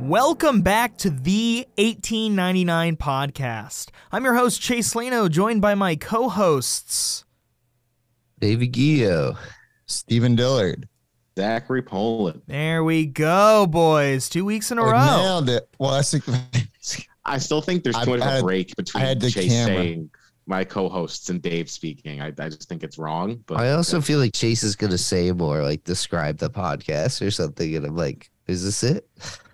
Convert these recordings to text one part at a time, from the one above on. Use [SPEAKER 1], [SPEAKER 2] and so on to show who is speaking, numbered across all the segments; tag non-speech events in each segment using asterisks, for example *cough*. [SPEAKER 1] Welcome back to the 1899 podcast. I'm your host, Chase Leno, joined by my co hosts.
[SPEAKER 2] David Gio.
[SPEAKER 3] Stephen Dillard.
[SPEAKER 4] Zachary Poland.
[SPEAKER 1] There we go, boys. Two weeks in a
[SPEAKER 3] I
[SPEAKER 1] row.
[SPEAKER 3] nailed it. Well, that's a,
[SPEAKER 4] I still think there's
[SPEAKER 3] I
[SPEAKER 4] too much of
[SPEAKER 3] had-
[SPEAKER 4] a break between
[SPEAKER 3] I had the
[SPEAKER 4] Chase
[SPEAKER 3] camera.
[SPEAKER 4] saying my co-hosts and Dave speaking. I, I just think it's wrong. But
[SPEAKER 2] I also feel like Chase is gonna say more, like describe the podcast or something, and I'm like, is this it?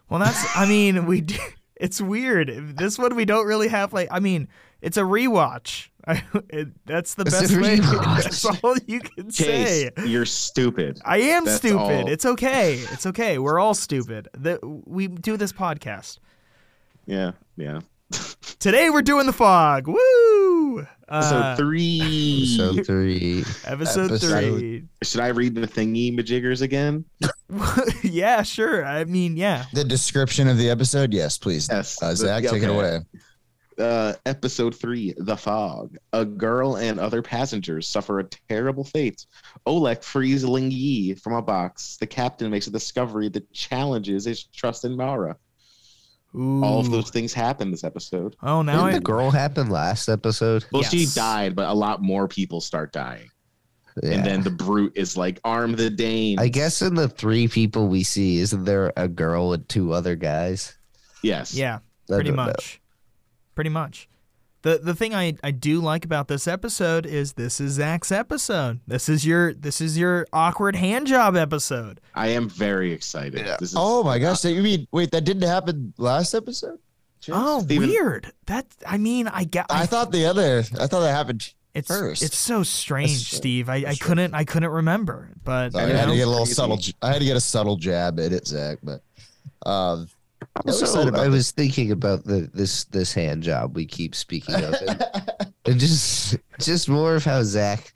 [SPEAKER 1] Well, that's, I mean, we do, *laughs* it's weird. This one we don't really have, like, I mean, it's a rewatch. *laughs* I, it, that's the
[SPEAKER 2] It's a
[SPEAKER 1] best way. *laughs*
[SPEAKER 2] rewatch.
[SPEAKER 1] That's all you can
[SPEAKER 4] Chase,
[SPEAKER 1] say.
[SPEAKER 4] you're stupid.
[SPEAKER 1] I am
[SPEAKER 4] That's
[SPEAKER 1] stupid.
[SPEAKER 4] all.
[SPEAKER 1] It's okay. It's okay. We're all stupid. The, we do this podcast.
[SPEAKER 4] Yeah, yeah.
[SPEAKER 1] Today we're doing the fog. Woo! Uh,
[SPEAKER 4] so three.
[SPEAKER 2] Episode three.
[SPEAKER 1] episode,
[SPEAKER 3] Episode.
[SPEAKER 4] Should I read the thingy majiggers again?
[SPEAKER 1] three. *laughs* yeah, sure. I mean, yeah.
[SPEAKER 3] the description of the episode. Yes, please.
[SPEAKER 4] Yes.
[SPEAKER 3] Uh, Zach,
[SPEAKER 4] Yeah,
[SPEAKER 3] take it
[SPEAKER 4] okay.
[SPEAKER 3] away.
[SPEAKER 4] uh, episode three, The Fog. A girl and other passengers suffer a terrible fate. Oleg frees Ling Yi from a box. The captain makes a discovery that challenges his trust in Mara.
[SPEAKER 1] Ooh.
[SPEAKER 4] All of those things happen this episode.
[SPEAKER 1] Oh, now
[SPEAKER 2] Didn't
[SPEAKER 1] I.
[SPEAKER 2] the girl happen last episode?
[SPEAKER 4] Well, she
[SPEAKER 1] Yes.
[SPEAKER 4] died, but a lot more people start dying.
[SPEAKER 2] Yeah.
[SPEAKER 4] And then the brute is like, arm the Dane.
[SPEAKER 2] I guess in the three people we see, isn't there a girl and two other guys?
[SPEAKER 4] yes.
[SPEAKER 1] Yeah,
[SPEAKER 2] I
[SPEAKER 1] pretty
[SPEAKER 2] don't know.
[SPEAKER 1] much. Pretty much. The the thing I, I do like about this episode is this is Zach's episode. This is your this is your awkward hand job episode.
[SPEAKER 4] I am very excited. This is,
[SPEAKER 3] Oh my gosh! That, you mean wait? That didn't happen last episode.
[SPEAKER 1] Oh,
[SPEAKER 4] Steven-
[SPEAKER 1] weird. That I mean, I get.
[SPEAKER 3] I thought the other. I thought that happened.
[SPEAKER 1] it's
[SPEAKER 3] first.
[SPEAKER 1] it's so strange,
[SPEAKER 3] strange.
[SPEAKER 1] Steve. I, I
[SPEAKER 3] That's
[SPEAKER 1] couldn't I couldn't remember, but
[SPEAKER 3] Sorry,
[SPEAKER 4] I
[SPEAKER 3] I, had
[SPEAKER 4] know.
[SPEAKER 3] to get a little
[SPEAKER 4] Crazy.
[SPEAKER 3] subtle. j- I had to get a subtle jab at it, Zach. But um, I'm so
[SPEAKER 2] Also,
[SPEAKER 3] excited about
[SPEAKER 2] I was thinking about the this this hand job we keep speaking of, and, and just just more of how Zach,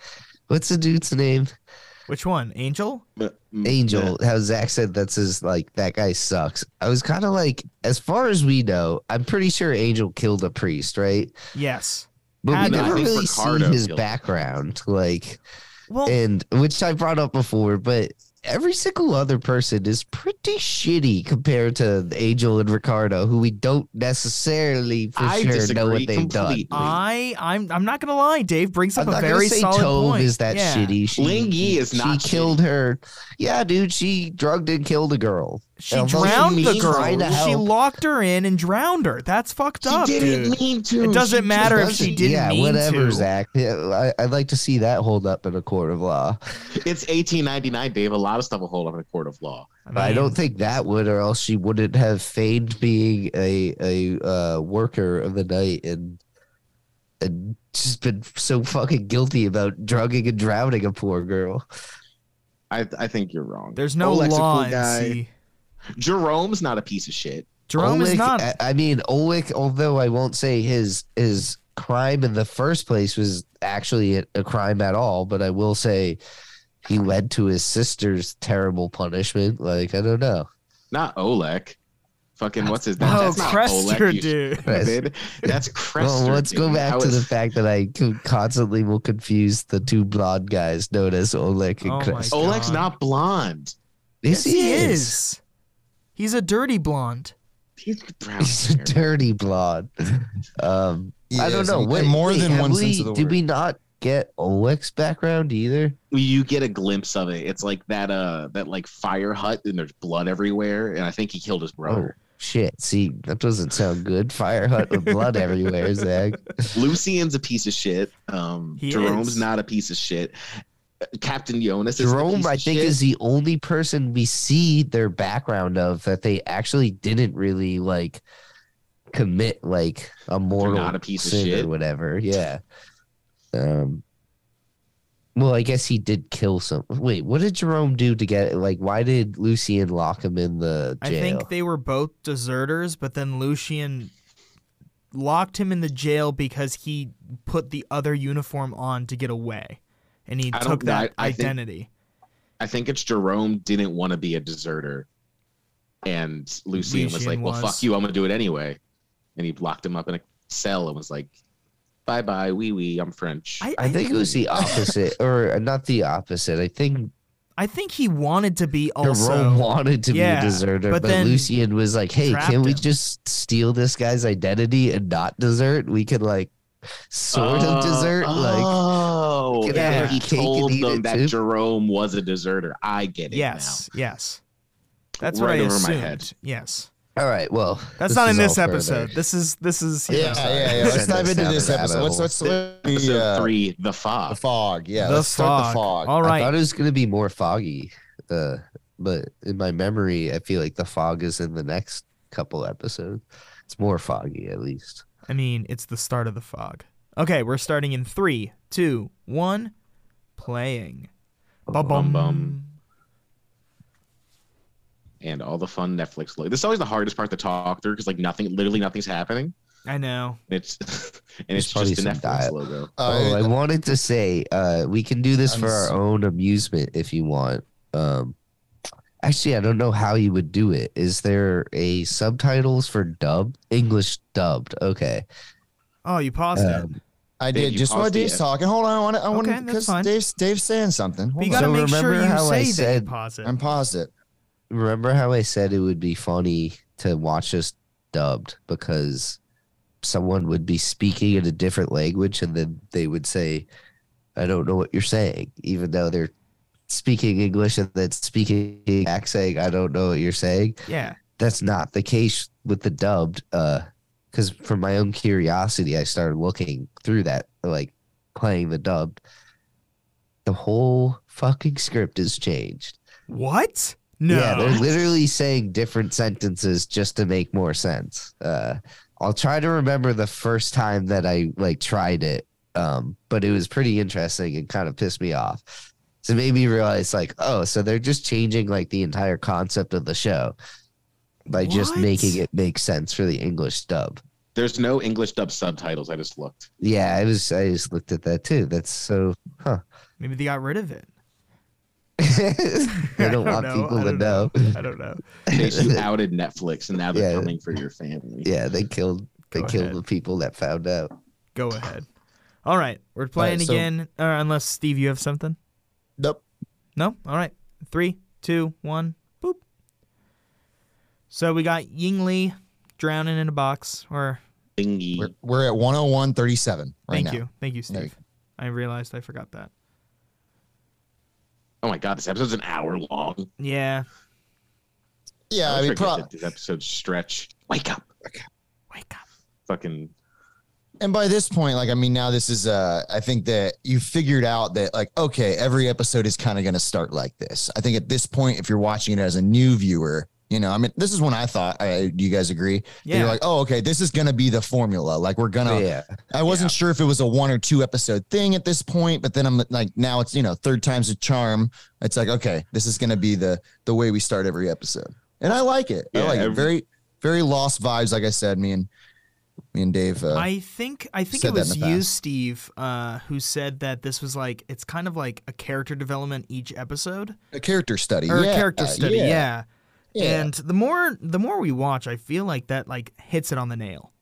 [SPEAKER 2] what's the dude's name?
[SPEAKER 1] which one? Angel?
[SPEAKER 4] M- m-
[SPEAKER 2] Angel, how Zach said that's his like that guy sucks. I was kind of like, as far as we know, I'm pretty sure Angel killed a priest, right?
[SPEAKER 1] Yes.
[SPEAKER 2] But
[SPEAKER 1] Had
[SPEAKER 2] we
[SPEAKER 1] to. I
[SPEAKER 2] never
[SPEAKER 4] think
[SPEAKER 2] really
[SPEAKER 4] Ricardo
[SPEAKER 2] see his
[SPEAKER 4] killed him.
[SPEAKER 2] background, like,
[SPEAKER 1] Well,
[SPEAKER 2] and which I brought up before, but every single other person is pretty shitty compared to Angel and Ricardo, who we don't necessarily for
[SPEAKER 4] I
[SPEAKER 2] sure
[SPEAKER 4] disagree
[SPEAKER 2] know what they've
[SPEAKER 4] completely.
[SPEAKER 2] done.
[SPEAKER 1] I I'm I'm not gonna lie. Dave brings up
[SPEAKER 2] I'm
[SPEAKER 1] a
[SPEAKER 2] not gonna
[SPEAKER 1] very
[SPEAKER 2] say
[SPEAKER 1] solid
[SPEAKER 2] Tove
[SPEAKER 1] point.
[SPEAKER 2] is that
[SPEAKER 1] yeah.
[SPEAKER 2] shitty. She,
[SPEAKER 4] Ling Yi is not
[SPEAKER 2] She killed her. Yeah, dude, she drugged and killed a girl.
[SPEAKER 1] She
[SPEAKER 2] Yeah, well,
[SPEAKER 1] drowned
[SPEAKER 2] she
[SPEAKER 1] the
[SPEAKER 2] means
[SPEAKER 1] girl.
[SPEAKER 2] trying to
[SPEAKER 1] She
[SPEAKER 2] help.
[SPEAKER 1] locked her in and drowned her. That's fucked up, Ah, dude.
[SPEAKER 4] mean to.
[SPEAKER 1] It doesn't matter if
[SPEAKER 2] Doesn't-
[SPEAKER 1] she didn't
[SPEAKER 2] yeah,
[SPEAKER 1] mean
[SPEAKER 2] whatever,
[SPEAKER 1] to.
[SPEAKER 2] Zach. Yeah, I, I'd like to see that hold up in a court of law.
[SPEAKER 4] It's 1899, Dave. A lot of stuff will hold up in a court of law.
[SPEAKER 1] I,
[SPEAKER 2] I
[SPEAKER 1] mean,
[SPEAKER 2] don't think that would, or else she wouldn't have feigned being a a uh, worker of the night and and just been so fucking guilty about drugging and drowning a poor girl.
[SPEAKER 4] I, I think you're wrong.
[SPEAKER 1] There's no
[SPEAKER 4] Oleg's a
[SPEAKER 1] law
[SPEAKER 4] cool
[SPEAKER 1] in
[SPEAKER 4] guy.
[SPEAKER 1] sea.
[SPEAKER 4] Jerome's not a piece of shit.
[SPEAKER 1] Jerome is
[SPEAKER 2] Oleg- uh,
[SPEAKER 1] not.
[SPEAKER 2] I, I mean, Oleg, although I won't say his his crime in the first place was actually a, a crime at all, but I will say he led to his sister's terrible punishment. Like I don't know.
[SPEAKER 4] Not Oleg. Fucking what's his name?
[SPEAKER 1] oh,
[SPEAKER 4] That's not
[SPEAKER 1] Crester,
[SPEAKER 4] Oleg, you
[SPEAKER 1] dude.
[SPEAKER 4] stupid. That's Crester.
[SPEAKER 2] well, let's go
[SPEAKER 4] dude.
[SPEAKER 2] back
[SPEAKER 4] How
[SPEAKER 2] to
[SPEAKER 4] is-
[SPEAKER 2] the fact that I co- constantly will confuse the two blonde guys known as Oleg and
[SPEAKER 1] Oh my
[SPEAKER 2] Chris.
[SPEAKER 1] God.
[SPEAKER 4] Oleg's not blonde.
[SPEAKER 2] Yes,
[SPEAKER 1] he is. He's a dirty blonde.
[SPEAKER 4] He's
[SPEAKER 2] *laughs*
[SPEAKER 4] brown.
[SPEAKER 2] He's a
[SPEAKER 4] hair.
[SPEAKER 2] dirty blonde. Um,
[SPEAKER 3] He
[SPEAKER 2] I don't
[SPEAKER 3] is,
[SPEAKER 2] know.
[SPEAKER 3] in- in
[SPEAKER 2] What,
[SPEAKER 3] more
[SPEAKER 2] wait,
[SPEAKER 3] than
[SPEAKER 2] have
[SPEAKER 3] one
[SPEAKER 2] we,
[SPEAKER 3] sense of the
[SPEAKER 2] Did
[SPEAKER 3] word.
[SPEAKER 2] we not get Oleg's background either?
[SPEAKER 4] you get a glimpse of it. It's like that uh that like fire hut and there's blood everywhere. And I think he killed his brother.
[SPEAKER 2] Oh, Shit. See, that doesn't sound good. Fire hut with blood everywhere, Zach. *laughs*
[SPEAKER 4] Lucian's a piece of shit. Um
[SPEAKER 1] He
[SPEAKER 4] Jerome's
[SPEAKER 1] is.
[SPEAKER 4] not a piece of shit. Captain Jonas is a piece
[SPEAKER 2] Jerome,
[SPEAKER 4] of
[SPEAKER 2] I think,
[SPEAKER 4] shit.
[SPEAKER 2] is the only person we see their background of that they actually didn't really like commit like a mortal
[SPEAKER 4] not a piece of
[SPEAKER 2] sin
[SPEAKER 4] shit.
[SPEAKER 2] or whatever. Yeah. Um. Well, I guess he did kill some. Wait, what did Jerome do to get? Like, why did Lucien lock him in the
[SPEAKER 1] I
[SPEAKER 2] jail?
[SPEAKER 1] think they were both deserters, but then Lucian locked him in the jail because he put the other uniform on to get away, and he
[SPEAKER 4] I don't
[SPEAKER 1] took
[SPEAKER 4] know. I-
[SPEAKER 1] that
[SPEAKER 4] I think-
[SPEAKER 1] identity.
[SPEAKER 4] I think it's Jerome didn't want to be a deserter. And Lucien was
[SPEAKER 1] Lucien
[SPEAKER 4] like, Well
[SPEAKER 1] was.
[SPEAKER 4] fuck you, I'm gonna do it anyway. And he locked him up in a cell and was like, Bye bye, wee wee, I'm French.
[SPEAKER 2] I think it was the opposite, or not the opposite. I think
[SPEAKER 1] I think he wanted to be
[SPEAKER 2] Jerome
[SPEAKER 1] also.
[SPEAKER 2] wanted to
[SPEAKER 1] yeah,
[SPEAKER 2] be a deserter,
[SPEAKER 1] but
[SPEAKER 2] but,
[SPEAKER 1] then
[SPEAKER 2] Lucian was like, "Hey,
[SPEAKER 1] trapped
[SPEAKER 2] can we
[SPEAKER 1] him.
[SPEAKER 2] just steal this guy's identity and not desert? We could like sort
[SPEAKER 4] Uh,
[SPEAKER 2] of desert, like."
[SPEAKER 4] Oh,
[SPEAKER 2] get
[SPEAKER 1] a
[SPEAKER 4] yeah.
[SPEAKER 1] cookie
[SPEAKER 4] He
[SPEAKER 2] cake and
[SPEAKER 4] told
[SPEAKER 2] eat
[SPEAKER 4] them
[SPEAKER 2] it
[SPEAKER 4] that
[SPEAKER 2] too.
[SPEAKER 4] Jerome was a deserter. I get it.
[SPEAKER 1] Yes, yes. That's
[SPEAKER 4] Right
[SPEAKER 1] what I
[SPEAKER 4] over my
[SPEAKER 1] assumed.
[SPEAKER 4] head.
[SPEAKER 1] Yes,
[SPEAKER 2] All right, well,
[SPEAKER 1] that's not
[SPEAKER 2] is
[SPEAKER 1] in this
[SPEAKER 2] all further.
[SPEAKER 1] episode. This is this is
[SPEAKER 3] Yeah,
[SPEAKER 1] yeah,
[SPEAKER 3] yeah, yeah. Let's dive into this episode. Let's let's let
[SPEAKER 4] Now. Episode
[SPEAKER 3] the, uh,
[SPEAKER 4] three, the
[SPEAKER 3] the
[SPEAKER 4] fog.
[SPEAKER 3] fog. Yeah,
[SPEAKER 1] The
[SPEAKER 3] let's start the
[SPEAKER 1] Fog.
[SPEAKER 3] fog. Uh,
[SPEAKER 1] All
[SPEAKER 2] I
[SPEAKER 1] right.
[SPEAKER 2] thought it was gonna be more foggy, uh, but in my memory, I feel like the fog is in the next couple episodes. It's more foggy, at least.
[SPEAKER 1] I mean, it's the start of the fog. Okay, we're starting in three, two, one. Playing. Ba bum bum.
[SPEAKER 4] bum. and all the fun Netflix. Like, this is always the hardest part to talk through because like nothing, literally nothing's happening.
[SPEAKER 1] I know.
[SPEAKER 4] It's *laughs* and
[SPEAKER 2] There's
[SPEAKER 4] it's
[SPEAKER 2] probably
[SPEAKER 4] just the
[SPEAKER 2] some
[SPEAKER 4] Netflix
[SPEAKER 2] dial-
[SPEAKER 4] logo.
[SPEAKER 2] Oh, I
[SPEAKER 3] Uh,
[SPEAKER 2] wanted to say uh, we can do this
[SPEAKER 3] I'm
[SPEAKER 2] for our
[SPEAKER 3] s-
[SPEAKER 2] own amusement if you want. Um, actually, I don't know how you would do it. Is there a subtitles for dub English dubbed? Okay,
[SPEAKER 1] Oh, you paused it.
[SPEAKER 2] Um,
[SPEAKER 3] I
[SPEAKER 4] Dave,
[SPEAKER 3] did
[SPEAKER 4] you
[SPEAKER 3] just what
[SPEAKER 4] paused
[SPEAKER 3] Dave's
[SPEAKER 4] it.
[SPEAKER 3] talking. Hold on, I want to. I want
[SPEAKER 1] Okay,
[SPEAKER 3] to
[SPEAKER 1] that's
[SPEAKER 3] because
[SPEAKER 1] fine.
[SPEAKER 3] Dave's Dave's saying something.
[SPEAKER 1] But
[SPEAKER 3] Hold
[SPEAKER 1] you
[SPEAKER 3] on.
[SPEAKER 1] gotta
[SPEAKER 2] so
[SPEAKER 1] make sure
[SPEAKER 2] remember
[SPEAKER 1] you
[SPEAKER 2] how I
[SPEAKER 1] say that you
[SPEAKER 2] said
[SPEAKER 1] pause it.
[SPEAKER 3] I'm paused it.
[SPEAKER 2] remember how I said it would be funny to watch us dubbed because someone would be speaking in a different language and then they would say, I don't know what you're saying, even though they're speaking English and then speaking back saying, I don't know what you're saying.
[SPEAKER 1] yeah.
[SPEAKER 2] That's not the case with the dubbed. Because for my own curiosity, I started looking through that, like playing the dubbed. The whole fucking script is changed.
[SPEAKER 1] What? No.
[SPEAKER 2] Yeah, they're literally saying different sentences just to make more sense. Uh, I'll try to remember the first time that I like tried it, um, but it was pretty interesting and kind of pissed me off. So it made me realize, like, oh, so they're just changing like the entire concept of the show by just
[SPEAKER 1] What?
[SPEAKER 2] making it make sense for the English dub.
[SPEAKER 4] There's no English dub subtitles. I just looked.
[SPEAKER 2] *laughs* Yeah, I was I just looked at that too. That's so *laughs*
[SPEAKER 1] Maybe they got rid of it.
[SPEAKER 2] they
[SPEAKER 1] *laughs* I
[SPEAKER 2] don't, want
[SPEAKER 1] know,
[SPEAKER 2] people
[SPEAKER 1] I
[SPEAKER 2] to
[SPEAKER 1] don't
[SPEAKER 2] know.
[SPEAKER 1] I don't know.
[SPEAKER 4] They you outed Netflix, and now they're
[SPEAKER 2] Yeah.
[SPEAKER 4] coming for your family.
[SPEAKER 2] Yeah, they killed they
[SPEAKER 1] Go
[SPEAKER 2] killed
[SPEAKER 1] ahead.
[SPEAKER 2] the people that found out.
[SPEAKER 1] Go ahead. All right, we're playing
[SPEAKER 3] so-
[SPEAKER 1] again. Uh, unless Steve, you have something?
[SPEAKER 3] Nope.
[SPEAKER 1] No. All right. Three, two, one. Boop. So we got Yingli drowning in a box. Or
[SPEAKER 4] Thingy.
[SPEAKER 3] We're, we're at 101.37 right
[SPEAKER 1] thank
[SPEAKER 3] now.
[SPEAKER 1] you, thank you,
[SPEAKER 3] There you
[SPEAKER 1] Steve. I realized I forgot that.
[SPEAKER 4] Oh my god, this episode's an hour long.
[SPEAKER 1] Yeah.
[SPEAKER 3] Yeah, I
[SPEAKER 4] I forget
[SPEAKER 3] mean, pro-
[SPEAKER 4] that this episode stretch. Wake up.
[SPEAKER 1] Wake up.
[SPEAKER 4] Fucking
[SPEAKER 3] and by this point, like, I mean, now this is, uh, I think that you figured out that, like, okay, every episode is kind of going to start like this. I think at this point, if you're watching it as a new viewer, you know, I mean, this is when I thought, I, do you guys agree? That
[SPEAKER 1] Yeah.
[SPEAKER 3] You're like, oh, okay, this is going to be the formula. Like, we're going to,
[SPEAKER 2] yeah.
[SPEAKER 3] I wasn't sure if it was a one or two episode thing at this point, but then I'm like, now it's, you know, third time's a charm. It's like, okay, this is going to be the, the way we start every episode. And I like it. I
[SPEAKER 4] Yeah,
[SPEAKER 3] like it.
[SPEAKER 4] every-
[SPEAKER 3] Very, very lost vibes. Like I said, me and, me and Dave, uh,
[SPEAKER 1] I think I think
[SPEAKER 3] said
[SPEAKER 1] it
[SPEAKER 3] that
[SPEAKER 1] was
[SPEAKER 3] in the
[SPEAKER 1] you,
[SPEAKER 3] past.
[SPEAKER 1] Steve, uh, who said that this was like it's kind of like a character development each episode
[SPEAKER 3] a character study
[SPEAKER 1] or
[SPEAKER 3] yeah,
[SPEAKER 1] a character study. yeah.
[SPEAKER 3] yeah.
[SPEAKER 1] And the more the more we watch, I feel like that like hits it on the nail.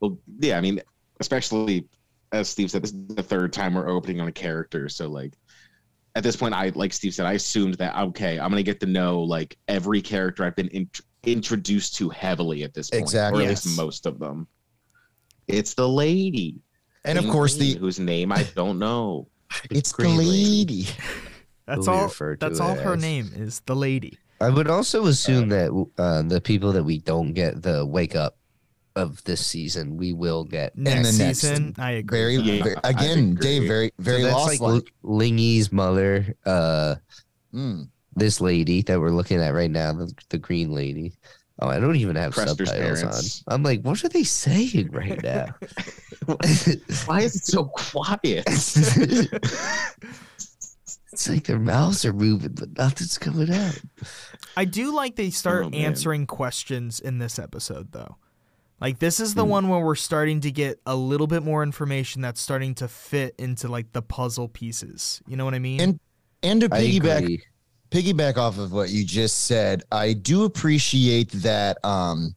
[SPEAKER 4] well, yeah, I mean, especially as Steve said, this is the third time we're opening on a character. So like at this point, I like Steve said, I assumed that okay, I'm gonna get to know like every character I've been int- introduced to heavily at this point,
[SPEAKER 3] Exactly.
[SPEAKER 4] or at least
[SPEAKER 1] Yes.
[SPEAKER 4] most of them. It's the lady,
[SPEAKER 3] and of
[SPEAKER 4] Jane
[SPEAKER 3] course
[SPEAKER 4] Green,
[SPEAKER 3] the
[SPEAKER 4] whose name I don't know.
[SPEAKER 3] *laughs* it's the
[SPEAKER 2] Green Lady.
[SPEAKER 3] lady
[SPEAKER 1] That's
[SPEAKER 2] we
[SPEAKER 1] all.
[SPEAKER 2] refer to
[SPEAKER 1] That's
[SPEAKER 2] it
[SPEAKER 1] all her
[SPEAKER 2] as.
[SPEAKER 1] name is the lady.
[SPEAKER 2] I would also
[SPEAKER 4] Um,
[SPEAKER 2] assume that uh, the people that we don't get the wake up of this season, we will get.
[SPEAKER 1] Next
[SPEAKER 3] the next
[SPEAKER 1] season, I agree.
[SPEAKER 3] very,
[SPEAKER 4] Yeah,
[SPEAKER 3] very-
[SPEAKER 4] I
[SPEAKER 3] again
[SPEAKER 4] agree.
[SPEAKER 3] dave very very
[SPEAKER 2] so that's like
[SPEAKER 3] lost
[SPEAKER 2] L-
[SPEAKER 3] like,
[SPEAKER 2] Lingy's mother, uh,
[SPEAKER 3] Mm.
[SPEAKER 2] this lady that we're looking at right now, the, the green lady. Oh, I don't even have
[SPEAKER 4] Crester's
[SPEAKER 2] subtitles
[SPEAKER 4] parents.
[SPEAKER 2] on. I'm like, what are they saying right
[SPEAKER 4] *laughs*
[SPEAKER 2] now? *laughs*
[SPEAKER 4] Why is it so
[SPEAKER 3] *laughs*
[SPEAKER 4] quiet?
[SPEAKER 2] it's like their mouths are moving, but nothing's coming out.
[SPEAKER 1] I do like they start
[SPEAKER 4] Oh, man.
[SPEAKER 1] answering questions in this episode though. Like this is the
[SPEAKER 2] Hmm.
[SPEAKER 1] one where we're starting to get a little bit more information that's starting to fit into like the puzzle pieces. You know what I mean?
[SPEAKER 3] And- and to
[SPEAKER 2] I
[SPEAKER 3] piggyback
[SPEAKER 2] agree.
[SPEAKER 3] piggyback off of what you just said, I do appreciate that um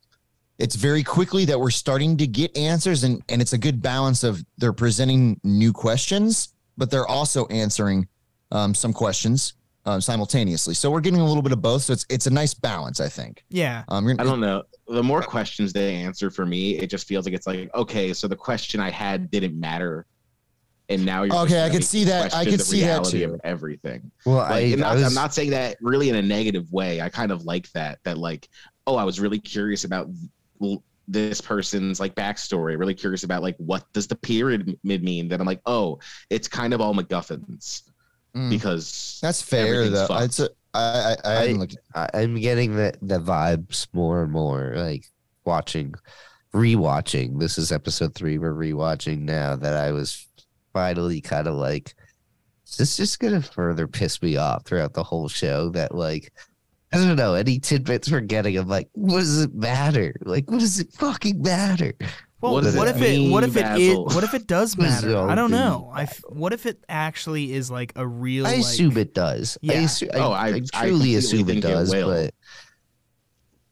[SPEAKER 3] it's very quickly that we're starting to get answers and and it's a good balance of they're presenting new questions, but they're also answering um, some questions um, simultaneously. So we're getting a little bit of both. So it's it's a nice balance, I think.
[SPEAKER 1] Yeah.
[SPEAKER 3] Um, you're,
[SPEAKER 4] I don't know. The more questions they answer for me, it just feels like it's like, okay, so the question I had didn't matter. And now you're just
[SPEAKER 3] Okay, I
[SPEAKER 4] gonna
[SPEAKER 3] could
[SPEAKER 4] make
[SPEAKER 3] see that- I
[SPEAKER 4] question
[SPEAKER 3] could
[SPEAKER 4] the
[SPEAKER 3] see that
[SPEAKER 4] reality
[SPEAKER 3] too.
[SPEAKER 4] of everything.
[SPEAKER 2] Well,
[SPEAKER 4] Like,
[SPEAKER 2] I,
[SPEAKER 4] and not,
[SPEAKER 2] I was,
[SPEAKER 4] I'm not saying that really in a negative way. I kind of like that. That like, oh, I was really curious about l- this person's like backstory. Really curious about like what does the pyramid mean? That I'm like, oh, it's kind of all MacGuffins
[SPEAKER 3] mm,
[SPEAKER 4] because
[SPEAKER 3] that's fair
[SPEAKER 4] everything's
[SPEAKER 3] though.
[SPEAKER 4] fucked.
[SPEAKER 3] It's a, I, I, I
[SPEAKER 2] I-
[SPEAKER 3] haven't looked.
[SPEAKER 2] I, I'm getting the, the vibes more and more, like watching, rewatching. This is episode three. We're rewatching now that I was finally kind of like, is this just going to further piss me off throughout the whole show? That, like, I don't know, any tidbits we're getting, I'm like, what does it matter? Like, what does it fucking matter?
[SPEAKER 1] Well, what,
[SPEAKER 4] What does it
[SPEAKER 1] if it? What
[SPEAKER 4] mean,
[SPEAKER 1] if it? i-
[SPEAKER 4] Basil?
[SPEAKER 1] what if it
[SPEAKER 4] *laughs*
[SPEAKER 1] does
[SPEAKER 2] What does
[SPEAKER 1] matter?
[SPEAKER 2] it
[SPEAKER 1] I don't
[SPEAKER 2] mean?
[SPEAKER 1] know. I f- what if it actually is like a real?
[SPEAKER 2] I
[SPEAKER 1] like-
[SPEAKER 2] assume it does. I,
[SPEAKER 1] Yeah.
[SPEAKER 2] assu- I,
[SPEAKER 4] Oh, I-
[SPEAKER 2] I,
[SPEAKER 4] I
[SPEAKER 2] truly
[SPEAKER 4] completely
[SPEAKER 2] assume it
[SPEAKER 4] think it
[SPEAKER 2] does,
[SPEAKER 4] will.
[SPEAKER 2] but.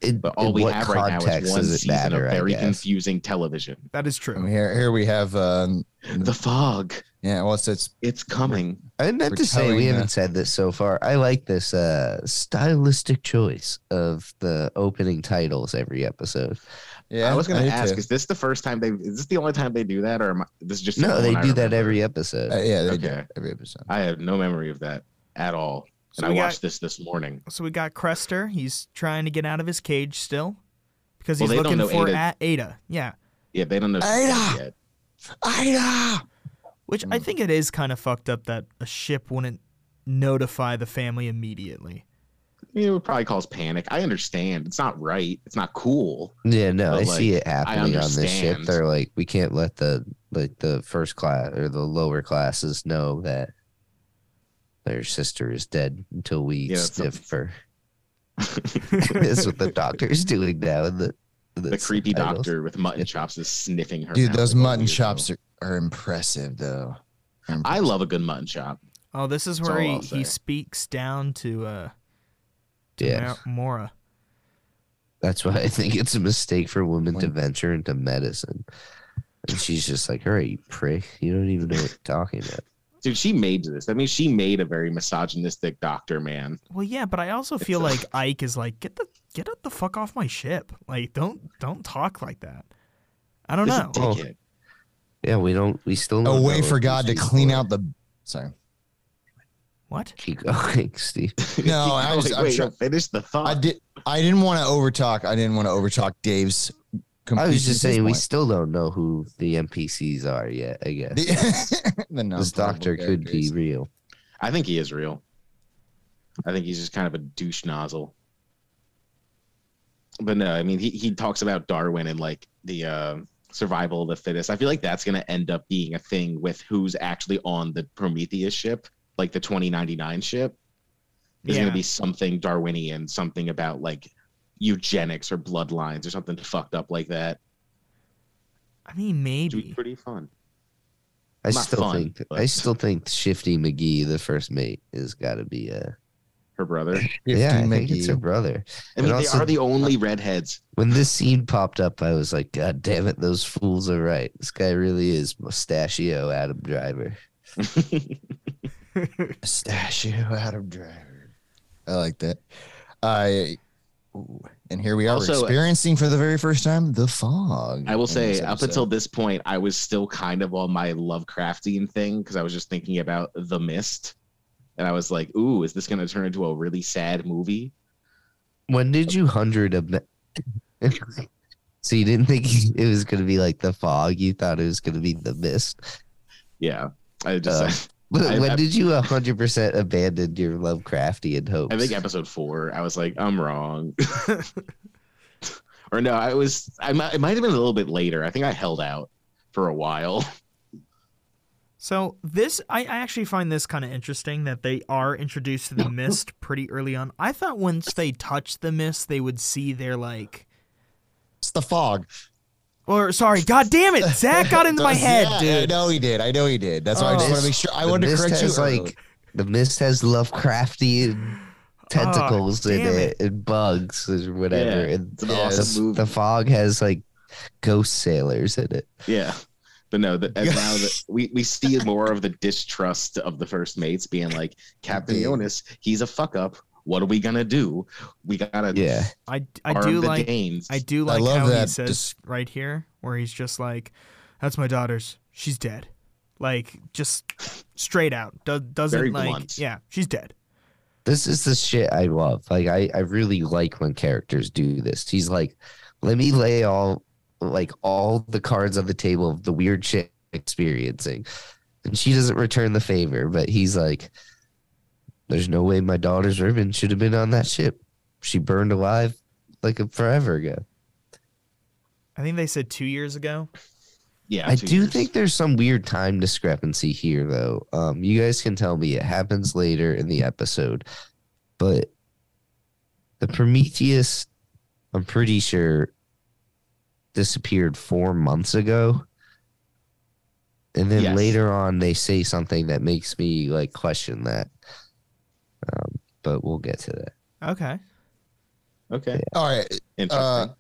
[SPEAKER 2] In,
[SPEAKER 4] But all
[SPEAKER 2] in
[SPEAKER 4] we
[SPEAKER 2] what
[SPEAKER 4] have right now
[SPEAKER 2] context
[SPEAKER 4] is one
[SPEAKER 2] does it
[SPEAKER 4] season
[SPEAKER 2] matter?
[SPEAKER 4] of
[SPEAKER 2] I
[SPEAKER 4] very
[SPEAKER 2] guess?
[SPEAKER 4] confusing television.
[SPEAKER 1] that is
[SPEAKER 3] I mean,
[SPEAKER 1] true.
[SPEAKER 3] here, here we have. Um,
[SPEAKER 4] The fog,
[SPEAKER 3] yeah, well, it's, it's
[SPEAKER 4] it's coming.
[SPEAKER 2] I meant
[SPEAKER 3] We're
[SPEAKER 2] to say we
[SPEAKER 3] telling
[SPEAKER 2] haven't
[SPEAKER 3] the-
[SPEAKER 2] said this so far. I like this uh, stylistic choice of the opening titles every episode.
[SPEAKER 3] yeah.
[SPEAKER 4] I was going
[SPEAKER 3] do
[SPEAKER 4] to ask,
[SPEAKER 3] too.
[SPEAKER 4] is this the first time they? Is this the only time they do that, or am I, this is just the
[SPEAKER 2] No,
[SPEAKER 4] only
[SPEAKER 2] they
[SPEAKER 4] one I
[SPEAKER 2] do that
[SPEAKER 4] remember?
[SPEAKER 2] every episode.
[SPEAKER 3] Uh, yeah, they
[SPEAKER 4] Okay.
[SPEAKER 3] do every episode.
[SPEAKER 4] I have no memory of that at all,
[SPEAKER 1] So
[SPEAKER 4] and I
[SPEAKER 1] we got-
[SPEAKER 4] watched this this morning.
[SPEAKER 1] So we got Crester. He's trying to get out of his cage still because
[SPEAKER 4] Well,
[SPEAKER 1] he's
[SPEAKER 4] they
[SPEAKER 1] looking
[SPEAKER 4] don't know
[SPEAKER 1] for
[SPEAKER 4] Ada.
[SPEAKER 1] A- Ada. Yeah,
[SPEAKER 4] Yeah, they don't know
[SPEAKER 3] Ada!
[SPEAKER 4] yet.
[SPEAKER 3] Ida.
[SPEAKER 1] which
[SPEAKER 4] Mm.
[SPEAKER 1] I think it is kind of fucked up that a ship wouldn't notify the family
[SPEAKER 4] *laughs*
[SPEAKER 1] immediately.
[SPEAKER 4] It would probably cause panic. I understand. It's not right. It's not cool.
[SPEAKER 2] yeah, no,
[SPEAKER 4] but,
[SPEAKER 2] I see
[SPEAKER 4] like,
[SPEAKER 2] it happening on this ship.
[SPEAKER 4] understand.
[SPEAKER 2] They're like, we can't let the like the first class or the lower classes know that their sister is dead until we
[SPEAKER 4] Yeah, that's
[SPEAKER 2] sniff her.
[SPEAKER 4] the
[SPEAKER 2] *laughs* That's what the doctor's doing now. In the in the
[SPEAKER 4] creepy
[SPEAKER 2] titles.
[SPEAKER 4] doctor with mutton chops is sniffing her.
[SPEAKER 3] Dude,
[SPEAKER 4] mouth
[SPEAKER 3] those
[SPEAKER 4] like a
[SPEAKER 3] mutton
[SPEAKER 4] weirdo.
[SPEAKER 3] chops are, are impressive though. They're
[SPEAKER 4] I love a good mutton chop.
[SPEAKER 1] *laughs* Oh, this is
[SPEAKER 4] That's
[SPEAKER 1] where
[SPEAKER 4] all
[SPEAKER 1] he,
[SPEAKER 4] I'll
[SPEAKER 1] he
[SPEAKER 4] say.
[SPEAKER 1] speaks down to uh to
[SPEAKER 2] Yeah.
[SPEAKER 1] Ma- Mora.
[SPEAKER 2] That's why I think it's a mistake for women to
[SPEAKER 3] Like-
[SPEAKER 2] venture into medicine. And she's just like, all right, you prick. You don't even know what you're talking about.
[SPEAKER 4] Dude, she made this. I mean, she made a very misogynistic doctor, man.
[SPEAKER 1] Well, yeah, but I also feel
[SPEAKER 4] a- *laughs*
[SPEAKER 1] like Ike is like, get the get up the fuck off my ship. Like, don't don't talk like that. I don't
[SPEAKER 4] He's a
[SPEAKER 1] know.
[SPEAKER 2] Oh.
[SPEAKER 4] dickhead. *laughs*
[SPEAKER 2] Yeah, we don't, we still
[SPEAKER 3] a
[SPEAKER 2] don't know
[SPEAKER 3] way Oh, for
[SPEAKER 2] if
[SPEAKER 3] God to
[SPEAKER 2] she's
[SPEAKER 3] clean
[SPEAKER 2] for it.
[SPEAKER 3] out the. Sorry,
[SPEAKER 1] What?
[SPEAKER 2] Keep going, *laughs* Steve.
[SPEAKER 3] No, I was-
[SPEAKER 4] Wait,
[SPEAKER 3] I'm
[SPEAKER 4] wait,
[SPEAKER 3] try-
[SPEAKER 4] no, finish the thought.
[SPEAKER 3] I did. I didn't want to overtalk. I didn't want to overtalk Dave's.
[SPEAKER 2] I was
[SPEAKER 3] completion
[SPEAKER 2] just saying, we *laughs*
[SPEAKER 3] point. *laughs*
[SPEAKER 2] still don't know who the NPCs are yet, I guess.
[SPEAKER 3] The,
[SPEAKER 2] this
[SPEAKER 3] the non-playable
[SPEAKER 2] doctor could be
[SPEAKER 3] characters.
[SPEAKER 2] real.
[SPEAKER 4] I think he is real. I think he's just kind of a douche nozzle. But no, I mean he he talks about Darwin and like the uh, survival of the fittest. I feel like that's gonna end up being a thing with who's actually on the Prometheus ship, like the 2099 ship. There's
[SPEAKER 1] yeah.
[SPEAKER 4] gonna be something Darwinian, something about like eugenics or bloodlines or something fucked up like that.
[SPEAKER 1] I mean,
[SPEAKER 4] It'd be
[SPEAKER 1] maybe.
[SPEAKER 4] pretty fun.
[SPEAKER 2] I
[SPEAKER 4] Not
[SPEAKER 2] still
[SPEAKER 4] fun,
[SPEAKER 2] think
[SPEAKER 4] but-
[SPEAKER 2] I still think Shifty McGee, the first mate, has got to be a
[SPEAKER 4] Her *laughs* brother.
[SPEAKER 2] yeah. I
[SPEAKER 3] Fifteen
[SPEAKER 2] think it's
[SPEAKER 3] McGee.
[SPEAKER 2] her brother.
[SPEAKER 4] I mean,
[SPEAKER 2] And
[SPEAKER 4] they
[SPEAKER 2] also-
[SPEAKER 4] are the only redheads.
[SPEAKER 2] When this scene popped up, I was like, God damn it, those fools are right. This guy really is mustachio Adam Driver.
[SPEAKER 3] Pistachio *laughs* Adam Driver. I like that. I. ooh, And here we are we're
[SPEAKER 4] Also-
[SPEAKER 3] experiencing for the very first time the fog.
[SPEAKER 4] I will
[SPEAKER 3] in
[SPEAKER 4] say,
[SPEAKER 3] this
[SPEAKER 4] up
[SPEAKER 3] episode.
[SPEAKER 4] until this point, I was still kind of on my Lovecraftian thing because I was just thinking about The Mist. And I was like, ooh, is this going to turn into a really sad movie?
[SPEAKER 2] When did you hundred of *laughs* So you didn't think *laughs* it was gonna be like the fog, you thought it was gonna be the mist. *laughs*
[SPEAKER 4] Yeah. I just,
[SPEAKER 2] When,
[SPEAKER 4] I-
[SPEAKER 2] when
[SPEAKER 4] I-
[SPEAKER 2] did you hundred percent abandon your Lovecraftian hopes?
[SPEAKER 4] *laughs* I think episode four, I was like, I'm wrong. *laughs* or no, I was, I might, it might have been a little bit later. I think I held out for a while.
[SPEAKER 1] So this, I, I actually find this kind of interesting that they are introduced to
[SPEAKER 4] *laughs*
[SPEAKER 1] the mist pretty early on. I thought once they touched the mist, they would see their like.
[SPEAKER 3] it's the fog.
[SPEAKER 1] Or sorry, god damn it, Zach
[SPEAKER 3] *laughs*
[SPEAKER 1] got into my
[SPEAKER 3] Yeah,
[SPEAKER 1] head,
[SPEAKER 3] I
[SPEAKER 1] dude.
[SPEAKER 3] know he did. I know he did. That's why I just
[SPEAKER 1] Oh.
[SPEAKER 3] want to make sure. I
[SPEAKER 2] the
[SPEAKER 3] wanted to
[SPEAKER 2] mist
[SPEAKER 3] correct you.
[SPEAKER 2] has like the mist has Lovecraftian
[SPEAKER 4] Oh,
[SPEAKER 2] tentacles in
[SPEAKER 1] damn
[SPEAKER 2] it. and bugs or whatever.
[SPEAKER 4] Yeah,
[SPEAKER 2] and
[SPEAKER 4] it's an
[SPEAKER 3] Yeah,
[SPEAKER 4] awesome
[SPEAKER 2] the,
[SPEAKER 4] movie.
[SPEAKER 2] the fog has like ghost sailors in it.
[SPEAKER 4] yeah. But no, the, and now that we, we see more of the distrust of the first mates being like, Captain
[SPEAKER 3] Indeed.
[SPEAKER 4] Jonas, he's a fuck up. What are we gonna do? We gotta
[SPEAKER 2] Yeah.
[SPEAKER 1] I, I
[SPEAKER 4] arm
[SPEAKER 1] do
[SPEAKER 4] the
[SPEAKER 1] like
[SPEAKER 4] Danes.
[SPEAKER 1] I do
[SPEAKER 3] I
[SPEAKER 1] like
[SPEAKER 3] love
[SPEAKER 1] how he
[SPEAKER 3] that
[SPEAKER 1] says
[SPEAKER 3] dis-
[SPEAKER 1] right here where he's just like, "That's my daughter's. She's dead." Like just straight out. Do- doesn't
[SPEAKER 4] Very
[SPEAKER 1] like
[SPEAKER 4] blunt.
[SPEAKER 1] yeah, she's dead.
[SPEAKER 2] This is the shit I love. Like I, I really like when characters do this. He's like, let me lay all like all the cards on the table of the weird shit I'm experiencing. And she doesn't return the favor, but he's like, There's no way my daughter's ribbon should have been on that ship. She burned alive like a forever ago.
[SPEAKER 1] I think they said 2 years ago.
[SPEAKER 4] yeah,
[SPEAKER 2] I
[SPEAKER 4] two
[SPEAKER 2] do
[SPEAKER 4] years.
[SPEAKER 2] think there's some weird time discrepancy here, though. Um, you guys can tell me it happens later in the episode, but the Prometheus, I'm pretty sure, disappeared four months ago. And then
[SPEAKER 4] Yes.
[SPEAKER 2] later on, they say something that makes me like question that. Um, but we'll get to that.
[SPEAKER 1] Okay.
[SPEAKER 4] Okay,
[SPEAKER 3] All right.
[SPEAKER 4] interesting.
[SPEAKER 3] Uh,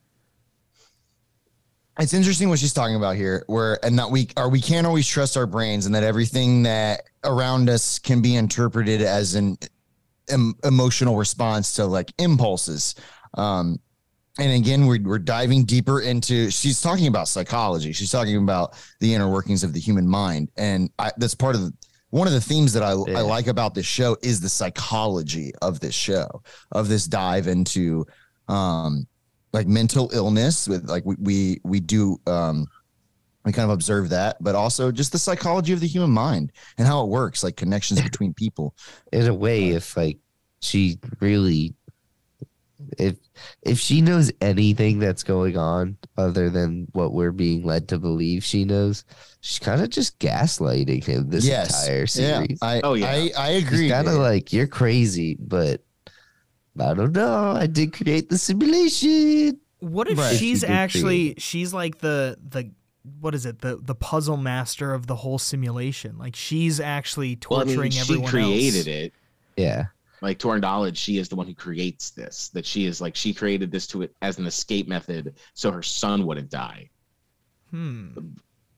[SPEAKER 3] it's interesting what she's talking about here where and that we are we can't always trust our brains and that everything that around us can be interpreted as an em- emotional response to like impulses um and again we're, we're diving deeper into she's talking about psychology she's talking about the inner workings of the human mind and I, that's part of the, one of the themes that I,
[SPEAKER 2] Yeah.
[SPEAKER 3] I like about this show is the psychology of this show of this dive into um like mental illness with like we we, we do um we kind of observe that but also just the psychology of the human mind and how it works like connections between people
[SPEAKER 2] in a way if like she really if if she knows anything that's going on other than what we're being led to believe she knows she's kind of just gaslighting him this
[SPEAKER 3] Yes.
[SPEAKER 2] entire series
[SPEAKER 3] yeah i
[SPEAKER 4] Oh, yeah.
[SPEAKER 3] i, I agree
[SPEAKER 2] she's kind of
[SPEAKER 3] dude.
[SPEAKER 2] like you're crazy but i don't know i did create the simulation
[SPEAKER 1] What if
[SPEAKER 3] Right.
[SPEAKER 1] she's
[SPEAKER 2] She did create
[SPEAKER 1] actually she's like the the what is it? The the puzzle master of the whole simulation. Like she's actually
[SPEAKER 4] well, I
[SPEAKER 1] torturing
[SPEAKER 4] mean, she
[SPEAKER 1] everyone
[SPEAKER 4] created
[SPEAKER 1] else.
[SPEAKER 4] it.
[SPEAKER 2] yeah
[SPEAKER 4] Like to our knowledge, she is the one who creates this. That she is like she created this to it as an escape method, so her son wouldn't die
[SPEAKER 1] Hmm.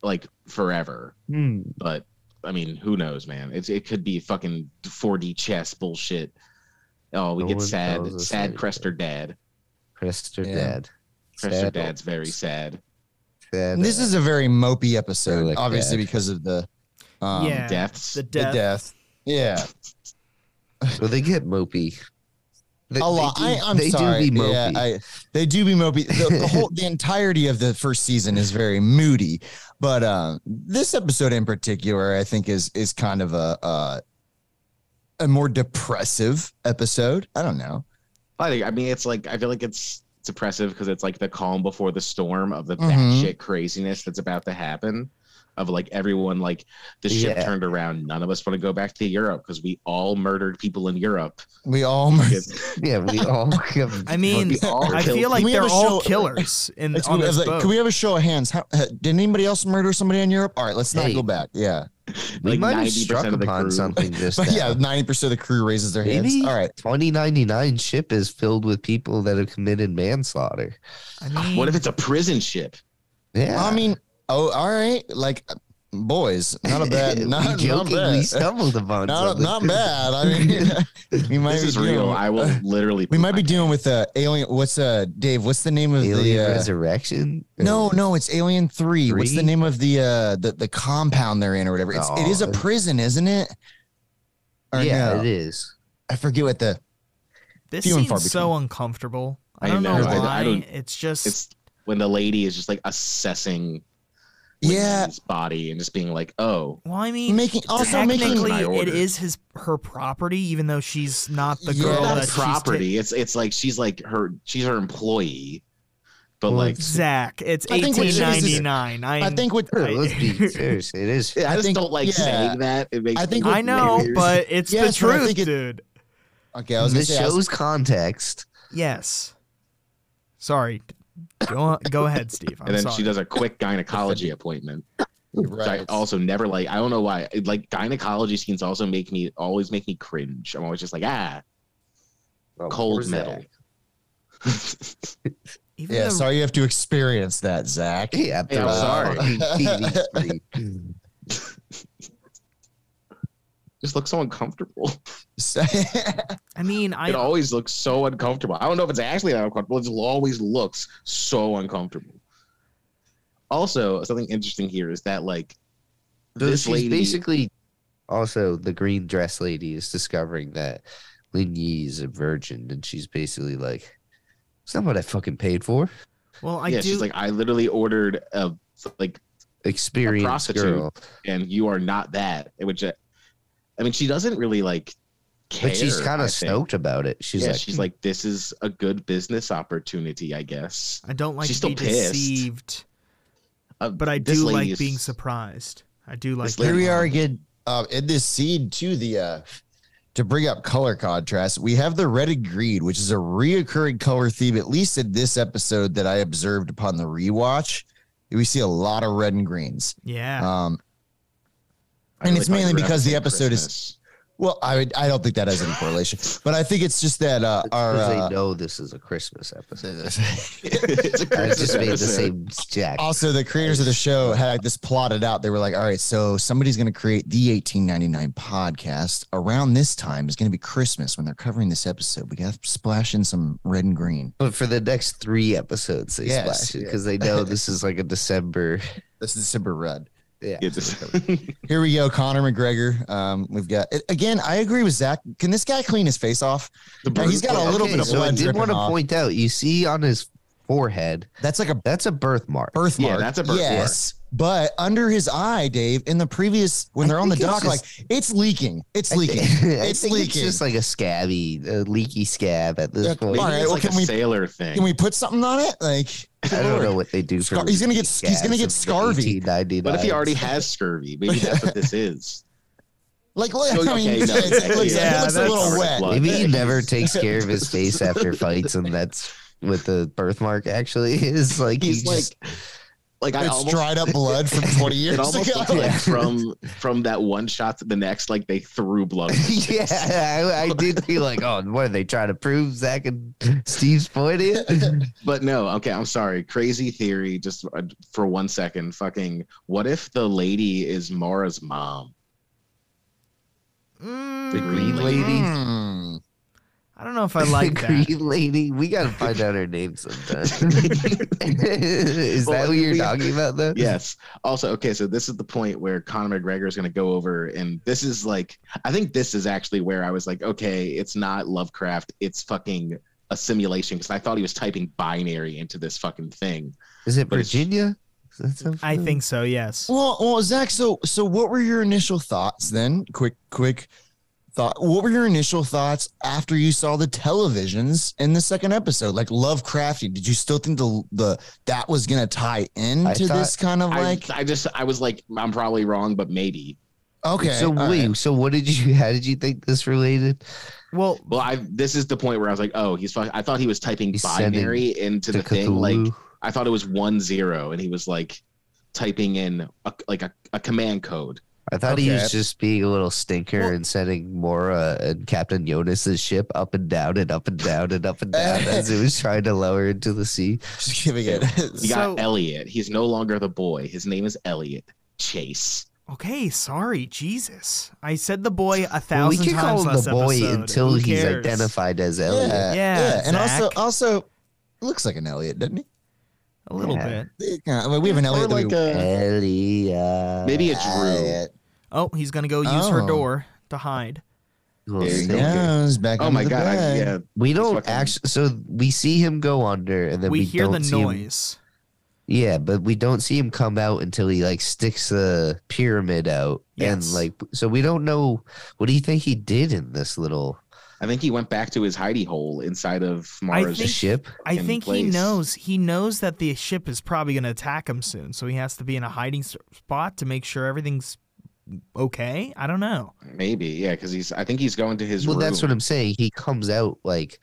[SPEAKER 4] like forever.
[SPEAKER 3] Hmm.
[SPEAKER 4] But I mean, who knows, man? It's it could be fucking 4D chess bullshit. Oh, we
[SPEAKER 2] No
[SPEAKER 4] get
[SPEAKER 2] one
[SPEAKER 4] sad,
[SPEAKER 2] tells us
[SPEAKER 4] sad
[SPEAKER 2] anything.
[SPEAKER 4] Crester dad.
[SPEAKER 2] Crest or
[SPEAKER 3] Yeah.
[SPEAKER 2] dad
[SPEAKER 4] Crester dad's very sad.
[SPEAKER 2] sad
[SPEAKER 3] this is a very mopey episode
[SPEAKER 2] Like
[SPEAKER 3] obviously
[SPEAKER 2] that.
[SPEAKER 3] because of the um
[SPEAKER 1] yeah.
[SPEAKER 4] Deaths.
[SPEAKER 1] The
[SPEAKER 3] the
[SPEAKER 1] death.
[SPEAKER 3] death yeah
[SPEAKER 2] well they get mopey They-
[SPEAKER 3] a lot.
[SPEAKER 2] they do-
[SPEAKER 3] I, I'm
[SPEAKER 2] they do
[SPEAKER 3] sorry.
[SPEAKER 2] be mopey.
[SPEAKER 3] Yeah, I, they do be mopey. The,
[SPEAKER 2] *laughs*
[SPEAKER 3] the whole, the entirety of the first season is very moody, but uh, this episode in particular, I think, is is kind of a uh, a more depressive episode. I don't know.
[SPEAKER 4] I I mean, it's like I feel like it's it's oppressive because it's like the calm before the storm of the
[SPEAKER 2] Mm-hmm.
[SPEAKER 3] Mhm.
[SPEAKER 4] batshit craziness that's about to happen. Of like everyone, like the ship
[SPEAKER 2] Yeah.
[SPEAKER 4] turned around. None of us want to go back to Europe because we all murdered people in
[SPEAKER 2] *laughs*
[SPEAKER 4] Europe.
[SPEAKER 1] *laughs*
[SPEAKER 3] We all
[SPEAKER 2] yeah we all *laughs* come
[SPEAKER 1] I mean,
[SPEAKER 4] We all
[SPEAKER 1] I
[SPEAKER 4] killed
[SPEAKER 1] feel like
[SPEAKER 3] Can we have
[SPEAKER 1] they're
[SPEAKER 3] a
[SPEAKER 1] all
[SPEAKER 3] show-
[SPEAKER 1] killers in
[SPEAKER 3] It's-
[SPEAKER 1] on
[SPEAKER 3] I was
[SPEAKER 1] this
[SPEAKER 3] like,
[SPEAKER 1] boat.
[SPEAKER 3] can we have a show of hands? How, uh, did anybody else murder somebody in Europe? All right, let's not
[SPEAKER 2] Hey.
[SPEAKER 3] go back. Yeah, *laughs*
[SPEAKER 2] We
[SPEAKER 4] like
[SPEAKER 2] might have
[SPEAKER 4] 90%
[SPEAKER 2] struck
[SPEAKER 4] of the
[SPEAKER 2] upon
[SPEAKER 4] crew.
[SPEAKER 2] something just
[SPEAKER 3] but yeah,
[SPEAKER 2] now.
[SPEAKER 3] ninety percent of the crew raises their hands.
[SPEAKER 2] Maybe
[SPEAKER 3] All right,
[SPEAKER 2] 2099 ship is filled with people that have committed manslaughter.
[SPEAKER 1] I mean,
[SPEAKER 4] *gasps* What if it's a prison ship?
[SPEAKER 2] Yeah.
[SPEAKER 3] I mean, oh, all right, like boys, not a
[SPEAKER 2] *laughs*
[SPEAKER 3] bad,
[SPEAKER 2] We
[SPEAKER 3] not not
[SPEAKER 2] jokingly
[SPEAKER 3] bad.
[SPEAKER 2] stumbled upon
[SPEAKER 3] not,
[SPEAKER 2] something.
[SPEAKER 3] not bad. I
[SPEAKER 2] *laughs*
[SPEAKER 3] mean, *laughs* we might
[SPEAKER 4] This
[SPEAKER 3] be
[SPEAKER 4] is
[SPEAKER 3] dealing
[SPEAKER 4] real.
[SPEAKER 3] with-
[SPEAKER 4] I
[SPEAKER 3] *laughs*
[SPEAKER 4] will literally.
[SPEAKER 3] we
[SPEAKER 4] poop
[SPEAKER 3] might
[SPEAKER 4] my
[SPEAKER 3] be dealing with uh, alien. What's uh, Dave? What's the name of
[SPEAKER 2] Alien
[SPEAKER 3] the? Uh,
[SPEAKER 2] resurrection?
[SPEAKER 3] no, no, it's Alien Three. What's the
[SPEAKER 2] Three?
[SPEAKER 3] name of the uh, the the compound they're in or whatever? It's, it is a
[SPEAKER 2] Oh.
[SPEAKER 3] prison, isn't it? Or
[SPEAKER 2] yeah,
[SPEAKER 3] no?
[SPEAKER 2] it is.
[SPEAKER 3] I forget what the.
[SPEAKER 1] this
[SPEAKER 3] few and far
[SPEAKER 1] seems so uncomfortable? I
[SPEAKER 4] I
[SPEAKER 1] don't know,
[SPEAKER 4] know,
[SPEAKER 1] why.
[SPEAKER 4] I- I don't-
[SPEAKER 1] it's just
[SPEAKER 4] it's when the lady is just like assessing
[SPEAKER 3] Yeah,
[SPEAKER 4] his body and just being like, "Oh,
[SPEAKER 1] well, I mean,
[SPEAKER 3] making also making.
[SPEAKER 1] technically,
[SPEAKER 4] I
[SPEAKER 1] it
[SPEAKER 4] ordered.
[SPEAKER 1] is his her property, even though she's not the
[SPEAKER 3] Yeah,
[SPEAKER 1] girl
[SPEAKER 3] Well,
[SPEAKER 4] not
[SPEAKER 1] that
[SPEAKER 4] property."
[SPEAKER 1] She's
[SPEAKER 4] it's it's like she's like her she's her employee, but
[SPEAKER 2] Well,
[SPEAKER 4] like
[SPEAKER 1] ta- Zach, it's
[SPEAKER 3] I think what it is
[SPEAKER 1] eighteen
[SPEAKER 3] is-
[SPEAKER 1] ninety nine. I
[SPEAKER 3] I think what
[SPEAKER 2] Sure, let's
[SPEAKER 3] *laughs*
[SPEAKER 2] be serious. It is.
[SPEAKER 4] I,
[SPEAKER 3] I
[SPEAKER 4] just
[SPEAKER 3] think-
[SPEAKER 4] don't like
[SPEAKER 3] yeah.
[SPEAKER 4] saying that. It makes
[SPEAKER 3] I think
[SPEAKER 4] me
[SPEAKER 1] I know,
[SPEAKER 4] weird.
[SPEAKER 1] but it's
[SPEAKER 3] Yes,
[SPEAKER 1] the
[SPEAKER 3] but I
[SPEAKER 1] truth,
[SPEAKER 3] think it-
[SPEAKER 1] dude.
[SPEAKER 3] okay. I was gonna
[SPEAKER 2] The
[SPEAKER 3] say, I was-
[SPEAKER 2] show's context.
[SPEAKER 1] Yes. Sorry. Go on- go ahead, Steve. I'm
[SPEAKER 4] and then
[SPEAKER 1] sorry.
[SPEAKER 4] she does a quick gynecology
[SPEAKER 3] *laughs*
[SPEAKER 4] appointment. which I
[SPEAKER 3] right.
[SPEAKER 4] also never like. I don't know why. It- Like gynecology scenes also make me always make me cringe.
[SPEAKER 3] Oh,
[SPEAKER 4] I'm always just like ah,
[SPEAKER 2] Well,
[SPEAKER 4] cold
[SPEAKER 2] poor
[SPEAKER 4] metal. *laughs*
[SPEAKER 2] Zach.
[SPEAKER 1] Even
[SPEAKER 3] Yeah,
[SPEAKER 1] though
[SPEAKER 3] sorry you have to experience that, Zach. Uh,
[SPEAKER 2] Hey, after
[SPEAKER 4] Hey, I'm
[SPEAKER 2] all,
[SPEAKER 4] sorry.
[SPEAKER 3] *laughs*
[SPEAKER 2] TV3.
[SPEAKER 4] Just looks so uncomfortable.
[SPEAKER 1] I mean, I
[SPEAKER 4] it always looks so uncomfortable. I don't know if it's actually that uncomfortable. It just always looks so uncomfortable. Also, something interesting here is that like
[SPEAKER 2] this
[SPEAKER 4] this lady,
[SPEAKER 2] basically also the green dress lady is discovering that Lin Yi is a virgin, and she's basically like, "It's not what I fucking paid for."
[SPEAKER 1] well, I
[SPEAKER 4] yeah,
[SPEAKER 1] do.
[SPEAKER 4] she's like, I literally ordered a like,
[SPEAKER 2] Experienced
[SPEAKER 4] prostitute.
[SPEAKER 2] girl,
[SPEAKER 4] and you are not that. Which, uh, I mean, she doesn't really like. Care,
[SPEAKER 2] but she's kind
[SPEAKER 4] I
[SPEAKER 2] of
[SPEAKER 4] think.
[SPEAKER 2] stoked about it. She's
[SPEAKER 4] yeah,
[SPEAKER 2] like,
[SPEAKER 3] "Hmm."
[SPEAKER 4] she's like, this is a good business opportunity, I guess.
[SPEAKER 1] I don't like
[SPEAKER 4] she's
[SPEAKER 1] to be
[SPEAKER 4] still pissed.
[SPEAKER 1] deceived,
[SPEAKER 4] Uh,
[SPEAKER 1] but I
[SPEAKER 4] this
[SPEAKER 1] do
[SPEAKER 4] lady
[SPEAKER 1] like
[SPEAKER 4] is-
[SPEAKER 1] being surprised. I do like.
[SPEAKER 4] This
[SPEAKER 1] that
[SPEAKER 3] *laughs* Here we
[SPEAKER 1] line.
[SPEAKER 3] are again uh, in this seed to the uh, to bring up color contrast. We have the red and green, which is a reoccurring color theme, at least in this episode that I observed upon the rewatch. We see a lot of red and greens.
[SPEAKER 1] Yeah.
[SPEAKER 3] Um,
[SPEAKER 4] I
[SPEAKER 3] And it's
[SPEAKER 4] thought you
[SPEAKER 3] mainly
[SPEAKER 4] were
[SPEAKER 3] because the
[SPEAKER 4] having
[SPEAKER 3] episode is-
[SPEAKER 4] Christmas.
[SPEAKER 3] well, I would, I don't think that has any correlation, but I think it's just that uh, our
[SPEAKER 2] "Because
[SPEAKER 3] uh,
[SPEAKER 2] they know this is a Christmas episode."
[SPEAKER 4] *laughs*
[SPEAKER 2] *laughs*
[SPEAKER 4] it's
[SPEAKER 2] I
[SPEAKER 4] a Christmas
[SPEAKER 2] just made
[SPEAKER 4] *laughs*
[SPEAKER 2] the
[SPEAKER 4] episode.
[SPEAKER 2] same jack.
[SPEAKER 3] also the creators of the show had this plotted out. They were like, all right, so somebody's going to create the 1899 podcast around this time. It's going to be Christmas when they're covering this episode. We got to splash in some red and green.
[SPEAKER 2] But for the next three episodes, they
[SPEAKER 3] Yes,
[SPEAKER 2] splash it
[SPEAKER 3] yeah.
[SPEAKER 2] because they know this is like a December.
[SPEAKER 3] This is December red.
[SPEAKER 2] Yeah.
[SPEAKER 4] Yeah, this-
[SPEAKER 3] *laughs* Here we go, Connor McGregor. Um, we've got a- again. I agree with Zach. Can this guy clean his face off?
[SPEAKER 4] the
[SPEAKER 3] Now, he's got
[SPEAKER 4] *laughs*
[SPEAKER 3] a
[SPEAKER 4] bird-
[SPEAKER 3] little bit of
[SPEAKER 2] so I
[SPEAKER 3] blood
[SPEAKER 2] did
[SPEAKER 3] dripping
[SPEAKER 2] want to
[SPEAKER 3] off.
[SPEAKER 2] point out, you see on his forehead,
[SPEAKER 3] That's like a
[SPEAKER 2] that's a birthmark.
[SPEAKER 3] birthmark.
[SPEAKER 4] Yeah, that's a birthmark.
[SPEAKER 3] Yes, but under his eye, Dave. In the previous, when
[SPEAKER 2] I
[SPEAKER 3] they're on the
[SPEAKER 2] think it's
[SPEAKER 3] dock, like it's leaking. It's
[SPEAKER 2] I thi-
[SPEAKER 3] leaking.
[SPEAKER 2] I
[SPEAKER 3] *laughs* It's
[SPEAKER 2] think
[SPEAKER 3] leaking.
[SPEAKER 2] It's just like a scabby, a leaky scab at this
[SPEAKER 3] Yeah,
[SPEAKER 2] point.
[SPEAKER 4] Maybe
[SPEAKER 3] All right,
[SPEAKER 4] it's
[SPEAKER 3] well,
[SPEAKER 4] like
[SPEAKER 3] can
[SPEAKER 4] a
[SPEAKER 3] we-
[SPEAKER 4] sailor thing.
[SPEAKER 3] Can we put something on it? Like
[SPEAKER 2] I don't know what they do. For
[SPEAKER 3] Scar- he's gonna get-
[SPEAKER 2] leaky
[SPEAKER 3] he's gonna get
[SPEAKER 2] scabs
[SPEAKER 3] scarvy.
[SPEAKER 2] of the 1899s.
[SPEAKER 4] What if he already has scurvy? Maybe that's what this
[SPEAKER 3] *laughs*
[SPEAKER 4] is.
[SPEAKER 3] Like,
[SPEAKER 4] So,
[SPEAKER 3] I mean,
[SPEAKER 4] okay, no,
[SPEAKER 3] it's- it looks,
[SPEAKER 1] yeah,
[SPEAKER 3] it looks
[SPEAKER 1] that's
[SPEAKER 3] a little
[SPEAKER 4] already
[SPEAKER 3] wet.
[SPEAKER 4] blood.
[SPEAKER 2] Maybe he
[SPEAKER 4] Yeah,
[SPEAKER 2] never
[SPEAKER 4] he's-
[SPEAKER 3] *laughs*
[SPEAKER 2] takes care of his face after fights, and that's what the birthmark actually is. *laughs* Like
[SPEAKER 4] He's
[SPEAKER 2] he
[SPEAKER 4] like,
[SPEAKER 3] *laughs*
[SPEAKER 2] just-
[SPEAKER 4] like I
[SPEAKER 3] It's
[SPEAKER 4] almost,
[SPEAKER 3] dried up
[SPEAKER 4] *laughs*
[SPEAKER 3] blood from 20 years
[SPEAKER 4] it almost
[SPEAKER 3] ago.
[SPEAKER 4] looks
[SPEAKER 3] *laughs*
[SPEAKER 4] like from from that one shot to the next, like they threw blood.
[SPEAKER 2] yeah, I, I did feel like, oh, what are they trying to prove? Zach and Steve's point is
[SPEAKER 4] But no, okay, I'm sorry. Crazy theory, just uh, for one second. Fucking, what if the lady is Mara's mom?
[SPEAKER 1] Mm,
[SPEAKER 4] The green
[SPEAKER 2] lady.
[SPEAKER 3] Hmm.
[SPEAKER 1] I don't know if I like
[SPEAKER 2] *laughs* the
[SPEAKER 1] that.
[SPEAKER 2] green lady. We gotta find out her name
[SPEAKER 3] *laughs*
[SPEAKER 2] sometime. *laughs* is
[SPEAKER 4] Well,
[SPEAKER 2] that what you're
[SPEAKER 4] we-
[SPEAKER 2] talking about, though?
[SPEAKER 4] Yes. Also, okay, so this is the point where Conor McGregor is going to go over, and this is like, I think this is actually where I was like, okay, it's not Lovecraft, it's fucking a simulation because I thought he was typing binary into this fucking thing.
[SPEAKER 2] Is it
[SPEAKER 4] But it's-
[SPEAKER 2] Virginia? Does that sound
[SPEAKER 1] I
[SPEAKER 2] familiar?
[SPEAKER 1] think so. Yes.
[SPEAKER 3] Well, well, Zach. So, so what were your initial thoughts then? Quick, quick thought. What were your initial thoughts after you saw the televisions in the second episode? Like Lovecrafty, did you still think the the that was gonna tie
[SPEAKER 2] I
[SPEAKER 3] into
[SPEAKER 2] thought-
[SPEAKER 3] this kind of like?
[SPEAKER 4] I, I just, I was like, I'm probably wrong, but maybe.
[SPEAKER 3] okay,
[SPEAKER 2] So
[SPEAKER 3] all
[SPEAKER 2] wait,
[SPEAKER 3] right.
[SPEAKER 2] so what did you? *laughs* How did you think this related
[SPEAKER 1] Well,
[SPEAKER 4] Well, I this is the point where I was like, oh, he's fucking. I thought he was typing
[SPEAKER 2] He's sending
[SPEAKER 4] binary into
[SPEAKER 2] to
[SPEAKER 4] the thing.
[SPEAKER 2] Cthulhu?
[SPEAKER 4] Like, I thought it was one zero, and he was like typing in a, like a, a command code.
[SPEAKER 2] I thought he
[SPEAKER 3] okay.
[SPEAKER 2] was just being a little stinker
[SPEAKER 1] Well-
[SPEAKER 2] and sending Mora and Captain Jonas's ship up and down and up and down and up and
[SPEAKER 3] *laughs*
[SPEAKER 2] down as it was trying to lower into the sea.
[SPEAKER 3] *laughs* just giving it.
[SPEAKER 4] You
[SPEAKER 1] So-
[SPEAKER 4] got Elliot. He's no longer the boy. His name is Elliot Chase.
[SPEAKER 1] okay. Sorry, Jesus. I said the boy a
[SPEAKER 2] Well, we
[SPEAKER 1] thousand
[SPEAKER 2] can
[SPEAKER 1] times
[SPEAKER 2] call him
[SPEAKER 1] last
[SPEAKER 2] the boy
[SPEAKER 1] episode.
[SPEAKER 2] until
[SPEAKER 1] Who
[SPEAKER 2] he's
[SPEAKER 1] cares?
[SPEAKER 2] identified as Elliot.
[SPEAKER 3] Yeah,
[SPEAKER 1] Yeah,
[SPEAKER 3] and also,
[SPEAKER 1] Zach.
[SPEAKER 3] also, it looks like an Elliot, doesn't he?
[SPEAKER 1] A little
[SPEAKER 2] Yeah.
[SPEAKER 1] bit.
[SPEAKER 3] Yeah, I mean, we have an
[SPEAKER 4] Or
[SPEAKER 3] Elliot. that we-
[SPEAKER 4] like a-
[SPEAKER 2] Elliot.
[SPEAKER 4] maybe a Drew.
[SPEAKER 1] Oh, he's gonna go use her
[SPEAKER 3] Oh.
[SPEAKER 1] door to hide.
[SPEAKER 2] We'll
[SPEAKER 4] There you
[SPEAKER 2] see.
[SPEAKER 4] go.
[SPEAKER 3] Yes, back
[SPEAKER 4] Oh
[SPEAKER 3] under
[SPEAKER 4] my
[SPEAKER 3] the
[SPEAKER 4] god! I,
[SPEAKER 3] bed.
[SPEAKER 4] yeah,
[SPEAKER 2] We don't
[SPEAKER 4] fucking-
[SPEAKER 2] actually. So we see him go under, and then
[SPEAKER 1] we,
[SPEAKER 2] we,
[SPEAKER 1] hear
[SPEAKER 2] don't
[SPEAKER 1] the
[SPEAKER 2] see him-
[SPEAKER 1] noise.
[SPEAKER 2] yeah, but we don't see him come out until he like sticks the pyramid out,
[SPEAKER 1] Yes.
[SPEAKER 2] and like so we don't know. What do you think he did in this little
[SPEAKER 4] I think he went back to his hidey hole inside of Mara's.
[SPEAKER 1] think-
[SPEAKER 2] ship?
[SPEAKER 1] I
[SPEAKER 4] in
[SPEAKER 1] think he
[SPEAKER 4] place.
[SPEAKER 1] knows. He knows that the ship is probably going to attack him soon, so he has to be in a hiding s- spot to make sure everything's okay. I don't know.
[SPEAKER 4] Maybe, yeah, because he's. I think he's going to his
[SPEAKER 2] well,
[SPEAKER 4] room.
[SPEAKER 2] that's what I'm saying. He comes out like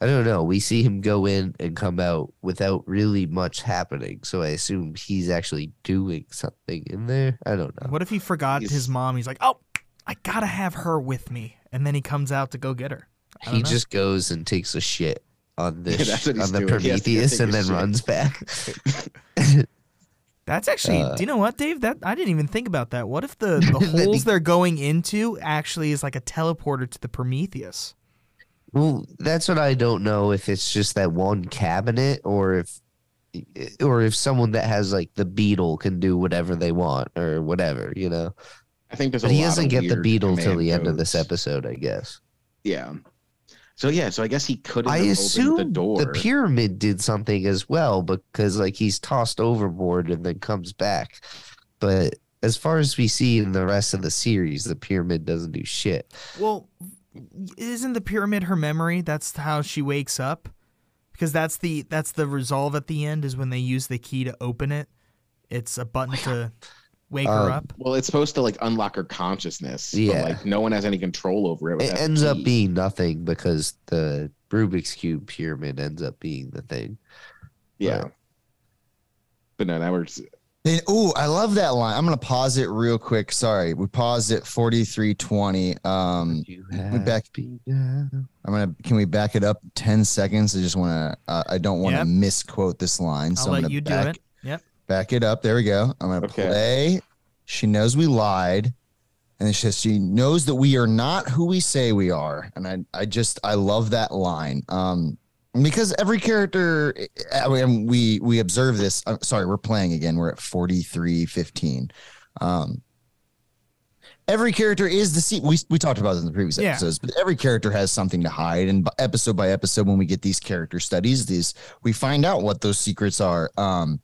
[SPEAKER 2] I don't know. We see him go in and come out without really much happening, so I assume he's actually doing something in there. I don't know.
[SPEAKER 1] What if he forgot
[SPEAKER 4] He's-
[SPEAKER 1] his mom? He's like, "Oh, I gotta have her with me," and then he comes out to go get her. I
[SPEAKER 2] He
[SPEAKER 1] don't know.
[SPEAKER 2] just goes and takes a shit on
[SPEAKER 4] *laughs* Yeah,
[SPEAKER 2] this
[SPEAKER 4] that's what he's
[SPEAKER 2] on the
[SPEAKER 4] doing. He has to go
[SPEAKER 2] Prometheus
[SPEAKER 4] take
[SPEAKER 2] and
[SPEAKER 4] a
[SPEAKER 2] then
[SPEAKER 4] shit.
[SPEAKER 2] runs back.
[SPEAKER 1] That's actually.
[SPEAKER 2] Uh,
[SPEAKER 1] do you know what, Dave? That I didn't even think about that. What if
[SPEAKER 2] *laughs*
[SPEAKER 1] the, the
[SPEAKER 2] That'd be-
[SPEAKER 1] holes they're going into actually is like a teleporter to the Prometheus?
[SPEAKER 2] Well, that's what I don't know if it's just that one cabinet or if or if someone that has like the beetle can do whatever they want or whatever, you know.
[SPEAKER 4] I think there's
[SPEAKER 2] But
[SPEAKER 4] a
[SPEAKER 2] he
[SPEAKER 4] lot
[SPEAKER 2] doesn't
[SPEAKER 4] of
[SPEAKER 2] get the
[SPEAKER 4] weird
[SPEAKER 2] beetle till
[SPEAKER 4] command
[SPEAKER 2] the end of
[SPEAKER 4] codes.
[SPEAKER 2] this episode, I guess.
[SPEAKER 4] Yeah. So yeah, so I guess he couldn't
[SPEAKER 2] I
[SPEAKER 4] have
[SPEAKER 2] assume
[SPEAKER 4] opened the door.
[SPEAKER 2] the pyramid did something as well because like he's tossed overboard and then comes back. But as far as we see in the rest of the series, the pyramid doesn't do shit.
[SPEAKER 1] Well, isn't the pyramid her memory? That's how she wakes up, because that's the that's the resolve at the end is when they use the key to open it. It's a
[SPEAKER 2] Oh,
[SPEAKER 1] button to wake her
[SPEAKER 2] Um,
[SPEAKER 1] up.
[SPEAKER 4] well, it's supposed to like unlock her consciousness. but,
[SPEAKER 2] Yeah.
[SPEAKER 4] like no one has any control over it. but
[SPEAKER 2] It
[SPEAKER 4] that's
[SPEAKER 2] ends
[SPEAKER 4] the
[SPEAKER 2] up
[SPEAKER 4] key.
[SPEAKER 2] being nothing because the Rubik's Cube pyramid ends up being the thing.
[SPEAKER 4] Yeah.
[SPEAKER 2] Right.
[SPEAKER 4] But no, that works.
[SPEAKER 3] Then, ooh, I love that line. I'm gonna pause it real quick. Sorry, we paused it 4320. Um,
[SPEAKER 2] you
[SPEAKER 3] we back-
[SPEAKER 2] begun.
[SPEAKER 3] I'm gonna. Can we back it up 10 seconds? I just wanna. Uh, I don't wanna
[SPEAKER 1] Yep.
[SPEAKER 3] misquote this line.
[SPEAKER 1] I'll
[SPEAKER 3] So am
[SPEAKER 1] let
[SPEAKER 3] gonna
[SPEAKER 1] you do
[SPEAKER 3] back,
[SPEAKER 1] it. Yep.
[SPEAKER 3] Back it up. There we go. I'm gonna
[SPEAKER 4] Okay.
[SPEAKER 3] play. She knows we lied, and it's just she knows that we are not who we say we are. And I, I just, I love that line. Um, because every character, I mean, we we observe this. I'm sorry, we're playing again. We're at 43:15. Um, every character is the seat. We, we talked about this in the previous
[SPEAKER 1] Yeah.
[SPEAKER 3] episodes, but every character has something to hide. And b- episode by episode, when we get these character studies, these we find out what those secrets are. Um,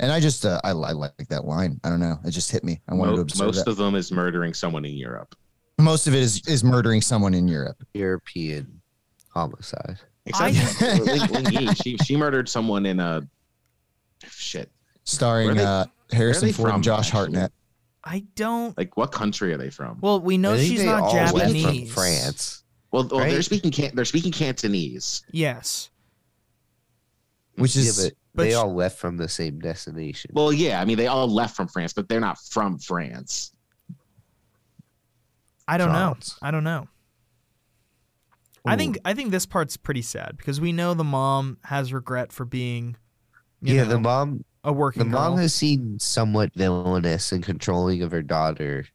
[SPEAKER 3] and I just uh, I, I like that line. I don't know. It just hit me. I wanted to
[SPEAKER 4] Mo-
[SPEAKER 3] observe
[SPEAKER 4] most
[SPEAKER 3] that.
[SPEAKER 4] of them is murdering someone in Europe,
[SPEAKER 3] most of it is is murdering someone in Europe.
[SPEAKER 2] European homicide.
[SPEAKER 4] except *laughs*
[SPEAKER 3] I-
[SPEAKER 4] Ling, Ling Yi. She she murdered someone in a shit.
[SPEAKER 3] starring
[SPEAKER 4] Where they-
[SPEAKER 3] uh, Harrison
[SPEAKER 4] they
[SPEAKER 3] Ford
[SPEAKER 4] from,
[SPEAKER 3] and Josh
[SPEAKER 4] actually?
[SPEAKER 3] Hartnett.
[SPEAKER 1] I don't.
[SPEAKER 4] Like, what country are they from? Well,
[SPEAKER 1] Well, we know
[SPEAKER 2] I think
[SPEAKER 1] she's
[SPEAKER 2] they
[SPEAKER 1] not
[SPEAKER 2] all went
[SPEAKER 1] Japanese.
[SPEAKER 2] From France.
[SPEAKER 4] well, they're
[SPEAKER 2] right?
[SPEAKER 4] speaking can- they're speaking Cantonese.
[SPEAKER 1] Yes.
[SPEAKER 4] Hmm.
[SPEAKER 3] Which is
[SPEAKER 2] yeah, but,
[SPEAKER 1] but
[SPEAKER 2] they
[SPEAKER 1] sh-
[SPEAKER 2] all left from the same destination.
[SPEAKER 4] Well, yeah, I mean they all left from France, but they're not from France.
[SPEAKER 1] I don't
[SPEAKER 2] Jobs.
[SPEAKER 1] know. I don't know. I think I think this part's pretty sad because we know the mom has regret for being, you
[SPEAKER 2] yeah,
[SPEAKER 1] know,
[SPEAKER 2] the mom
[SPEAKER 1] a working
[SPEAKER 2] The mom
[SPEAKER 1] girl.
[SPEAKER 2] has seemed somewhat villainous and controlling of her daughter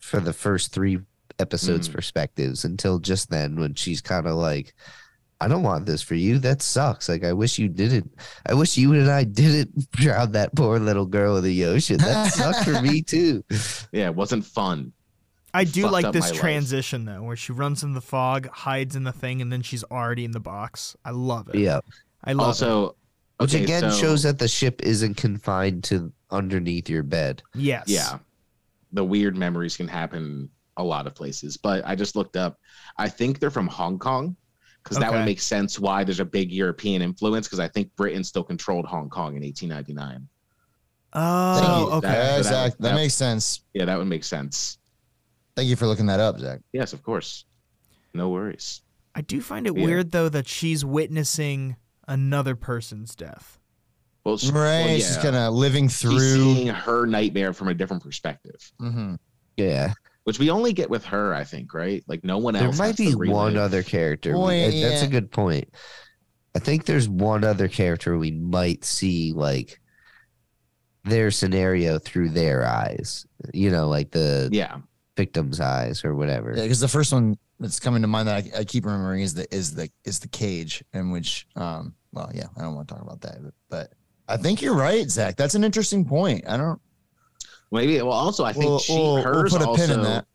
[SPEAKER 2] for the first three episodes'
[SPEAKER 4] Mm.
[SPEAKER 2] perspectives until just then when she's kind of like, I don't want this for you. That sucks. Like, I wish you didn't. I wish you and I didn't *laughs* drown that poor little girl in the ocean. That sucked for me, too. *laughs*
[SPEAKER 4] Yeah, it wasn't fun.
[SPEAKER 1] I do
[SPEAKER 4] fucked
[SPEAKER 1] like
[SPEAKER 4] up my
[SPEAKER 1] this
[SPEAKER 4] life.
[SPEAKER 1] transition though, where she runs in the fog, hides in the thing, and then she's already in the box. I love it.
[SPEAKER 2] Yeah.
[SPEAKER 1] I love it.
[SPEAKER 4] also,
[SPEAKER 2] Which
[SPEAKER 4] okay,
[SPEAKER 2] again
[SPEAKER 4] so-
[SPEAKER 2] shows that the ship isn't confined to underneath your bed.
[SPEAKER 1] Yes.
[SPEAKER 4] yeah the weird memories can happen a lot of places but i just looked up i think they're from hong kong because that would
[SPEAKER 1] Okay.
[SPEAKER 4] make sense why there's a big european influence because i think britain still controlled hong kong in 1899
[SPEAKER 1] Oh,
[SPEAKER 3] Thank you.
[SPEAKER 1] okay.
[SPEAKER 3] Yeah,
[SPEAKER 4] That-
[SPEAKER 3] Zach, that
[SPEAKER 4] that-
[SPEAKER 3] makes sense.
[SPEAKER 4] yeah that would make sense
[SPEAKER 3] Thank you for looking that up, Zach.
[SPEAKER 4] yes of course no worries
[SPEAKER 1] I do find it
[SPEAKER 4] Yeah.
[SPEAKER 1] weird though that she's witnessing another person's death.
[SPEAKER 4] well, she,
[SPEAKER 3] Right,
[SPEAKER 4] well, yeah.
[SPEAKER 3] she's kind of living
[SPEAKER 4] She's
[SPEAKER 3] through.
[SPEAKER 4] seeing her nightmare from a different perspective
[SPEAKER 3] Mhm.
[SPEAKER 2] Yeah.
[SPEAKER 4] which we only get with her i think right like no one
[SPEAKER 2] There
[SPEAKER 4] else
[SPEAKER 2] might
[SPEAKER 4] has to
[SPEAKER 2] be
[SPEAKER 4] relive.
[SPEAKER 2] one other character.
[SPEAKER 3] Boy,
[SPEAKER 2] We- uh, That's a
[SPEAKER 3] yeah.
[SPEAKER 2] good point. I think there's one other character we might see like their scenario through their eyes. You know, like the
[SPEAKER 4] yeah
[SPEAKER 2] victim's eyes or whatever.
[SPEAKER 3] Yeah, because the first one that's coming to mind that I, I keep remembering is the is the is the cage in which um well yeah I don't want to talk about that but, but I think you're right Zach that's an interesting point I don't
[SPEAKER 4] Maybe. Well, also, I think
[SPEAKER 3] We'll-
[SPEAKER 4] she,
[SPEAKER 3] we'll- we'll
[SPEAKER 4] hers
[SPEAKER 3] put a
[SPEAKER 4] also,
[SPEAKER 3] pin in that.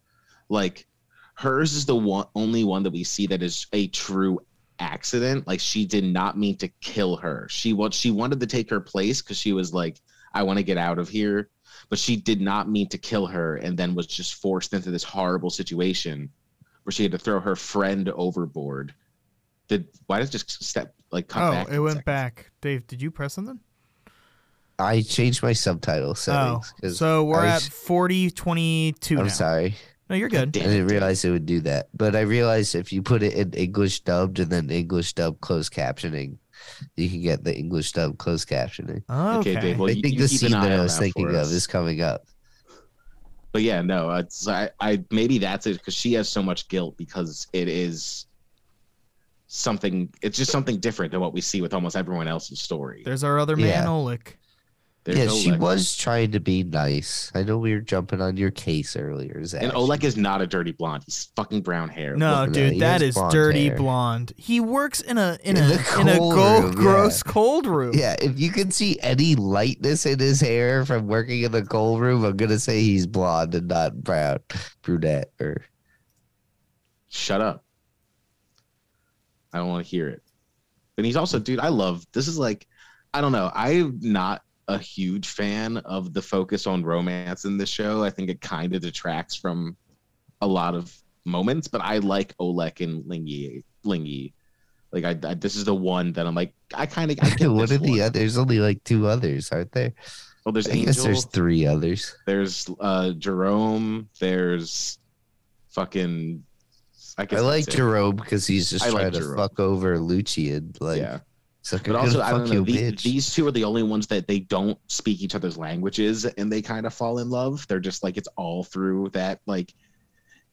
[SPEAKER 4] like, hers is the one only one that we see that is a true accident. Like, she did not mean to kill her. She what she wanted to take her place because she was like, I want to get out of here, but she did not mean to kill her, and then was just forced into this horrible situation where she had to throw her friend overboard. Did why did it just step like come
[SPEAKER 1] oh,
[SPEAKER 4] back?
[SPEAKER 1] it
[SPEAKER 4] ten
[SPEAKER 1] went
[SPEAKER 4] seconds?
[SPEAKER 1] back. Dave, did you press something?
[SPEAKER 2] I changed my subtitle
[SPEAKER 1] Oh,
[SPEAKER 2] settings. 'cause-
[SPEAKER 1] so we're
[SPEAKER 2] I
[SPEAKER 1] at
[SPEAKER 2] was-
[SPEAKER 1] 40, 22
[SPEAKER 2] I'm
[SPEAKER 1] now.
[SPEAKER 2] sorry.
[SPEAKER 1] No, you're good.
[SPEAKER 2] I
[SPEAKER 4] Damn
[SPEAKER 2] didn't
[SPEAKER 4] it.
[SPEAKER 2] realize it would do that. But I realized if you put it in English dubbed and then English dubbed closed captioning, you can get the English dubbed closed captioning.
[SPEAKER 1] Okay.
[SPEAKER 4] Okay, Dave. Well,
[SPEAKER 2] I
[SPEAKER 4] you-
[SPEAKER 2] think
[SPEAKER 4] you
[SPEAKER 2] the
[SPEAKER 4] keep an
[SPEAKER 2] scene
[SPEAKER 4] eye
[SPEAKER 2] that I
[SPEAKER 4] on
[SPEAKER 2] was
[SPEAKER 4] that
[SPEAKER 2] thinking
[SPEAKER 4] for
[SPEAKER 2] of
[SPEAKER 4] us.
[SPEAKER 2] is coming up.
[SPEAKER 4] but yeah, no, it's, I, I maybe that's it because she has so much guilt because it is something. It's just something different than what we see with almost everyone else's story.
[SPEAKER 1] There's our other man,
[SPEAKER 2] Yeah.
[SPEAKER 1] Oleg.
[SPEAKER 4] There's
[SPEAKER 2] yeah, she
[SPEAKER 4] Oleg.
[SPEAKER 2] was trying to be nice. I know we were jumping on your case earlier, Zach.
[SPEAKER 4] And Oleg is not a dirty blonde. He's fucking brown hair.
[SPEAKER 1] No,
[SPEAKER 2] looking at it.
[SPEAKER 1] dude,
[SPEAKER 2] He
[SPEAKER 1] that
[SPEAKER 2] has
[SPEAKER 1] is
[SPEAKER 2] blonde
[SPEAKER 1] dirty
[SPEAKER 2] hair.
[SPEAKER 1] blonde. He works in a in,
[SPEAKER 2] In
[SPEAKER 1] a
[SPEAKER 2] the
[SPEAKER 1] in a
[SPEAKER 2] cold
[SPEAKER 1] go-
[SPEAKER 2] room, yeah.
[SPEAKER 1] gross cold room.
[SPEAKER 2] Yeah, if you can see any lightness in his hair from working in the coal room, I'm gonna say he's blonde and not brown, brunette, or
[SPEAKER 4] Shut up. I don't want to hear it. And he's also, dude, I love this is like, I don't know. I'm not a huge fan of the focus on romance in this show. I think it kind of detracts from a lot of moments, but I like Oleg and Lingy. Lingy. Like, I, I- this is the one that I'm like, I kind of, I
[SPEAKER 2] *laughs*
[SPEAKER 4] get
[SPEAKER 2] what
[SPEAKER 4] this
[SPEAKER 2] are
[SPEAKER 4] one.
[SPEAKER 2] the others? There's only like two others, aren't there?
[SPEAKER 4] Well, there's
[SPEAKER 2] I guess
[SPEAKER 4] Angel,
[SPEAKER 2] there's
[SPEAKER 4] there's,
[SPEAKER 2] three others.
[SPEAKER 4] uh, Jerome, there's fucking, I, guess
[SPEAKER 2] I like
[SPEAKER 4] that's it.
[SPEAKER 2] Jerome because he's just
[SPEAKER 4] I like
[SPEAKER 2] trying to
[SPEAKER 4] Jerome.
[SPEAKER 2] fuck over Lucian. Like,
[SPEAKER 4] Yeah.
[SPEAKER 2] it's like,
[SPEAKER 4] But
[SPEAKER 2] I'm
[SPEAKER 4] also,
[SPEAKER 2] gonna
[SPEAKER 4] I
[SPEAKER 2] fuck
[SPEAKER 4] don't know.
[SPEAKER 2] you,
[SPEAKER 4] the-
[SPEAKER 2] bitch.
[SPEAKER 4] these two are the only ones that they don't speak each other's languages, and they kind of fall in love. They're just like it's all through that like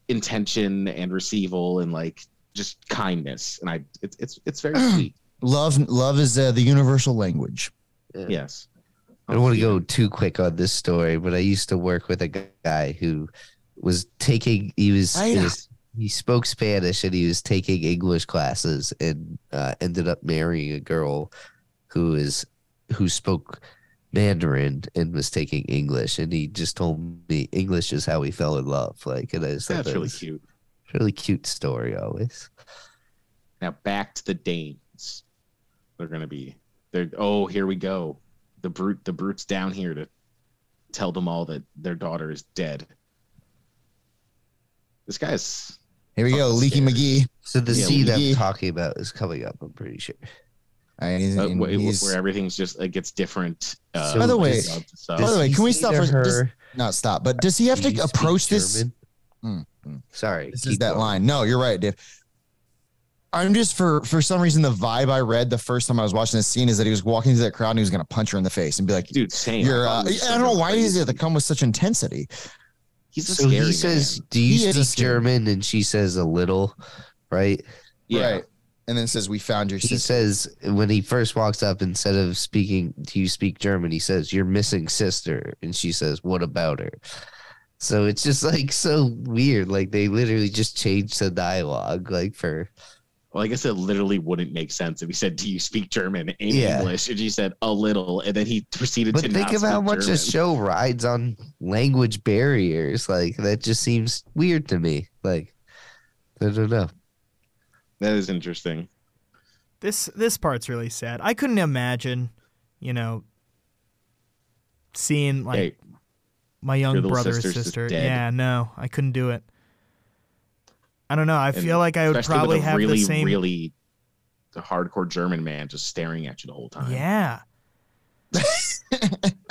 [SPEAKER 4] intention and receival and like just kindness. And I, it's it's
[SPEAKER 2] *clears throat*
[SPEAKER 4] it's very sweet.
[SPEAKER 3] Love, love is uh, the universal language.
[SPEAKER 4] Yes.
[SPEAKER 2] I don't want to go too quick on this story, but I used to work with a guy who was taking he was,
[SPEAKER 3] I-
[SPEAKER 2] he was- he spoke Spanish and he was taking English classes and uh, ended up marrying a girl who is who spoke Mandarin and was taking English and he just told me English is how we fell in love like and I just thought
[SPEAKER 4] That's
[SPEAKER 2] that
[SPEAKER 4] really
[SPEAKER 2] was
[SPEAKER 4] cute.
[SPEAKER 2] a really cute story always
[SPEAKER 4] Now back to the Danes. They're gonna be. They're oh here we go. The brute the brute's down here to tell them all that their daughter is dead. This guy's
[SPEAKER 3] Here we go,
[SPEAKER 4] Fucking
[SPEAKER 3] Leaky
[SPEAKER 4] scary.
[SPEAKER 3] McGee.
[SPEAKER 2] so the
[SPEAKER 4] Yeah,
[SPEAKER 2] scene
[SPEAKER 3] we-
[SPEAKER 2] I'm talking about is coming up I'm pretty sure
[SPEAKER 3] All right, he's-
[SPEAKER 4] uh, wh-
[SPEAKER 3] he's-
[SPEAKER 4] where everything just it gets different. Uh,
[SPEAKER 2] So By the
[SPEAKER 3] way-
[SPEAKER 4] sub to sub.
[SPEAKER 3] By the way,
[SPEAKER 2] Does
[SPEAKER 3] can we
[SPEAKER 2] he
[SPEAKER 3] stop
[SPEAKER 2] or
[SPEAKER 3] for- just-
[SPEAKER 2] her-
[SPEAKER 3] no, stop. But does he have
[SPEAKER 2] do
[SPEAKER 3] to
[SPEAKER 2] you speak
[SPEAKER 3] approach this?
[SPEAKER 2] German?
[SPEAKER 3] Mm, mm.
[SPEAKER 2] Sorry,
[SPEAKER 3] This is
[SPEAKER 2] keep
[SPEAKER 3] that
[SPEAKER 2] going.
[SPEAKER 3] line. No, you're right, Dave. I'm just for for some reason the vibe I read the first time I was watching this scene is that he was walking into that crowd and he was gonna punch her in the face and be like,
[SPEAKER 4] dude, same.
[SPEAKER 3] "You're."
[SPEAKER 4] thought
[SPEAKER 3] Uh,
[SPEAKER 4] it was
[SPEAKER 3] I don't know
[SPEAKER 4] fucking
[SPEAKER 3] why he does
[SPEAKER 4] crazy.
[SPEAKER 3] it to come with such intensity.
[SPEAKER 4] He's a
[SPEAKER 2] So
[SPEAKER 4] scary
[SPEAKER 2] he says, "Do
[SPEAKER 3] He
[SPEAKER 2] you
[SPEAKER 3] is a
[SPEAKER 2] speak
[SPEAKER 3] scary
[SPEAKER 2] German?" And she says, "A little." Right?
[SPEAKER 4] man. yeah,
[SPEAKER 3] Right. And then says, "We found your
[SPEAKER 2] He
[SPEAKER 3] sister."
[SPEAKER 2] says when he first walks up, instead of speaking, "Do you speak German?" He says, "Your missing sister," and she says, "What about her?" So it's just like so weird. Like they literally just changed the dialogue, like for
[SPEAKER 4] well, I guess it literally wouldn't make sense if he said, "Do you speak German in
[SPEAKER 2] Yeah.
[SPEAKER 4] English?" And she said, "A little," and then he proceeded
[SPEAKER 2] But
[SPEAKER 4] to.
[SPEAKER 2] think
[SPEAKER 4] not
[SPEAKER 2] of how
[SPEAKER 4] speak
[SPEAKER 2] much
[SPEAKER 4] German.
[SPEAKER 2] this show rides on language barriers. Like that just seems weird to me. Like I don't know.
[SPEAKER 4] That is interesting.
[SPEAKER 1] This this part's really sad. I couldn't imagine, you know, seeing like
[SPEAKER 4] hey,
[SPEAKER 1] my young
[SPEAKER 4] little
[SPEAKER 1] brother or
[SPEAKER 4] sister's just
[SPEAKER 1] sister.
[SPEAKER 4] dead.
[SPEAKER 1] Yeah, no, I couldn't do it. I don't know. I
[SPEAKER 4] And
[SPEAKER 1] feel like I would
[SPEAKER 4] especially
[SPEAKER 1] probably
[SPEAKER 4] with a
[SPEAKER 1] have
[SPEAKER 4] really,
[SPEAKER 1] the same.
[SPEAKER 4] really hardcore German man just staring at you the whole time.
[SPEAKER 1] Yeah.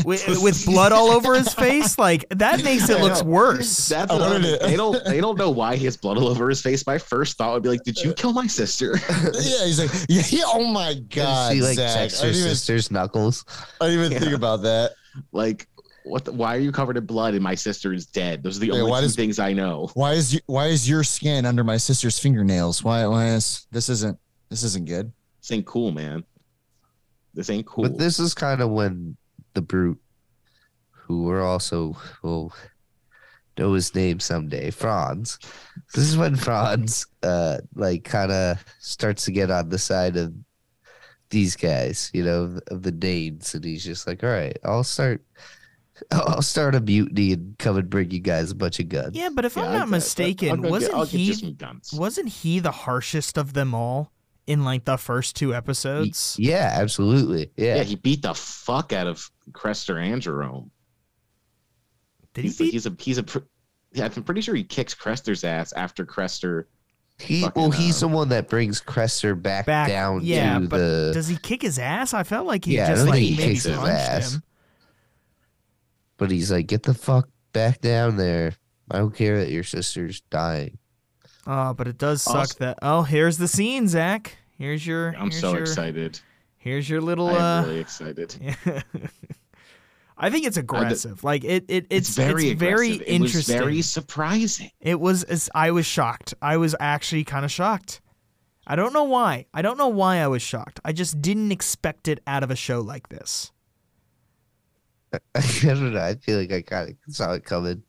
[SPEAKER 1] with, with blood all over his face, like that makes it
[SPEAKER 4] I
[SPEAKER 1] looks
[SPEAKER 4] know.
[SPEAKER 1] worse.
[SPEAKER 4] That's
[SPEAKER 3] I
[SPEAKER 4] another
[SPEAKER 3] wanted
[SPEAKER 4] thing.
[SPEAKER 3] to-
[SPEAKER 4] they don't they don't know why he has blood all over his face. My first thought would be like, "Did you kill my sister?"
[SPEAKER 3] *laughs* "Yeah." He's like, "Yeah." yeah, Oh my god,
[SPEAKER 2] she like
[SPEAKER 3] Zach.
[SPEAKER 2] checks
[SPEAKER 3] I
[SPEAKER 2] her
[SPEAKER 3] didn't even,
[SPEAKER 2] sister's knuckles.
[SPEAKER 3] I didn't even
[SPEAKER 4] Yeah.
[SPEAKER 3] think about that.
[SPEAKER 4] like what the, why are you covered in blood and my sister is dead those are the
[SPEAKER 3] Yeah,
[SPEAKER 4] only
[SPEAKER 3] why
[SPEAKER 4] two
[SPEAKER 3] does-
[SPEAKER 4] things i know *laughs*
[SPEAKER 3] Why is you, why is your skin under my sister's fingernails? Why why is this isn't this isn't good?
[SPEAKER 4] this ain't cool man this ain't cool
[SPEAKER 2] But this is kind of when the brute, who we're also will know his name someday, Franz. This is when Franz, uh, like kind of starts to get on the side of these guys, you know, of the Danes, and he's just like, "All right, I'll start." I'll start a mutiny and come and bring you guys a bunch of guns.
[SPEAKER 1] Yeah, but if
[SPEAKER 4] Yeah,
[SPEAKER 1] I'm
[SPEAKER 4] I'll
[SPEAKER 1] not
[SPEAKER 4] get-
[SPEAKER 1] mistaken,
[SPEAKER 4] I'll go get-
[SPEAKER 1] wasn't
[SPEAKER 4] I'll get
[SPEAKER 1] he
[SPEAKER 4] you some guns.
[SPEAKER 1] wasn't he the harshest of them all in like the first two episodes?
[SPEAKER 2] Yeah, absolutely.
[SPEAKER 4] yeah.
[SPEAKER 2] Yeah.
[SPEAKER 4] he beat the fuck out of crester and jerome
[SPEAKER 1] Did he
[SPEAKER 4] he's, like-
[SPEAKER 1] beat?
[SPEAKER 4] he's a he's a pr- yeah, i'm pretty sure he kicks crester's ass after crester
[SPEAKER 2] He
[SPEAKER 4] fucking,
[SPEAKER 2] well, he's
[SPEAKER 4] uh,
[SPEAKER 2] the one that brings Cresser back,
[SPEAKER 1] Back-
[SPEAKER 2] down
[SPEAKER 1] yeah,
[SPEAKER 2] to
[SPEAKER 1] but
[SPEAKER 2] the
[SPEAKER 1] Does he kick his ass? I felt like he
[SPEAKER 2] Yeah, I
[SPEAKER 1] just
[SPEAKER 2] don't
[SPEAKER 1] like
[SPEAKER 2] think
[SPEAKER 1] he
[SPEAKER 2] he
[SPEAKER 1] maybe
[SPEAKER 2] kicks his
[SPEAKER 1] punched
[SPEAKER 2] ass.
[SPEAKER 1] him.
[SPEAKER 2] But he's like, get the fuck back down there. I don't care that your sister's dying. *laughs*
[SPEAKER 1] Oh, but it does suck
[SPEAKER 4] Also-
[SPEAKER 1] that. Oh, here's the scene, Zach. Here's your.
[SPEAKER 4] i'm
[SPEAKER 1] here's
[SPEAKER 4] so
[SPEAKER 1] your,
[SPEAKER 4] excited
[SPEAKER 1] Here's your little. uh,
[SPEAKER 4] i'm really excited
[SPEAKER 1] *laughs* I think it's aggressive. like it, it it's,
[SPEAKER 4] very
[SPEAKER 1] it's very
[SPEAKER 4] aggressive.
[SPEAKER 1] interesting.
[SPEAKER 4] it was very surprising
[SPEAKER 1] It was as I was shocked. I was actually kind of shocked. I don't know why. I don't know why I was shocked. I just didn't expect it out of a show like this.
[SPEAKER 2] I don't know. I feel like I kind of saw it coming.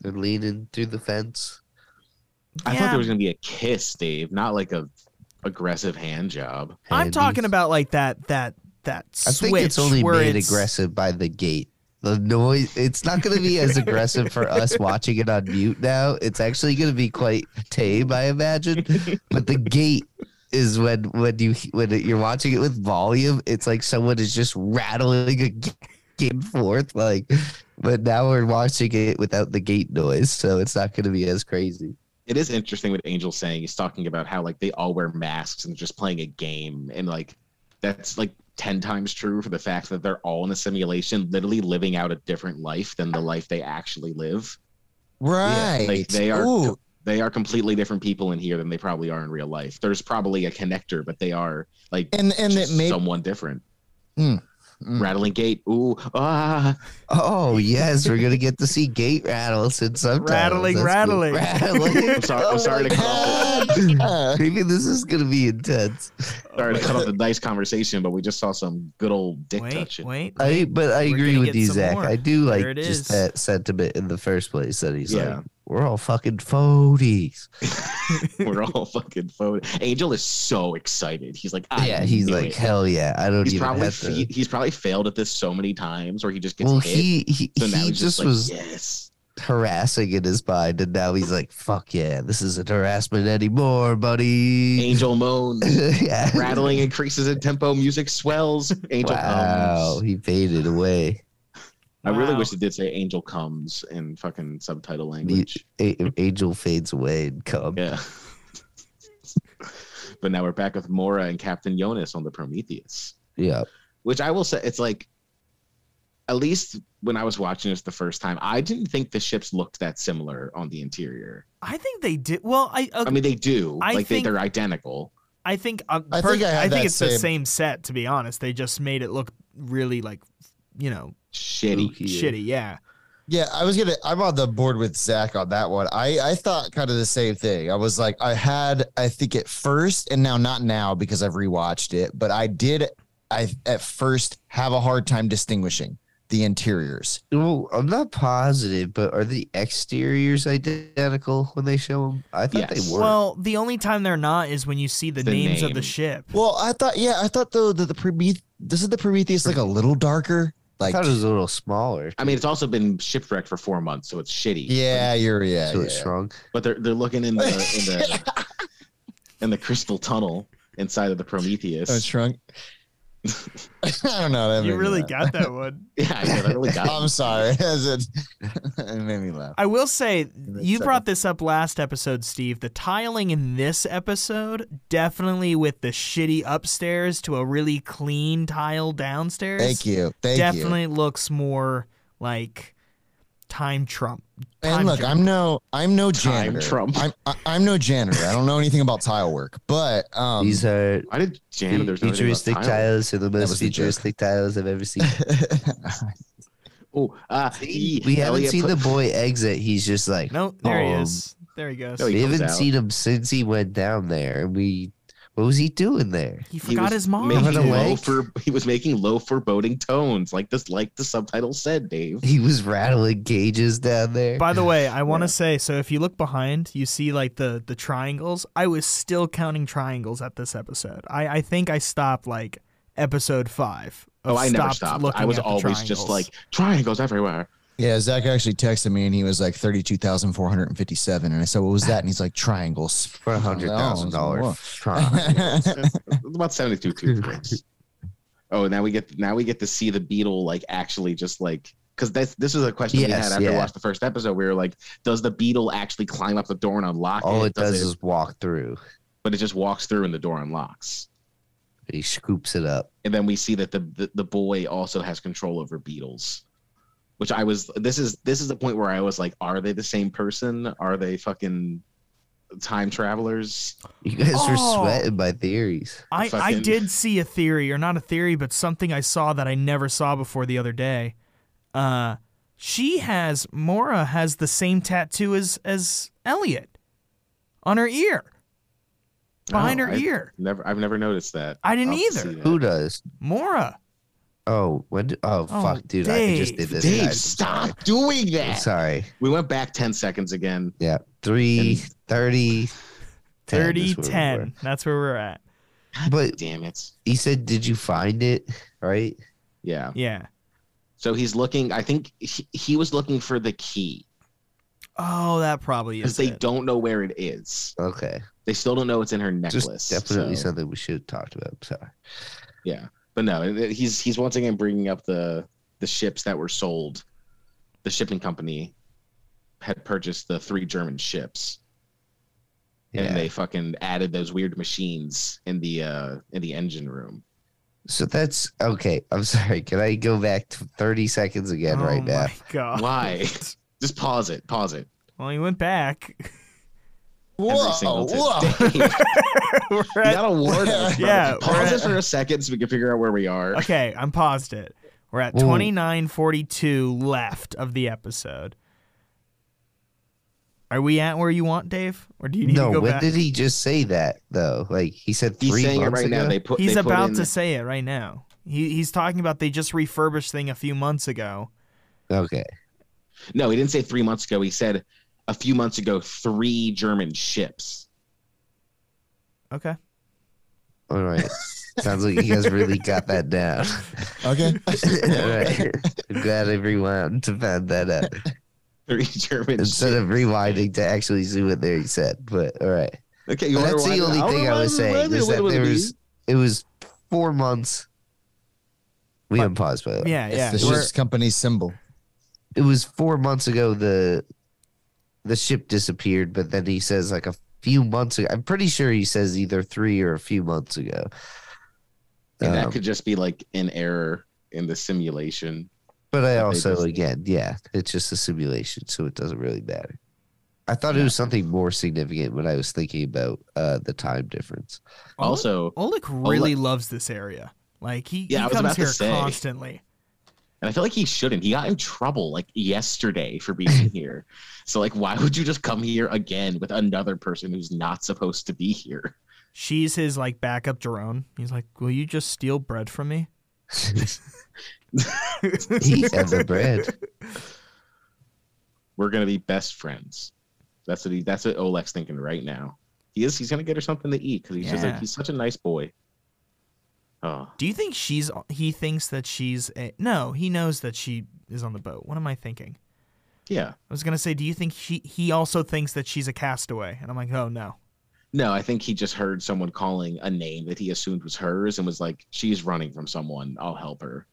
[SPEAKER 2] They're leaning through the fence.
[SPEAKER 4] I thought
[SPEAKER 1] Yeah.
[SPEAKER 4] there was gonna be a kiss, Dave, not like a aggressive hand job.
[SPEAKER 1] I'm
[SPEAKER 2] and
[SPEAKER 1] talking
[SPEAKER 2] he's-
[SPEAKER 1] about like that that that
[SPEAKER 2] I
[SPEAKER 1] switch
[SPEAKER 2] think it's only
[SPEAKER 1] where
[SPEAKER 2] made
[SPEAKER 1] it's
[SPEAKER 2] aggressive by the gate. The noise. It's not going to be as aggressive for us watching it on mute now. It's actually going to be quite tame, I imagine. But the gate is when when you when you're watching it with volume. It's like someone is just rattling a g- gate and forth. Like, but now we're watching it without the gate noise, so it's not going to be as crazy.
[SPEAKER 4] It is interesting what Angel's saying. He's talking about how like they all wear masks and just playing a game, and like that's like ten times true for the fact that they're all in a simulation, literally living out a different life than the life they actually live.
[SPEAKER 3] Right.
[SPEAKER 4] Like they are
[SPEAKER 3] Ooh.
[SPEAKER 4] they are completely different people in here than they probably are in real life. There's probably a connector, but they are like
[SPEAKER 3] and and that
[SPEAKER 4] just
[SPEAKER 3] may
[SPEAKER 4] someone different.
[SPEAKER 3] Mm. Mm.
[SPEAKER 4] Rattling gate. Ooh, ah.
[SPEAKER 2] Oh yes, we're gonna get to see gate rattles and sometimes
[SPEAKER 1] Rattling, rattling.
[SPEAKER 2] rattling.
[SPEAKER 4] I'm sorry. I'm sorry to cut off. *laughs*
[SPEAKER 3] Uh,
[SPEAKER 2] Maybe this is gonna be intense.
[SPEAKER 4] Sorry to cut off the nice conversation, but we just saw some good old dick
[SPEAKER 1] Wait,
[SPEAKER 4] touching.
[SPEAKER 1] wait.
[SPEAKER 2] I but I
[SPEAKER 1] We're
[SPEAKER 2] agree
[SPEAKER 1] gonna
[SPEAKER 2] with
[SPEAKER 1] get
[SPEAKER 2] you,
[SPEAKER 1] some
[SPEAKER 2] Zach.
[SPEAKER 1] more.
[SPEAKER 2] I do like
[SPEAKER 1] There it is.
[SPEAKER 2] just that sentiment in the first place that he's
[SPEAKER 4] Yeah.
[SPEAKER 2] like, we're all fucking phonies.
[SPEAKER 4] *laughs* We're all fucking phone. Angel is so excited. He's like, I
[SPEAKER 2] yeah, he's
[SPEAKER 4] knew
[SPEAKER 2] like,
[SPEAKER 4] it.
[SPEAKER 2] hell yeah, I don't
[SPEAKER 4] he's
[SPEAKER 2] even
[SPEAKER 4] probably
[SPEAKER 2] have to.
[SPEAKER 4] fe- he's probably failed at this so many times, or he just gets
[SPEAKER 2] well,
[SPEAKER 4] hit.
[SPEAKER 2] he he,
[SPEAKER 4] so now
[SPEAKER 2] he
[SPEAKER 4] he's
[SPEAKER 2] just
[SPEAKER 4] like,
[SPEAKER 2] was
[SPEAKER 4] yes.
[SPEAKER 2] harassing in his mind, and now he's like, fuck yeah, this isn't harassment anymore, buddy.
[SPEAKER 4] Angel
[SPEAKER 2] *laughs*
[SPEAKER 4] moans.
[SPEAKER 2] yeah.
[SPEAKER 4] Rattling increases in tempo. Music swells. Angel
[SPEAKER 2] Wow,
[SPEAKER 4] comes.
[SPEAKER 2] he faded away.
[SPEAKER 4] I really
[SPEAKER 1] Wow.
[SPEAKER 4] wish it did say "Angel comes" in fucking subtitle language.
[SPEAKER 2] A- Angel fades away and come.
[SPEAKER 4] Yeah. *laughs* but now we're back with Mora and Captain Jonas on the Prometheus.
[SPEAKER 2] Yeah.
[SPEAKER 4] which I will say, it's like, at least when I was watching this the first time, I didn't think the ships looked that similar on the interior.
[SPEAKER 1] I think they did. Well, I
[SPEAKER 4] I mean, they do.
[SPEAKER 1] I
[SPEAKER 4] like,
[SPEAKER 1] think-
[SPEAKER 4] they, they're identical.
[SPEAKER 1] I think uh,
[SPEAKER 3] I
[SPEAKER 1] per-
[SPEAKER 3] think I had that
[SPEAKER 1] it's the
[SPEAKER 3] same-
[SPEAKER 1] same set. To be honest, they just made it look really like you know
[SPEAKER 4] Shitty.
[SPEAKER 2] Spooky. Yeah.
[SPEAKER 1] shitty. Yeah.
[SPEAKER 3] *laughs* yeah, I was gonna. I'm on the board with Zach on that one. I I thought kind of the same thing. I was like, I had, I think at first, and now not now because I've rewatched it, but I did, I at first have a hard time distinguishing the interiors.
[SPEAKER 2] Well, I'm not positive, but are the exteriors identical when they show them? I thought
[SPEAKER 4] Yes.
[SPEAKER 2] they were.
[SPEAKER 1] Well, the only time they're not is when you see the,
[SPEAKER 4] The
[SPEAKER 1] names of the
[SPEAKER 4] name.
[SPEAKER 1] ship.
[SPEAKER 3] Well, I thought, yeah, I thought though that the Prometheus, this is the Prometheus like a little darker.
[SPEAKER 2] I
[SPEAKER 3] Like,
[SPEAKER 2] thought it was a little smaller.
[SPEAKER 4] I mean, it's also been shipwrecked for four months, so it's shitty.
[SPEAKER 3] yeah, you're yeah.
[SPEAKER 2] so
[SPEAKER 3] yeah.
[SPEAKER 2] it shrunk.
[SPEAKER 4] But they're they're looking in the in
[SPEAKER 2] *laughs*
[SPEAKER 4] the in the crystal tunnel inside of the
[SPEAKER 3] Oh, it
[SPEAKER 4] Prometheus.
[SPEAKER 3] shrunk. *laughs* I don't know. That made
[SPEAKER 1] You
[SPEAKER 3] me
[SPEAKER 1] really
[SPEAKER 3] laugh.
[SPEAKER 1] got that one.
[SPEAKER 4] yeah, I know, that really
[SPEAKER 2] *laughs*
[SPEAKER 4] got me.
[SPEAKER 3] I'm sorry. *laughs* As it, it made me laugh.
[SPEAKER 1] I will say
[SPEAKER 3] then
[SPEAKER 1] you
[SPEAKER 3] second.
[SPEAKER 1] brought this up last episode, Steve. The tiling in this episode definitely with the shitty upstairs to a really clean tile downstairs.
[SPEAKER 3] Thank you. Thank you.
[SPEAKER 1] definitely looks more like time Trump.
[SPEAKER 3] And
[SPEAKER 1] time
[SPEAKER 3] look,
[SPEAKER 1] jump.
[SPEAKER 3] I'm no, I'm no
[SPEAKER 4] Time
[SPEAKER 3] janitor.
[SPEAKER 4] Trump.
[SPEAKER 3] I'm, I, I'm no janitor. I don't know anything about tile work, but um,
[SPEAKER 2] These are
[SPEAKER 4] Why did janitors
[SPEAKER 2] the
[SPEAKER 4] know anything about
[SPEAKER 2] futuristic
[SPEAKER 4] tile?
[SPEAKER 2] tiles. Are the most
[SPEAKER 3] was a joke.
[SPEAKER 2] futuristic tiles I've ever seen.
[SPEAKER 4] Oh, uh, E,
[SPEAKER 2] we haven't
[SPEAKER 4] Elliot
[SPEAKER 2] seen
[SPEAKER 4] put-
[SPEAKER 2] the boy exit. He's just like
[SPEAKER 1] No, there he
[SPEAKER 2] Um,
[SPEAKER 1] is. There he goes.
[SPEAKER 4] no, he-
[SPEAKER 2] we
[SPEAKER 4] comes
[SPEAKER 2] haven't
[SPEAKER 4] out.
[SPEAKER 2] seen him since he went down there. And we, what was he doing there?
[SPEAKER 1] he
[SPEAKER 4] He
[SPEAKER 1] forgot
[SPEAKER 4] was
[SPEAKER 1] his mom.
[SPEAKER 4] Making
[SPEAKER 2] Having a
[SPEAKER 4] low
[SPEAKER 2] lake?
[SPEAKER 4] for, he was making low foreboding tones, like this, like the subtitle said, Dave.
[SPEAKER 2] He was rattling gauges down there.
[SPEAKER 1] By the way, I want to say so if you look behind, you see like the the triangles. I was still counting triangles at this episode. I I think I stopped like episode 5. of
[SPEAKER 4] Oh, I never
[SPEAKER 1] stopped
[SPEAKER 4] stopped.
[SPEAKER 1] looking
[SPEAKER 4] I was
[SPEAKER 1] at the
[SPEAKER 4] always just
[SPEAKER 1] triangles.
[SPEAKER 4] like triangles everywhere.
[SPEAKER 3] *laughs* yeah, Zach actually texted me and he was like thirty-two thousand four hundred and fifty-seven, and I said, "What was that?" And he's like, "Triangles *laughs*
[SPEAKER 2] for a hundred thousand dollars.
[SPEAKER 4] It's
[SPEAKER 2] *laughs*
[SPEAKER 4] about seventy-two toothpicks. oh, now we get now we get to see the beetle like actually just like because this this was a question we
[SPEAKER 2] Yes,
[SPEAKER 4] had after
[SPEAKER 2] yeah.
[SPEAKER 4] we watched the first episode. We were like, does the beetle actually climb up the door and unlock
[SPEAKER 2] All
[SPEAKER 4] it?
[SPEAKER 2] it does is walk through.
[SPEAKER 4] but it just walks through and the door unlocks.
[SPEAKER 2] He scoops it up.
[SPEAKER 4] and then we see that the, the the boy also has control over beetles which i was this is this is the point where i was like are they the same person are they fucking time travelers
[SPEAKER 2] You guys
[SPEAKER 1] Oh.
[SPEAKER 2] were sweating my theories.
[SPEAKER 1] I, I
[SPEAKER 4] fucking-
[SPEAKER 1] did see a theory, or not a theory, but something I saw that I never saw before the other day. Uh, she has Mora has the same tattoo as as Elliot on her ear. behind
[SPEAKER 4] Oh,
[SPEAKER 1] her
[SPEAKER 4] I-
[SPEAKER 1] ear.
[SPEAKER 4] Never, I've never noticed that.
[SPEAKER 1] I didn't
[SPEAKER 4] I'll have to
[SPEAKER 1] either.
[SPEAKER 4] see that.
[SPEAKER 2] Who does?
[SPEAKER 1] Mora.
[SPEAKER 2] Oh, when? Do, oh,
[SPEAKER 1] Oh,
[SPEAKER 2] fuck, dude! I just
[SPEAKER 1] Dave.
[SPEAKER 2] did this.
[SPEAKER 4] Dave,
[SPEAKER 2] guys.
[SPEAKER 4] stop doing
[SPEAKER 2] I'm
[SPEAKER 4] that.
[SPEAKER 2] Sorry.
[SPEAKER 4] We went back 10 seconds again.
[SPEAKER 2] Yeah, three thirty. 10
[SPEAKER 1] 30
[SPEAKER 2] is where we
[SPEAKER 1] 10. That's where we're at.
[SPEAKER 2] were. But
[SPEAKER 4] Damn it.
[SPEAKER 2] he said, "Did you find it?" Right?
[SPEAKER 4] Yeah.
[SPEAKER 1] Yeah.
[SPEAKER 4] So he's looking, I think he, he was looking for the key
[SPEAKER 1] Oh, that probably
[SPEAKER 4] because
[SPEAKER 1] is.
[SPEAKER 4] they
[SPEAKER 1] it.
[SPEAKER 4] don't know where it is.
[SPEAKER 2] Okay.
[SPEAKER 4] They still don't know it's in her necklace.
[SPEAKER 2] Just definitely
[SPEAKER 4] so-
[SPEAKER 2] something we should have talked about. Sorry.
[SPEAKER 4] Yeah, but no, it- it- he's he's once again bringing up the the ships that were sold. The shipping company had purchased the three German ships,
[SPEAKER 2] Yeah.
[SPEAKER 4] and they fucking added those weird machines in the uh in the engine room.
[SPEAKER 2] so that's okay. I'm *laughs* sorry. Can I go back to 30 seconds again
[SPEAKER 1] oh
[SPEAKER 2] right
[SPEAKER 1] my
[SPEAKER 2] now?
[SPEAKER 1] God. *laughs*
[SPEAKER 4] Why? Just pause it. Pause it.
[SPEAKER 1] Well, he went back. *laughs*
[SPEAKER 4] Every
[SPEAKER 3] Whoa,
[SPEAKER 4] single t- *laughs*
[SPEAKER 3] whoa.
[SPEAKER 4] Dave,
[SPEAKER 1] We're
[SPEAKER 4] you
[SPEAKER 1] at-
[SPEAKER 4] gotta warn us.
[SPEAKER 1] *laughs*
[SPEAKER 4] bro.
[SPEAKER 1] Yeah, we're at-
[SPEAKER 4] Pause it for a second so we can figure out where we are.
[SPEAKER 1] okay, I'm paused it. We're at
[SPEAKER 2] Whoa.
[SPEAKER 1] 29:42 left of the episode. Are we at where you want, Dave? Or do you need to
[SPEAKER 2] No,
[SPEAKER 1] go
[SPEAKER 2] when
[SPEAKER 1] back?
[SPEAKER 2] did he just say that though? Like he said
[SPEAKER 4] He's
[SPEAKER 2] three
[SPEAKER 4] saying it
[SPEAKER 2] months
[SPEAKER 4] right
[SPEAKER 2] ago.
[SPEAKER 4] now. They put.
[SPEAKER 1] he's
[SPEAKER 4] they put
[SPEAKER 1] about
[SPEAKER 4] in-
[SPEAKER 1] to say it right now. He, he's talking about they just refurbished thing a few months ago.
[SPEAKER 2] okay.
[SPEAKER 4] No, he didn't say three months ago. He said a few months ago. Three German ships.
[SPEAKER 1] Okay.
[SPEAKER 2] All right. Sounds like you guys really got that down.
[SPEAKER 3] *laughs* Okay.
[SPEAKER 2] All right. I'm *laughs* glad I rewound to find that
[SPEAKER 4] *laughs*
[SPEAKER 2] out
[SPEAKER 4] Three German ships.
[SPEAKER 2] instead of rewinding to actually see what they said. But all right.
[SPEAKER 4] Okay, you
[SPEAKER 2] But
[SPEAKER 4] wanna
[SPEAKER 2] that's the
[SPEAKER 4] rewind
[SPEAKER 2] only
[SPEAKER 4] it? I'll
[SPEAKER 2] thing I was
[SPEAKER 4] rewind it,
[SPEAKER 2] saying
[SPEAKER 4] rewind it,
[SPEAKER 2] is that
[SPEAKER 4] rewind it,
[SPEAKER 2] there
[SPEAKER 4] rewind
[SPEAKER 2] was it was four months. We
[SPEAKER 1] But-
[SPEAKER 2] haven't paused by the way.
[SPEAKER 1] Yeah, yeah.
[SPEAKER 3] It's the
[SPEAKER 1] we're-
[SPEAKER 3] ship's company symbol.
[SPEAKER 2] it was four months ago the the ship disappeared, but then he says like a few months ago. I'm pretty sure he says either three or a few months ago.
[SPEAKER 4] it. And that
[SPEAKER 2] Um,
[SPEAKER 4] could just be like an error in the simulation.
[SPEAKER 2] but I
[SPEAKER 4] they
[SPEAKER 2] also
[SPEAKER 4] just-
[SPEAKER 2] again, yeah, it's just a simulation, so it doesn't really matter. I thought it
[SPEAKER 4] Yeah.
[SPEAKER 2] was something more significant when I was thinking about uh, the time
[SPEAKER 4] *laughs*
[SPEAKER 2] difference.
[SPEAKER 4] Oh. Also,
[SPEAKER 1] Oleg really loves this area. Like he,
[SPEAKER 4] Yeah, I
[SPEAKER 1] he
[SPEAKER 4] was
[SPEAKER 1] comes
[SPEAKER 4] about to
[SPEAKER 1] here
[SPEAKER 4] say.
[SPEAKER 1] constantly.
[SPEAKER 4] and I feel like he shouldn't. He got in trouble like yesterday for being
[SPEAKER 2] *laughs*
[SPEAKER 4] here. So like, why would you just come here again with another person who's not supposed to be here?
[SPEAKER 1] She's his like backup Jerome. He's like, "Will you just steal bread from me?" *laughs*
[SPEAKER 2] he and the bread.
[SPEAKER 4] We're gonna be best friends. That's what he. That's what Oleg's thinking right now. He is. He's gonna get her something to eat because he's just
[SPEAKER 1] Yeah.
[SPEAKER 4] like he's such a nice boy. Oh,
[SPEAKER 1] Do you think she's? He thinks that she's. A, no, he knows that she is on the boat. What am I thinking?
[SPEAKER 4] yeah.
[SPEAKER 1] I was gonna say, do you think he? He also thinks that she's a castaway, and I'm like, oh no.
[SPEAKER 4] No, I think he just heard someone calling a name that he assumed was hers and was like, she's running from someone. I'll help her.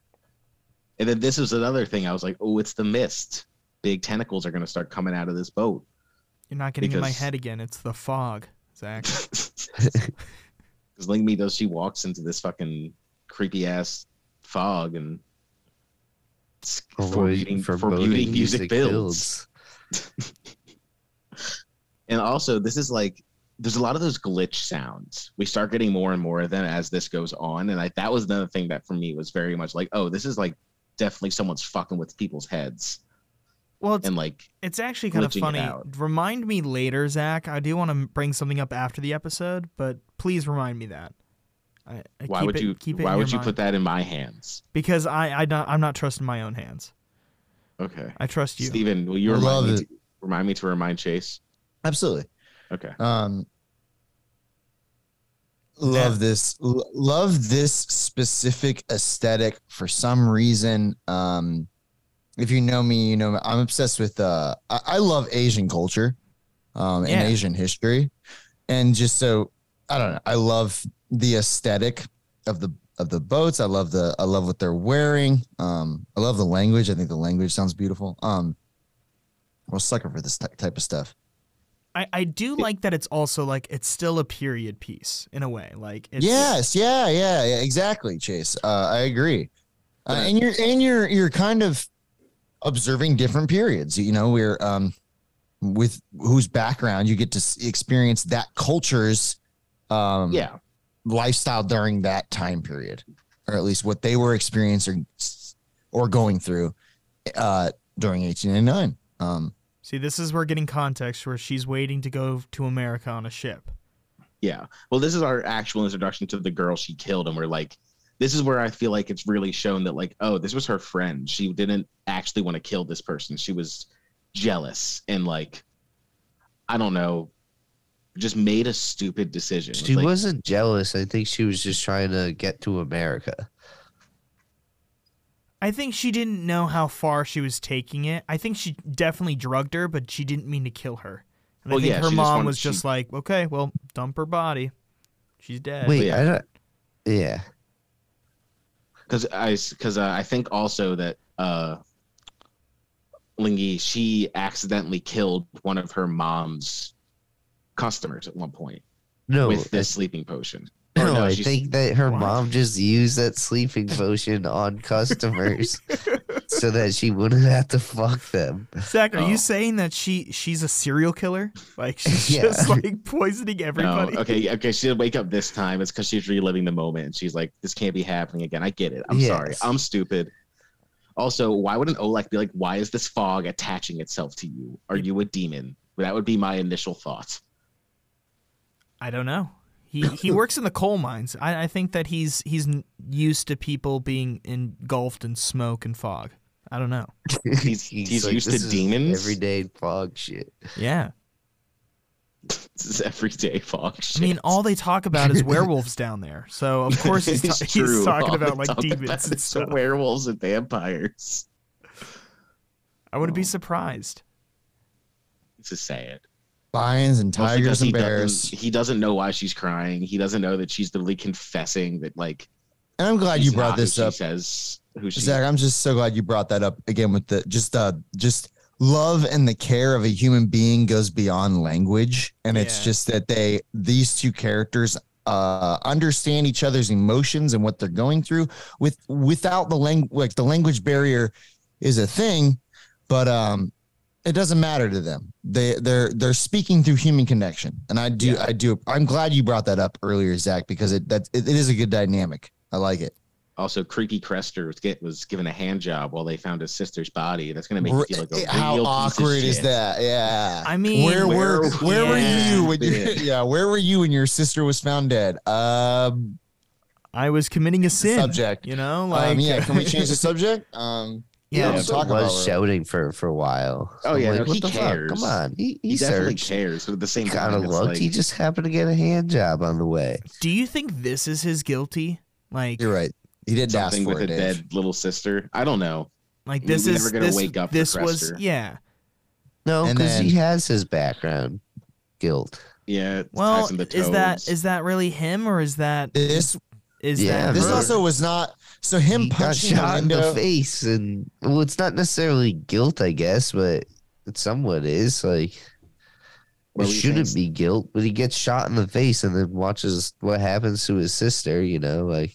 [SPEAKER 4] And then this is another thing. I was like, oh, it's the mist. Big tentacles are going to start coming out of this boat. *laughs*
[SPEAKER 1] You're not getting in my
[SPEAKER 4] Because-
[SPEAKER 1] head again. It's the fog, Zach.
[SPEAKER 4] Because Ling Me does, she walks into this fucking creepy ass fog and s- foreboding, foreboding
[SPEAKER 2] Foreboding
[SPEAKER 4] music, builds. And also, this is like, there's a lot of those glitch sounds. We start getting more and more of them as this goes on. And like that was another thing that for me was very much like, oh, this is like definitely someone's fucking with people's heads.
[SPEAKER 1] Well, it's
[SPEAKER 4] And like,
[SPEAKER 1] It's actually kind of
[SPEAKER 4] glitching it
[SPEAKER 1] funny.
[SPEAKER 4] out.
[SPEAKER 1] Remind me later, Zach. I do want to bring something up after the episode, but please remind me that. I, I
[SPEAKER 4] why
[SPEAKER 1] Uh, keep
[SPEAKER 4] would
[SPEAKER 1] it-
[SPEAKER 4] you,
[SPEAKER 1] keep it?
[SPEAKER 4] why
[SPEAKER 1] in
[SPEAKER 4] would
[SPEAKER 1] your
[SPEAKER 4] you
[SPEAKER 1] mind.
[SPEAKER 4] put that in my hands?
[SPEAKER 1] Because I, I don't, I'm not trusting my own hands.
[SPEAKER 4] Okay.
[SPEAKER 1] I trust you.
[SPEAKER 4] Steven, will you
[SPEAKER 3] I
[SPEAKER 4] remind
[SPEAKER 3] love
[SPEAKER 4] me,
[SPEAKER 3] it.
[SPEAKER 4] to, remind me to remind Chase?
[SPEAKER 3] Absolutely.
[SPEAKER 4] Okay.
[SPEAKER 3] Um, love this. L- love this specific aesthetic for some reason. Um, if you know me, you know me. I'm obsessed with. Uh, I, I love Asian culture, um,
[SPEAKER 1] Yeah.
[SPEAKER 3] and Asian history, and just so I don't know. I love the aesthetic of the of the boats. I love the I love what they're wearing. Um, I love the language. I think the language sounds beautiful. Um, I'm a sucker for this ty- type of stuff.
[SPEAKER 1] I, I do like that. It's also like it's still a period piece in a way. Like it's,
[SPEAKER 3] yes, yeah, yeah, yeah, exactly, Chase. Uh, I agree. Uh, and you're and you're you're kind of observing different periods. You know, we're um, with whose background you get to s- experience that culture's um,
[SPEAKER 4] Yeah.
[SPEAKER 3] lifestyle during that time period, or at least what they were experiencing s- or going through uh, during 1899. Um,
[SPEAKER 1] See, this is where getting context where she's waiting to go to America on a ship.
[SPEAKER 4] Yeah. Well, this is our actual introduction to the girl she killed, and we're like, this is where I feel like it's really shown that like, oh, this was her friend. She didn't actually want to kill this person. She was jealous and like, I don't know, just made a stupid decision. It's
[SPEAKER 2] She
[SPEAKER 4] like-
[SPEAKER 2] wasn't jealous. I think she was just trying to get to America.
[SPEAKER 1] I think she didn't know how far she was taking it. I think she definitely drugged her, but she didn't mean to kill her. And
[SPEAKER 4] Well,
[SPEAKER 1] I think
[SPEAKER 4] yeah,
[SPEAKER 1] her
[SPEAKER 4] she just
[SPEAKER 1] mom
[SPEAKER 4] wanted-
[SPEAKER 1] was just
[SPEAKER 4] she-
[SPEAKER 1] like, okay, well, dump her body. She's dead.
[SPEAKER 2] Wait,
[SPEAKER 4] yeah.
[SPEAKER 2] I don't. Yeah,
[SPEAKER 4] because I because uh, I think also that uh, Lingy she accidentally killed one of her mom's customers at one point
[SPEAKER 2] no.
[SPEAKER 4] with this sleeping potion.
[SPEAKER 2] Oh, I,
[SPEAKER 4] Or
[SPEAKER 2] no, I
[SPEAKER 4] she's-
[SPEAKER 2] think that her
[SPEAKER 1] What?
[SPEAKER 2] mom just used that
[SPEAKER 4] *laughs*
[SPEAKER 2] sleeping potion on customers so that she wouldn't have to fuck them.
[SPEAKER 1] Zach, are
[SPEAKER 4] Oh.
[SPEAKER 1] you saying that she she's a serial killer? Like
[SPEAKER 4] *laughs*
[SPEAKER 1] she's
[SPEAKER 2] Yeah.
[SPEAKER 1] just like poisoning
[SPEAKER 4] no,
[SPEAKER 1] everybody.
[SPEAKER 4] okay, okay. She'll wake up this time. It's because she's reliving the moment. And she's like, "This can't be happening again." I get it. I'm sorry.
[SPEAKER 2] Yes.
[SPEAKER 4] I'm stupid. Also, why would an Olek be like, "Why is this fog attaching itself to you? Are you a demon?" That would be my initial thought.
[SPEAKER 1] I don't know.
[SPEAKER 4] *laughs*
[SPEAKER 1] He he works in the coal mines. I, I think that he's he's n- used to people being engulfed in smoke and fog. I don't know.
[SPEAKER 4] He's- he's used to
[SPEAKER 2] "This is
[SPEAKER 4] demons?"
[SPEAKER 2] Everyday fog shit.
[SPEAKER 1] Yeah.
[SPEAKER 4] *laughs* This is everyday fog.
[SPEAKER 1] I mean,
[SPEAKER 4] shit.
[SPEAKER 1] all they talk about
[SPEAKER 4] *laughs*
[SPEAKER 1] is werewolves down there. So of course he's, ta-
[SPEAKER 4] It's
[SPEAKER 1] he's
[SPEAKER 4] true.
[SPEAKER 1] talking
[SPEAKER 4] All
[SPEAKER 1] about
[SPEAKER 4] *laughs* they
[SPEAKER 1] like
[SPEAKER 4] talk
[SPEAKER 1] demons
[SPEAKER 4] about
[SPEAKER 1] and
[SPEAKER 4] is
[SPEAKER 1] stuff.
[SPEAKER 4] werewolves and vampires.
[SPEAKER 1] I wouldn't be surprised.
[SPEAKER 4] This is sad.
[SPEAKER 3] Lions and
[SPEAKER 4] Mostly 'cause
[SPEAKER 3] tigers
[SPEAKER 4] he
[SPEAKER 3] and bears.
[SPEAKER 4] Doesn't, he doesn't know why she's crying. He doesn't know that she's literally confessing that, like,
[SPEAKER 3] And I'm glad
[SPEAKER 4] she's
[SPEAKER 3] you
[SPEAKER 4] not
[SPEAKER 3] brought this
[SPEAKER 4] who
[SPEAKER 3] up,
[SPEAKER 4] She says who she
[SPEAKER 3] Zach. I'm just so glad you brought that up again with the just uh just love and the care of a human being goes beyond language, and it's
[SPEAKER 1] Yeah.
[SPEAKER 3] just that they these two characters uh understand each other's emotions and what they're going through with without the language like the language barrier is a thing, but um it doesn't matter to them. They they're they're speaking through human connection, and I do I do I'm glad you brought that up earlier, Zach, because it that it, it is a good dynamic. I like it.
[SPEAKER 4] Also, Creaky Crester was, get, was given a hand job while they found his sister's body. That's going to make you feel like
[SPEAKER 2] eh,
[SPEAKER 4] a
[SPEAKER 3] eh, how
[SPEAKER 4] real piece of
[SPEAKER 3] awkward is
[SPEAKER 4] shit.
[SPEAKER 3] that? Yeah.
[SPEAKER 1] I mean,
[SPEAKER 3] where were
[SPEAKER 4] where-
[SPEAKER 3] where
[SPEAKER 1] yeah.
[SPEAKER 3] were you when your,
[SPEAKER 4] Yeah.
[SPEAKER 3] *laughs* yeah where were you when your sister was found dead? Um,
[SPEAKER 1] I was committing a sin.
[SPEAKER 3] subject.
[SPEAKER 1] You know,
[SPEAKER 4] Um,
[SPEAKER 1] like
[SPEAKER 3] like, yeah, can we change the subject? Um,
[SPEAKER 1] Yeah,
[SPEAKER 3] we
[SPEAKER 2] Yeah,
[SPEAKER 3] don't
[SPEAKER 2] but
[SPEAKER 3] talk about
[SPEAKER 2] was
[SPEAKER 3] it.
[SPEAKER 2] shouting for for a while.
[SPEAKER 4] Oh,
[SPEAKER 2] I'm
[SPEAKER 4] yeah,
[SPEAKER 2] like,
[SPEAKER 4] no,
[SPEAKER 2] what
[SPEAKER 4] he
[SPEAKER 2] the
[SPEAKER 4] cares.
[SPEAKER 2] fuck? Come on, he,
[SPEAKER 4] He,
[SPEAKER 2] he
[SPEAKER 4] definitely
[SPEAKER 2] searched.
[SPEAKER 4] cares, but at the same
[SPEAKER 2] He kind
[SPEAKER 4] time,
[SPEAKER 2] of
[SPEAKER 4] it's
[SPEAKER 2] looked.
[SPEAKER 4] like,
[SPEAKER 2] he just happened to get a hand job on the way.
[SPEAKER 1] Do you think this is his guilty? Like,
[SPEAKER 3] You're right. He didn't ask
[SPEAKER 4] something
[SPEAKER 3] for
[SPEAKER 4] with
[SPEAKER 3] it.
[SPEAKER 4] a
[SPEAKER 3] Dave.
[SPEAKER 4] dead little sister. I don't know.
[SPEAKER 1] like
[SPEAKER 4] You-
[SPEAKER 1] this
[SPEAKER 4] you're
[SPEAKER 1] is
[SPEAKER 4] never gonna
[SPEAKER 1] this,
[SPEAKER 4] wake up for
[SPEAKER 1] this was
[SPEAKER 4] Crester.
[SPEAKER 1] yeah.
[SPEAKER 2] No,
[SPEAKER 3] And
[SPEAKER 2] because he
[SPEAKER 3] then-
[SPEAKER 2] has his background guilt.
[SPEAKER 4] Yeah. it
[SPEAKER 1] Well,
[SPEAKER 4] ties in the
[SPEAKER 1] is that
[SPEAKER 4] toes.
[SPEAKER 1] is that really him or is that
[SPEAKER 3] This
[SPEAKER 1] is
[SPEAKER 2] Yeah,
[SPEAKER 1] that
[SPEAKER 3] this
[SPEAKER 1] her?
[SPEAKER 3] also was not. So him
[SPEAKER 2] he got
[SPEAKER 3] punching the
[SPEAKER 2] shot in
[SPEAKER 3] window.
[SPEAKER 2] the face, and well, it's not necessarily guilt, I guess, but it somewhat is. Like
[SPEAKER 4] What
[SPEAKER 2] it
[SPEAKER 4] were you
[SPEAKER 2] shouldn't
[SPEAKER 4] saying?
[SPEAKER 2] be guilt, but he gets shot in the face and then watches what happens to his sister. You know, like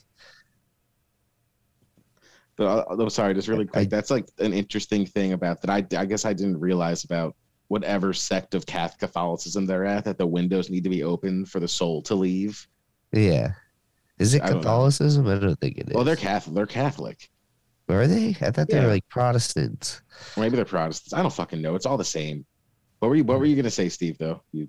[SPEAKER 4] But I- I'm sorry, just really quick.
[SPEAKER 2] I-
[SPEAKER 4] that's like an interesting thing about that. I, I guess I didn't realize about whatever sect of Cath- Catholicism they're at that the windows need to be open for the soul to leave.
[SPEAKER 2] yeah. Is it
[SPEAKER 4] I don't know.
[SPEAKER 2] Catholicism? I don't think it is.
[SPEAKER 4] Well, they're Catholic. They're Catholic.
[SPEAKER 2] Are they? I thought they
[SPEAKER 4] Yeah.
[SPEAKER 2] were like Protestants.
[SPEAKER 4] Or maybe they're Protestants. I don't fucking know. It's all the same. What were you What were you gonna say, Steve? Though you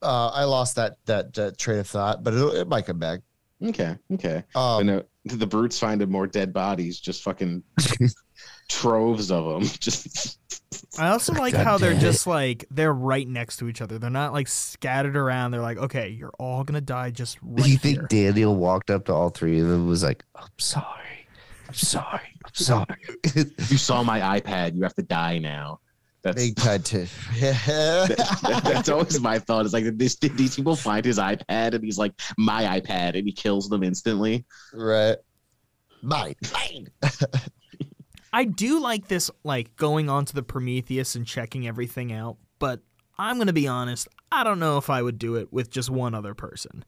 [SPEAKER 3] Uh, I lost that that uh, train of thought, but it, it might come back.
[SPEAKER 4] okay? Okay. I
[SPEAKER 3] Um,
[SPEAKER 4] know the brutes finding more dead bodies, just fucking troves of them. *laughs* Just
[SPEAKER 1] I also like
[SPEAKER 2] God
[SPEAKER 1] how they're
[SPEAKER 2] damn it.
[SPEAKER 1] just like they're right next to each other. They're not like scattered around. They're like, okay, you're all gonna die just right
[SPEAKER 2] *laughs* you think
[SPEAKER 1] here.
[SPEAKER 2] Daniel walked up to all three of them and was like, I'm sorry. I'm sorry. I'm sorry.
[SPEAKER 4] you saw my iPad. You have to die now. That's
[SPEAKER 3] big cut to.
[SPEAKER 4] That- *laughs* that's always my thought. It's like did this, did these people find his iPad and he's like my iPad and he kills them instantly.
[SPEAKER 3] *laughs* right. Mine, mine.
[SPEAKER 1] I do like this, like going onto the Prometheus and checking everything out. But I'm gonna be honest. I don't know if I would do it with just one other person.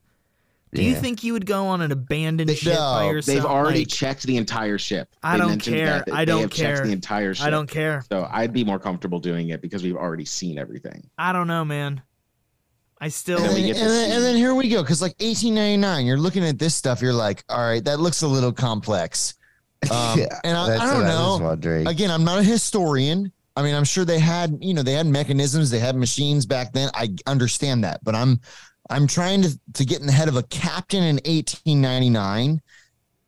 [SPEAKER 1] Do you
[SPEAKER 2] Yeah.
[SPEAKER 1] think you would go on an abandoned
[SPEAKER 3] They-
[SPEAKER 1] ship by
[SPEAKER 3] no,
[SPEAKER 1] yourself?
[SPEAKER 4] They've already
[SPEAKER 1] Like,
[SPEAKER 4] checked the entire ship.
[SPEAKER 1] I
[SPEAKER 4] They
[SPEAKER 1] don't
[SPEAKER 4] mentioned
[SPEAKER 1] care.
[SPEAKER 4] that
[SPEAKER 1] I
[SPEAKER 4] they
[SPEAKER 1] don't
[SPEAKER 4] have
[SPEAKER 1] care.
[SPEAKER 4] Checked the entire ship.
[SPEAKER 1] I don't care.
[SPEAKER 4] So I'd be more comfortable doing it because we've already seen everything.
[SPEAKER 1] I don't know, man. I still.
[SPEAKER 3] And
[SPEAKER 4] Then we
[SPEAKER 3] then,
[SPEAKER 4] get to
[SPEAKER 3] and then-
[SPEAKER 4] see-
[SPEAKER 3] and then here we go. Because like 1899, you're looking at this stuff. You're like, all right, that looks a
[SPEAKER 4] *laughs*
[SPEAKER 3] little complex. Um,
[SPEAKER 2] Yeah,
[SPEAKER 3] and I,
[SPEAKER 2] That's
[SPEAKER 3] I don't
[SPEAKER 2] what I
[SPEAKER 3] know.
[SPEAKER 2] was wondering.
[SPEAKER 3] Again, I'm not a historian. I mean, I'm sure they had, you know, they had mechanisms, they had machines back then. I understand that, but I'm I'm trying to, to get in the head of a captain in 1899.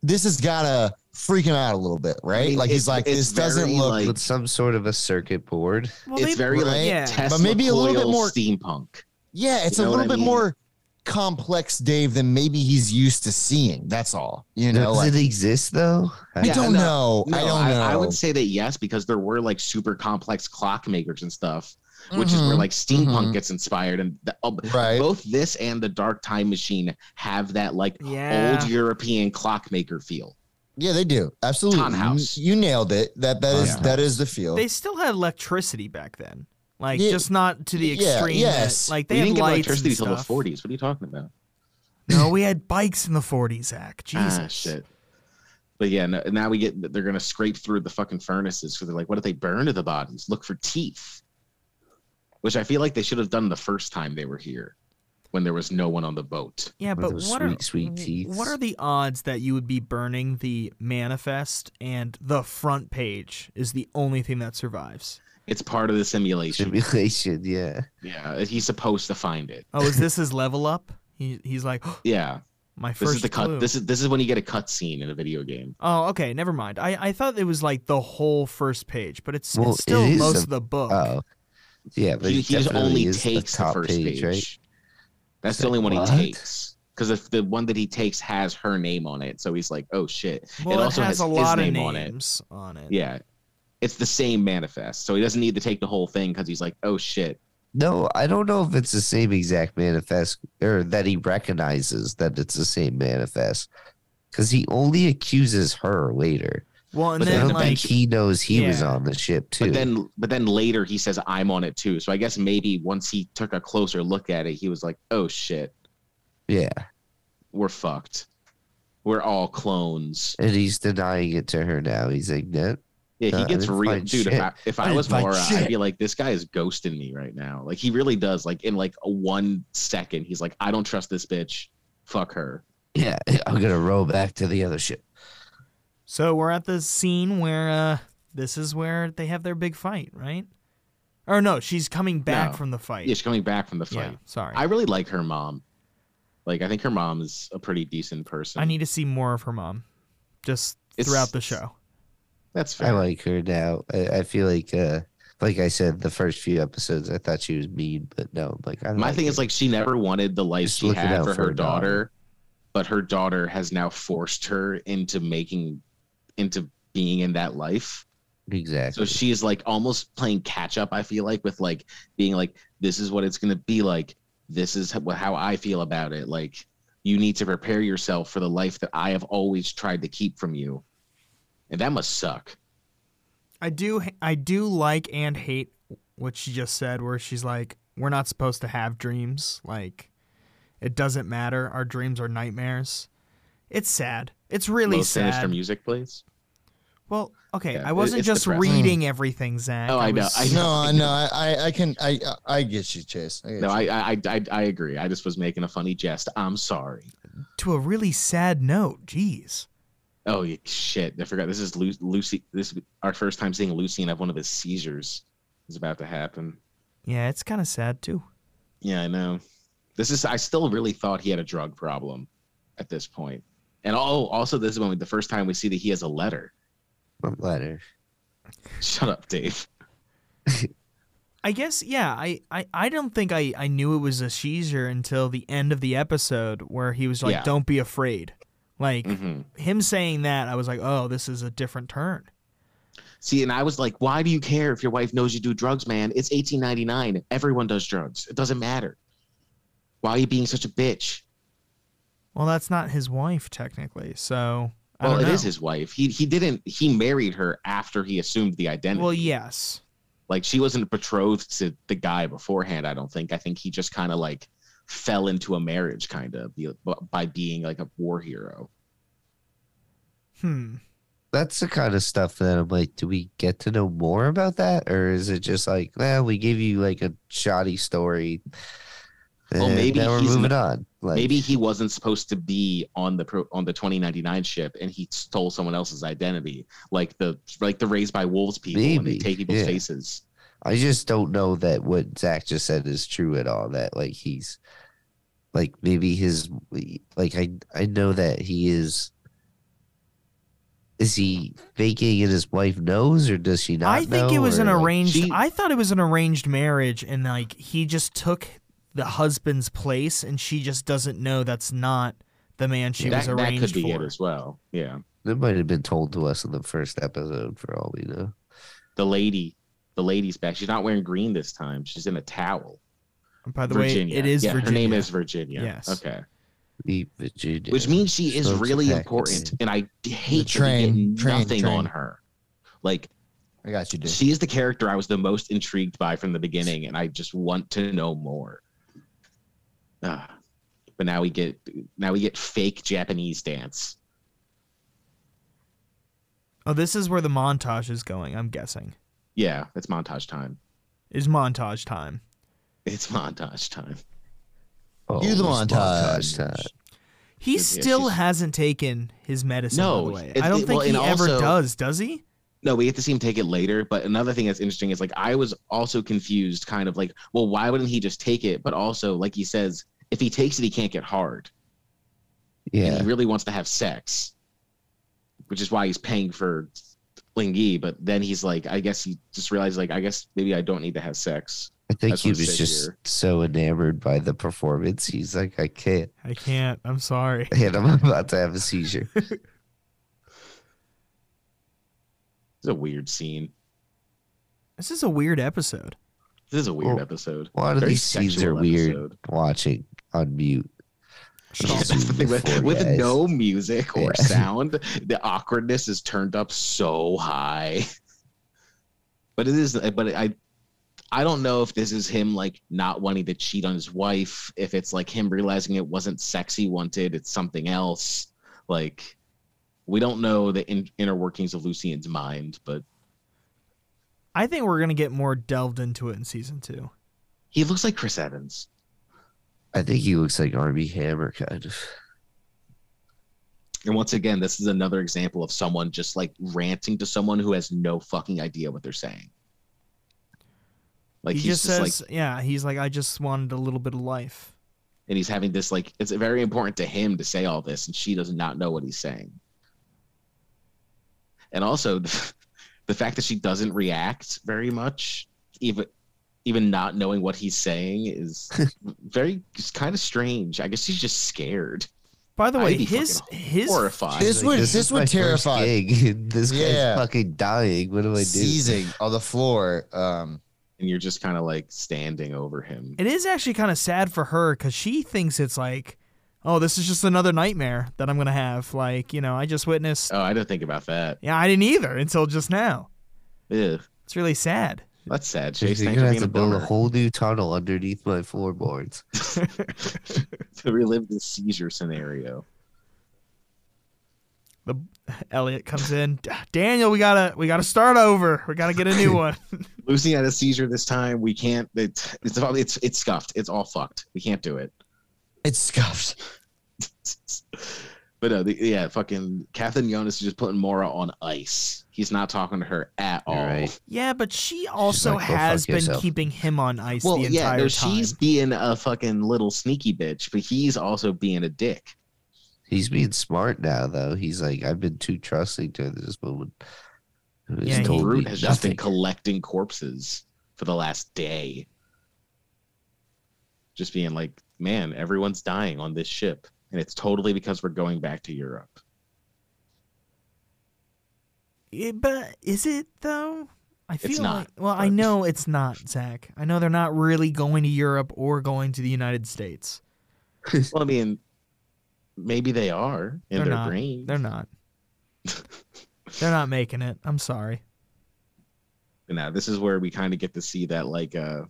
[SPEAKER 3] This has got to freak him out a little bit, right?
[SPEAKER 4] I mean,
[SPEAKER 3] like
[SPEAKER 4] it's-
[SPEAKER 3] he's like,
[SPEAKER 4] it's
[SPEAKER 3] this doesn't
[SPEAKER 4] very,
[SPEAKER 3] look.
[SPEAKER 4] like-
[SPEAKER 2] with some sort of a circuit board.
[SPEAKER 1] Well,
[SPEAKER 4] it's
[SPEAKER 1] they-
[SPEAKER 4] very like
[SPEAKER 3] Right.
[SPEAKER 1] Yeah.
[SPEAKER 4] Tesla
[SPEAKER 3] But maybe a little bit
[SPEAKER 4] coil
[SPEAKER 3] more-
[SPEAKER 4] steampunk.
[SPEAKER 3] yeah, it's
[SPEAKER 4] you
[SPEAKER 3] a
[SPEAKER 4] know what
[SPEAKER 3] little
[SPEAKER 4] I
[SPEAKER 3] bit
[SPEAKER 4] mean?
[SPEAKER 3] more complex, Dave, than maybe he's used to seeing. That's all. You know,
[SPEAKER 2] Does
[SPEAKER 3] like,
[SPEAKER 2] it exist though?
[SPEAKER 3] I
[SPEAKER 4] Yeah,
[SPEAKER 3] don't
[SPEAKER 4] no,
[SPEAKER 3] know.
[SPEAKER 4] No,
[SPEAKER 3] I don't know.
[SPEAKER 4] I, would say that yes, because there were like super complex clockmakers and stuff, which is where
[SPEAKER 3] Mhm.
[SPEAKER 4] like steampunk
[SPEAKER 3] mhm.
[SPEAKER 4] gets inspired. And the, oh,
[SPEAKER 3] Mm-hmm. right.
[SPEAKER 4] both this and the Dark Time Machine have that like
[SPEAKER 1] Yeah.
[SPEAKER 4] old European clockmaker feel.
[SPEAKER 3] Yeah, they do. Absolutely.
[SPEAKER 4] Tonhouse.
[SPEAKER 3] You, you nailed it. That that
[SPEAKER 2] Oh,
[SPEAKER 3] is
[SPEAKER 2] yeah.
[SPEAKER 3] that is the feel.
[SPEAKER 1] They still had electricity back then. Like
[SPEAKER 3] Yeah.
[SPEAKER 1] just not to the
[SPEAKER 3] Yeah,
[SPEAKER 1] extreme.
[SPEAKER 3] yes.
[SPEAKER 1] That, like they
[SPEAKER 4] We
[SPEAKER 1] had
[SPEAKER 4] didn't get
[SPEAKER 1] lights
[SPEAKER 4] electricity
[SPEAKER 1] and
[SPEAKER 4] until the
[SPEAKER 1] stuff.
[SPEAKER 4] 40s. What are you talking about?
[SPEAKER 1] No, we had bikes in the 40s, Zach. Jesus.
[SPEAKER 4] Ah, shit. But yeah, no, now we get they're gonna scrape through the fucking furnaces because they're like, what if they burn to the bodies? Look for teeth. Which I feel like they should have done the first time they were here, when there was no one on the boat.
[SPEAKER 1] Yeah,
[SPEAKER 2] With
[SPEAKER 1] but
[SPEAKER 2] those
[SPEAKER 1] what are
[SPEAKER 2] sweet, sweet
[SPEAKER 1] w-
[SPEAKER 2] teeth.
[SPEAKER 1] what are the odds that you would be burning the manifest and the front page is the only thing that survives?
[SPEAKER 4] It's part of the simulation.
[SPEAKER 2] Simulation, *laughs* yeah.
[SPEAKER 4] Yeah, uh, he's supposed to find it.
[SPEAKER 1] Oh, is
[SPEAKER 4] *laughs*
[SPEAKER 1] this his level up? He, he's like "Oh,
[SPEAKER 4] Yeah,
[SPEAKER 1] my
[SPEAKER 4] this
[SPEAKER 1] first
[SPEAKER 4] is the cut.
[SPEAKER 1] clue."
[SPEAKER 4] This is this is when you get a cut scene in a video game.
[SPEAKER 1] oh, okay, never mind. I, I thought it was like the whole first page, but it's,
[SPEAKER 2] Well,
[SPEAKER 1] it's still
[SPEAKER 2] it is
[SPEAKER 1] most
[SPEAKER 2] a-
[SPEAKER 1] of the book.
[SPEAKER 4] uh,
[SPEAKER 2] Oh, yeah, but
[SPEAKER 4] He,
[SPEAKER 2] it
[SPEAKER 4] he just
[SPEAKER 2] definitely
[SPEAKER 4] only
[SPEAKER 2] is
[SPEAKER 4] takes
[SPEAKER 2] the,
[SPEAKER 4] the,
[SPEAKER 2] top
[SPEAKER 4] first page.
[SPEAKER 2] page, right? It's
[SPEAKER 4] That's the only
[SPEAKER 2] like,
[SPEAKER 4] one
[SPEAKER 2] what?
[SPEAKER 4] he takes. Because if the one that he takes has her name on it, so he's like, "Oh shit!"
[SPEAKER 1] well, it,
[SPEAKER 4] also
[SPEAKER 1] has,
[SPEAKER 4] has
[SPEAKER 1] a
[SPEAKER 4] his
[SPEAKER 1] lot
[SPEAKER 4] name
[SPEAKER 1] of
[SPEAKER 4] on it.
[SPEAKER 1] names on it.
[SPEAKER 4] Yeah, it's the same manifest, so he doesn't need to take the whole thing because he's like, "Oh shit!"
[SPEAKER 2] No, I don't know if it's the same exact manifest or that he recognizes that it's the same manifest because he only accuses her later.
[SPEAKER 1] Well, and
[SPEAKER 4] But
[SPEAKER 2] I
[SPEAKER 1] then
[SPEAKER 2] don't
[SPEAKER 1] like
[SPEAKER 2] think he knows he was
[SPEAKER 1] yeah.
[SPEAKER 2] on the ship too.
[SPEAKER 4] But then, but then later he says, "I'm on it too." So I guess maybe once he took a closer look at it, he was like, "Oh shit,
[SPEAKER 2] yeah,
[SPEAKER 4] we're fucked. We're all clones."
[SPEAKER 2] and he's denying it to her now. He's like, no,
[SPEAKER 4] Yeah,
[SPEAKER 2] Uh,
[SPEAKER 4] he
[SPEAKER 2] I
[SPEAKER 4] gets
[SPEAKER 2] didn't
[SPEAKER 4] real,
[SPEAKER 2] find
[SPEAKER 4] dude. If
[SPEAKER 2] shit.
[SPEAKER 4] I, if
[SPEAKER 2] I
[SPEAKER 4] I,
[SPEAKER 2] didn't
[SPEAKER 4] was
[SPEAKER 2] find
[SPEAKER 4] Laura,
[SPEAKER 2] shit.
[SPEAKER 4] I'd be like, this guy is ghosting me right now. Like he really does. Like in like a one second, he's like, I don't trust this bitch. Fuck her.
[SPEAKER 2] yeah, *laughs* I'm gonna row back to the other ship.
[SPEAKER 1] So we're at the scene where uh, this is where they have their big fight, right? Or no, she's coming back
[SPEAKER 4] No.
[SPEAKER 1] from the fight.
[SPEAKER 4] Yeah, she's coming back from the
[SPEAKER 1] Yeah,
[SPEAKER 4] fight.
[SPEAKER 1] sorry.
[SPEAKER 4] I really like her mom. Like I think her mom is a pretty decent person.
[SPEAKER 1] I need to see more of her mom, just
[SPEAKER 4] It's-
[SPEAKER 1] throughout the show.
[SPEAKER 4] that's
[SPEAKER 2] I
[SPEAKER 4] fair.
[SPEAKER 2] like her now. I, I feel like, uh, like I said, the first few episodes, I thought she was mean, but no, I'm like, I
[SPEAKER 4] My
[SPEAKER 2] like
[SPEAKER 4] thing
[SPEAKER 2] her.
[SPEAKER 4] is like she never wanted the life
[SPEAKER 2] Just
[SPEAKER 4] she
[SPEAKER 2] looking
[SPEAKER 4] had
[SPEAKER 2] out
[SPEAKER 4] for,
[SPEAKER 2] for
[SPEAKER 4] her
[SPEAKER 2] her daughter.
[SPEAKER 4] daughter, but her daughter has now forced her into making into being in that life. So
[SPEAKER 2] exactly.
[SPEAKER 4] she's like almost playing catch up. I feel like with like being like, this is what it's gonna be like. This is how, how I feel about it. Like you need to prepare yourself for the life that I have always tried to keep from you, and that must suck.
[SPEAKER 1] I do, I do like and hate what she just said, where she's like, "We're not supposed to have dreams. Like, it doesn't matter. Our dreams are nightmares." It's sad. It's really
[SPEAKER 4] Low sinister
[SPEAKER 1] sad.
[SPEAKER 4] music plays.
[SPEAKER 1] well, okay,
[SPEAKER 4] Yeah,
[SPEAKER 1] I
[SPEAKER 4] it-
[SPEAKER 1] wasn't
[SPEAKER 4] it's
[SPEAKER 1] just
[SPEAKER 4] depressing.
[SPEAKER 1] reading everything, Zach.
[SPEAKER 4] Oh, I know,
[SPEAKER 1] was-
[SPEAKER 4] I know.
[SPEAKER 3] no, no, I, I, I can, I, I get you, Chase. I get
[SPEAKER 4] No,
[SPEAKER 3] you.
[SPEAKER 4] I, I I- I I agree. I just was making a funny jest. I'm sorry.
[SPEAKER 1] To a really sad note. Jeez.
[SPEAKER 4] Oh yeah, shit! I forgot. This is Lu- Lucy. This is our first time seeing Lucy and have one of his seizures is about to happen.
[SPEAKER 1] Yeah, it's kind of sad too.
[SPEAKER 4] Yeah, I know. This is I still really thought he had a drug problem at this point. And oh, also this is when we, the first time we see that he has a letter. *laughs*
[SPEAKER 2] What letter?
[SPEAKER 4] Shut up, Dave.
[SPEAKER 1] I guess yeah. I, I, I don't think I, I knew it was a seizure until the end of the episode where he was like,
[SPEAKER 4] Yeah.
[SPEAKER 1] "Don't be afraid." Like
[SPEAKER 4] hmm
[SPEAKER 1] him saying that, I was like, "Oh, this is a different turn."
[SPEAKER 4] See, and I was like, why do you care if your wife knows you do drugs, man? It's 1899. Everyone does drugs. It doesn't matter. Why are you being such a bitch?
[SPEAKER 1] Well, that's not his wife technically, so I
[SPEAKER 4] Well,
[SPEAKER 1] don't
[SPEAKER 4] it
[SPEAKER 1] know.
[SPEAKER 4] is his wife. He he didn't. He married her after he assumed the identity.
[SPEAKER 1] Well, yes.
[SPEAKER 4] like she wasn't betrothed to the guy beforehand i don't think i think he just kind of like fell into a marriage kind of be- by being like a war hero
[SPEAKER 1] Hmm.
[SPEAKER 2] That's the kind of stuff that I'm like, do we get to know more about that? Or is it just like, well, we give you like a shoddy story.
[SPEAKER 4] Well,
[SPEAKER 2] and
[SPEAKER 4] maybe
[SPEAKER 2] now we're
[SPEAKER 4] he's
[SPEAKER 2] moving
[SPEAKER 4] not-
[SPEAKER 2] on. Like,
[SPEAKER 4] maybe he wasn't supposed to be on the pro- on the 2099 ship and he stole someone else's identity like the like the raised by wolves people and they
[SPEAKER 2] Maybe,
[SPEAKER 4] take people's
[SPEAKER 2] yeah.
[SPEAKER 4] faces
[SPEAKER 2] I just don't know that what Zach just said is true at all. That like he's like maybe his like I I know that he is is he faking and his wife knows or does she not?
[SPEAKER 1] I think it
[SPEAKER 2] know,
[SPEAKER 1] was an
[SPEAKER 2] or, like,
[SPEAKER 1] arranged.
[SPEAKER 4] she-
[SPEAKER 1] I thought it was an arranged marriage, and like he just took the husband's place, and she just doesn't know that's not the man she
[SPEAKER 4] that,
[SPEAKER 1] was
[SPEAKER 4] that
[SPEAKER 1] arranged
[SPEAKER 4] could be
[SPEAKER 1] for.
[SPEAKER 4] it as well. Yeah,
[SPEAKER 2] That might have been told to us in the first episode, for all we know.
[SPEAKER 4] the lady, the lady's back. She's not wearing green this time. She's in a towel.
[SPEAKER 1] And By the
[SPEAKER 4] Virginia.
[SPEAKER 1] way, it is
[SPEAKER 4] yeah,
[SPEAKER 1] Virginia.
[SPEAKER 4] Her name is Virginia.
[SPEAKER 1] Yes.
[SPEAKER 4] Okay.
[SPEAKER 2] The Virginia.
[SPEAKER 4] Which means she is
[SPEAKER 2] Smokes
[SPEAKER 4] really
[SPEAKER 2] attack.
[SPEAKER 4] important, and I d- hate
[SPEAKER 3] train,
[SPEAKER 4] train, that we get
[SPEAKER 3] train,
[SPEAKER 4] nothing
[SPEAKER 3] train.
[SPEAKER 4] on her. Like
[SPEAKER 3] I got you, dude.
[SPEAKER 4] she is the character I was the most intrigued by from the beginning, and I just want to know more. Ah, but now we get now we get fake Japanese dance.
[SPEAKER 1] Oh, this is where the montage is going. I'm guessing
[SPEAKER 4] Yeah, it's montage time.
[SPEAKER 1] is montage time.
[SPEAKER 4] It's *laughs* montage time.
[SPEAKER 2] oh,
[SPEAKER 3] Do the
[SPEAKER 2] it's
[SPEAKER 3] montage.
[SPEAKER 2] time.
[SPEAKER 1] He
[SPEAKER 4] Yeah,
[SPEAKER 1] still
[SPEAKER 4] she's-
[SPEAKER 1] hasn't taken his medicine.
[SPEAKER 4] No,
[SPEAKER 1] by the way.
[SPEAKER 4] it-
[SPEAKER 1] I don't
[SPEAKER 4] it-
[SPEAKER 1] think
[SPEAKER 4] well,
[SPEAKER 1] he
[SPEAKER 4] and
[SPEAKER 1] ever
[SPEAKER 4] also-
[SPEAKER 1] does. Does he?
[SPEAKER 4] No, we get to see him take it later. But another thing that's interesting is like I was also confused, kind of like, well, why wouldn't he just take it? But also, like he says, if he takes it, he can't get hard. and
[SPEAKER 2] Yeah.
[SPEAKER 4] he really wants to have sex, which is why he's paying for Lingy. But then he's like, I guess he just realized, like, I guess maybe I don't need to have sex.
[SPEAKER 2] I think
[SPEAKER 4] That's
[SPEAKER 2] he
[SPEAKER 4] what it
[SPEAKER 2] was
[SPEAKER 4] says
[SPEAKER 2] just
[SPEAKER 4] here.
[SPEAKER 2] so enamored by the performance. He's like, I can't.
[SPEAKER 1] I can't. I'm sorry.
[SPEAKER 2] And *laughs* I'm about to have a seizure.
[SPEAKER 4] It's a weird scene.
[SPEAKER 1] This is a weird episode.
[SPEAKER 4] This is a weird
[SPEAKER 2] Well,
[SPEAKER 4] episode.
[SPEAKER 2] A lot of
[SPEAKER 4] Very
[SPEAKER 2] these scenes are
[SPEAKER 4] sexual
[SPEAKER 2] weird
[SPEAKER 4] episode.
[SPEAKER 2] watching on mute.
[SPEAKER 4] Yeah, that's the thing with,
[SPEAKER 2] Four
[SPEAKER 4] with
[SPEAKER 2] guys.
[SPEAKER 4] no music or
[SPEAKER 2] Yeah.
[SPEAKER 4] sound, the awkwardness is turned up so high. *laughs* But it is, but I, I don't know if this is him like not wanting to cheat on his wife, if it's like him realizing it wasn't sex he wanted, it's something else. Like, we don't know the in, inner workings of Lucian's mind, but
[SPEAKER 1] I think we're gonna get more delved into it in season two.
[SPEAKER 4] he looks like Chris Evans.
[SPEAKER 2] I think he looks like Army Hammer, kind of.
[SPEAKER 4] And once again, this is another example of someone just like ranting to someone who has no fucking idea what they're saying. Like
[SPEAKER 1] he
[SPEAKER 4] he's
[SPEAKER 1] just
[SPEAKER 4] just,
[SPEAKER 1] says,
[SPEAKER 4] like,
[SPEAKER 1] "Yeah." He's like, "I just wanted a little bit of life."
[SPEAKER 4] and he's having this like it's very important to him to say all this, and she does not know what he's saying. And also, *laughs* the fact that she doesn't react very much, even even not knowing what he's
[SPEAKER 1] *laughs*
[SPEAKER 4] saying, is very kind of strange. I guess she's just scared.
[SPEAKER 1] By the way,
[SPEAKER 4] I'd be
[SPEAKER 1] his
[SPEAKER 4] fucking
[SPEAKER 1] his
[SPEAKER 4] horrified.
[SPEAKER 3] This would
[SPEAKER 2] This,
[SPEAKER 3] this,
[SPEAKER 2] is my
[SPEAKER 3] would
[SPEAKER 2] first
[SPEAKER 3] terrify
[SPEAKER 2] gig. *laughs* this
[SPEAKER 3] Yeah.
[SPEAKER 2] guy's fucking dying. What do I do?
[SPEAKER 3] seizing on the floor. Um,
[SPEAKER 4] and you're just kind of like standing over him.
[SPEAKER 1] It is actually kind of sad for her because she thinks it's like, "Oh, this is just another nightmare that I'm gonna have." Like, you know, I just witnessed.
[SPEAKER 4] Oh, I didn't think about that.
[SPEAKER 1] Yeah, I didn't either until just now.
[SPEAKER 4] Ugh.
[SPEAKER 1] It's really sad.
[SPEAKER 4] That's sad,
[SPEAKER 2] You're
[SPEAKER 4] Chase.
[SPEAKER 2] gonna
[SPEAKER 4] Thanks for
[SPEAKER 2] have
[SPEAKER 4] being
[SPEAKER 2] to
[SPEAKER 4] a
[SPEAKER 2] build a
[SPEAKER 4] bummer.
[SPEAKER 2] whole new tunnel underneath my floorboards.
[SPEAKER 4] *laughs* to relive this seizure scenario.
[SPEAKER 1] The Elliot comes in. "D- Daniel, we gotta we gotta start over. We gotta get a
[SPEAKER 4] *laughs*
[SPEAKER 1] new one.
[SPEAKER 4] Lucy had a seizure this time. We can't. It, it's all- it's it's scuffed. It's all fucked. We can't do it.
[SPEAKER 3] it's scuffed.
[SPEAKER 4] But no, the, yeah, fucking Catherine Jonas is just putting Mora on ice. He's not talking to her at all.
[SPEAKER 2] You're right.
[SPEAKER 1] yeah, but she also
[SPEAKER 2] like, "Go
[SPEAKER 1] has
[SPEAKER 2] fuck
[SPEAKER 1] been
[SPEAKER 2] yourself."
[SPEAKER 1] keeping him on ice
[SPEAKER 4] Well,
[SPEAKER 1] the
[SPEAKER 4] yeah,
[SPEAKER 1] entire
[SPEAKER 4] no,
[SPEAKER 1] time.
[SPEAKER 4] she's being a fucking little sneaky bitch, but he's also being a dick.
[SPEAKER 2] He's being smart now, though. He's like, I've been too trusting to this woman. who has
[SPEAKER 1] Yeah, he-
[SPEAKER 2] told me
[SPEAKER 4] Brute has just been
[SPEAKER 2] nothing.
[SPEAKER 4] collecting corpses for the last day. Just being like, man, everyone's dying on this ship. And it's totally because we're going back to Europe.
[SPEAKER 1] Yeah, Eh, but is it though? I feel
[SPEAKER 4] not,
[SPEAKER 1] Like, well, I
[SPEAKER 4] but-
[SPEAKER 1] know it's not, Zach. I know they're not really going to Europe or going to the United States.
[SPEAKER 4] Well, I mean, maybe they are in
[SPEAKER 1] They're
[SPEAKER 4] their
[SPEAKER 1] not.
[SPEAKER 4] brain.
[SPEAKER 1] They're
[SPEAKER 4] *laughs*
[SPEAKER 1] not. they're not making it. I'm sorry.
[SPEAKER 4] Now, this is where we kind of get to see that, like, uh,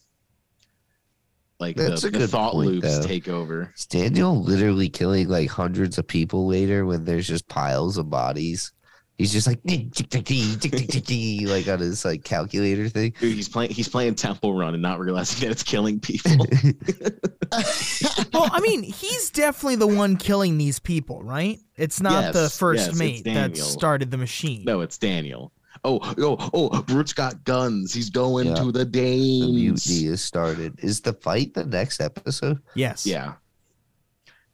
[SPEAKER 4] like
[SPEAKER 2] That's
[SPEAKER 4] the,
[SPEAKER 2] a
[SPEAKER 4] the
[SPEAKER 2] good
[SPEAKER 4] thought
[SPEAKER 2] point,
[SPEAKER 4] loops
[SPEAKER 2] though.
[SPEAKER 4] take over.
[SPEAKER 2] Is Daniel literally killing like hundreds of people later when there's just piles of bodies? He's just like "Ding, tick, tick, ding, tick, tick, tick, ding," like on his like calculator thing. *laughs*
[SPEAKER 4] Dude, he's playing. He's playing Temple Run and not realizing that it's killing
[SPEAKER 2] *laughs*
[SPEAKER 4] people.
[SPEAKER 1] Well, I mean, he's definitely the one killing these people, right? It's not
[SPEAKER 4] Yes,
[SPEAKER 1] the first
[SPEAKER 4] yes, it's
[SPEAKER 1] mate that
[SPEAKER 4] Daniel.
[SPEAKER 1] started the machine.
[SPEAKER 4] No, it's Daniel. Oh, oh, oh, Brute's got guns. He's going
[SPEAKER 2] Yeah.
[SPEAKER 4] to the
[SPEAKER 2] The
[SPEAKER 4] Danes.
[SPEAKER 2] mutiny is started. Is the fight the next episode?
[SPEAKER 1] Yes.
[SPEAKER 4] Yeah.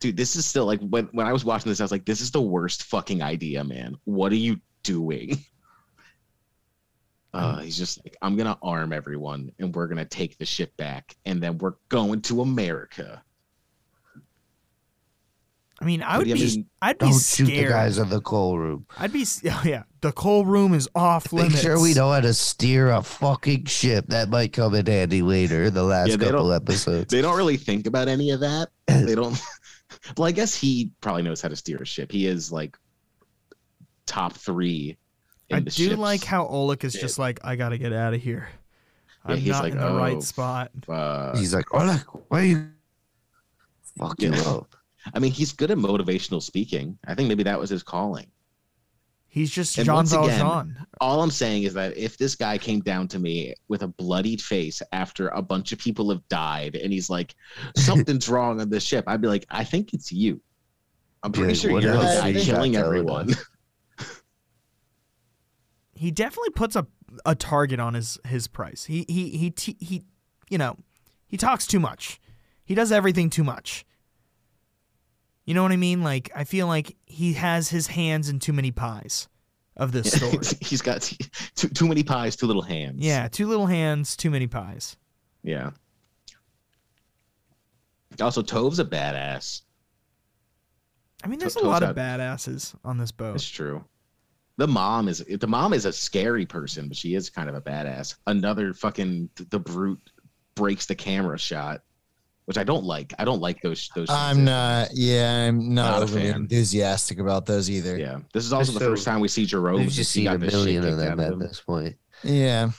[SPEAKER 4] dude, this is still like when when I was watching this, I was like, this is the worst fucking idea, man. What are you doing? Uh, he's just like, I'm gonna arm everyone, and we're gonna take the ship back, and then we're going to America.
[SPEAKER 1] I mean, I would
[SPEAKER 4] What do
[SPEAKER 1] be,
[SPEAKER 4] you mean?
[SPEAKER 1] I'd be
[SPEAKER 2] Don't shoot
[SPEAKER 1] scared.
[SPEAKER 2] the guys in the coal room.
[SPEAKER 1] I'd be, s- *laughs* oh yeah, the coal room is off
[SPEAKER 2] Make
[SPEAKER 1] limits.
[SPEAKER 2] sure we know how to steer a fucking ship. That might come in handy later in the last
[SPEAKER 4] Yeah, they don't-
[SPEAKER 2] couple
[SPEAKER 4] *laughs*
[SPEAKER 2] episodes.
[SPEAKER 4] They don't really think about any of that. They don't. *laughs* well, I guess he probably knows how to steer a ship. He is like top three. In
[SPEAKER 1] I
[SPEAKER 4] the
[SPEAKER 1] do
[SPEAKER 4] ships.
[SPEAKER 1] like how Oleg is
[SPEAKER 4] Yeah.
[SPEAKER 1] just like, I gotta get out of here.
[SPEAKER 4] Yeah,
[SPEAKER 1] I'm
[SPEAKER 4] he's
[SPEAKER 1] not
[SPEAKER 4] like,
[SPEAKER 1] in the
[SPEAKER 4] "Oh,
[SPEAKER 1] right spot.
[SPEAKER 4] Uh,
[SPEAKER 2] He's like, oh, look, why you? Fuck you
[SPEAKER 4] Yeah.
[SPEAKER 2] up.
[SPEAKER 4] I mean, he's good at motivational speaking. I think maybe that was his calling.
[SPEAKER 1] He's just
[SPEAKER 4] And
[SPEAKER 1] Jean
[SPEAKER 4] once again-
[SPEAKER 1] Valjean.
[SPEAKER 4] all I'm saying is that if this guy came down to me with a bloodied face after a bunch of people have died and he's like, something's wrong on this ship, I'd be like, I think it's you. I'm pretty
[SPEAKER 2] Yeah,
[SPEAKER 4] sure
[SPEAKER 2] what
[SPEAKER 4] you're the
[SPEAKER 3] else
[SPEAKER 4] guy
[SPEAKER 3] you got
[SPEAKER 4] killing
[SPEAKER 2] going
[SPEAKER 4] everyone. *laughs*
[SPEAKER 1] he definitely puts a a target on his his price. He he he t- he you know, he talks too much. He does everything too much. You know what I mean? Like I feel like he has his hands in too many pies of
[SPEAKER 4] *laughs*
[SPEAKER 1] this story.
[SPEAKER 4] he's got t- too, too many pies, too little hands.
[SPEAKER 1] yeah, too little hands, too many pies.
[SPEAKER 4] Yeah. Also, Tove's a badass.
[SPEAKER 1] I mean, there's a
[SPEAKER 4] Totes
[SPEAKER 1] lot of
[SPEAKER 4] out.
[SPEAKER 1] badasses on this
[SPEAKER 4] That's
[SPEAKER 1] boat.
[SPEAKER 4] true. The mom is the mom is a scary person, but she is kind of a badass. Another fucking the brute breaks the camera shot, which I don't like. I don't like those those.
[SPEAKER 3] I'm not. Yeah, I'm not,
[SPEAKER 4] Not a
[SPEAKER 3] overly
[SPEAKER 4] fan.
[SPEAKER 3] enthusiastic about those either.
[SPEAKER 4] Yeah, this is also the
[SPEAKER 2] So-
[SPEAKER 4] first time we see Jerome.
[SPEAKER 2] We've
[SPEAKER 4] since
[SPEAKER 2] just
[SPEAKER 4] he
[SPEAKER 2] seen
[SPEAKER 4] got
[SPEAKER 2] a
[SPEAKER 4] the shit
[SPEAKER 2] million of
[SPEAKER 4] kicked out
[SPEAKER 2] them at
[SPEAKER 4] him.
[SPEAKER 2] this point.
[SPEAKER 3] yeah.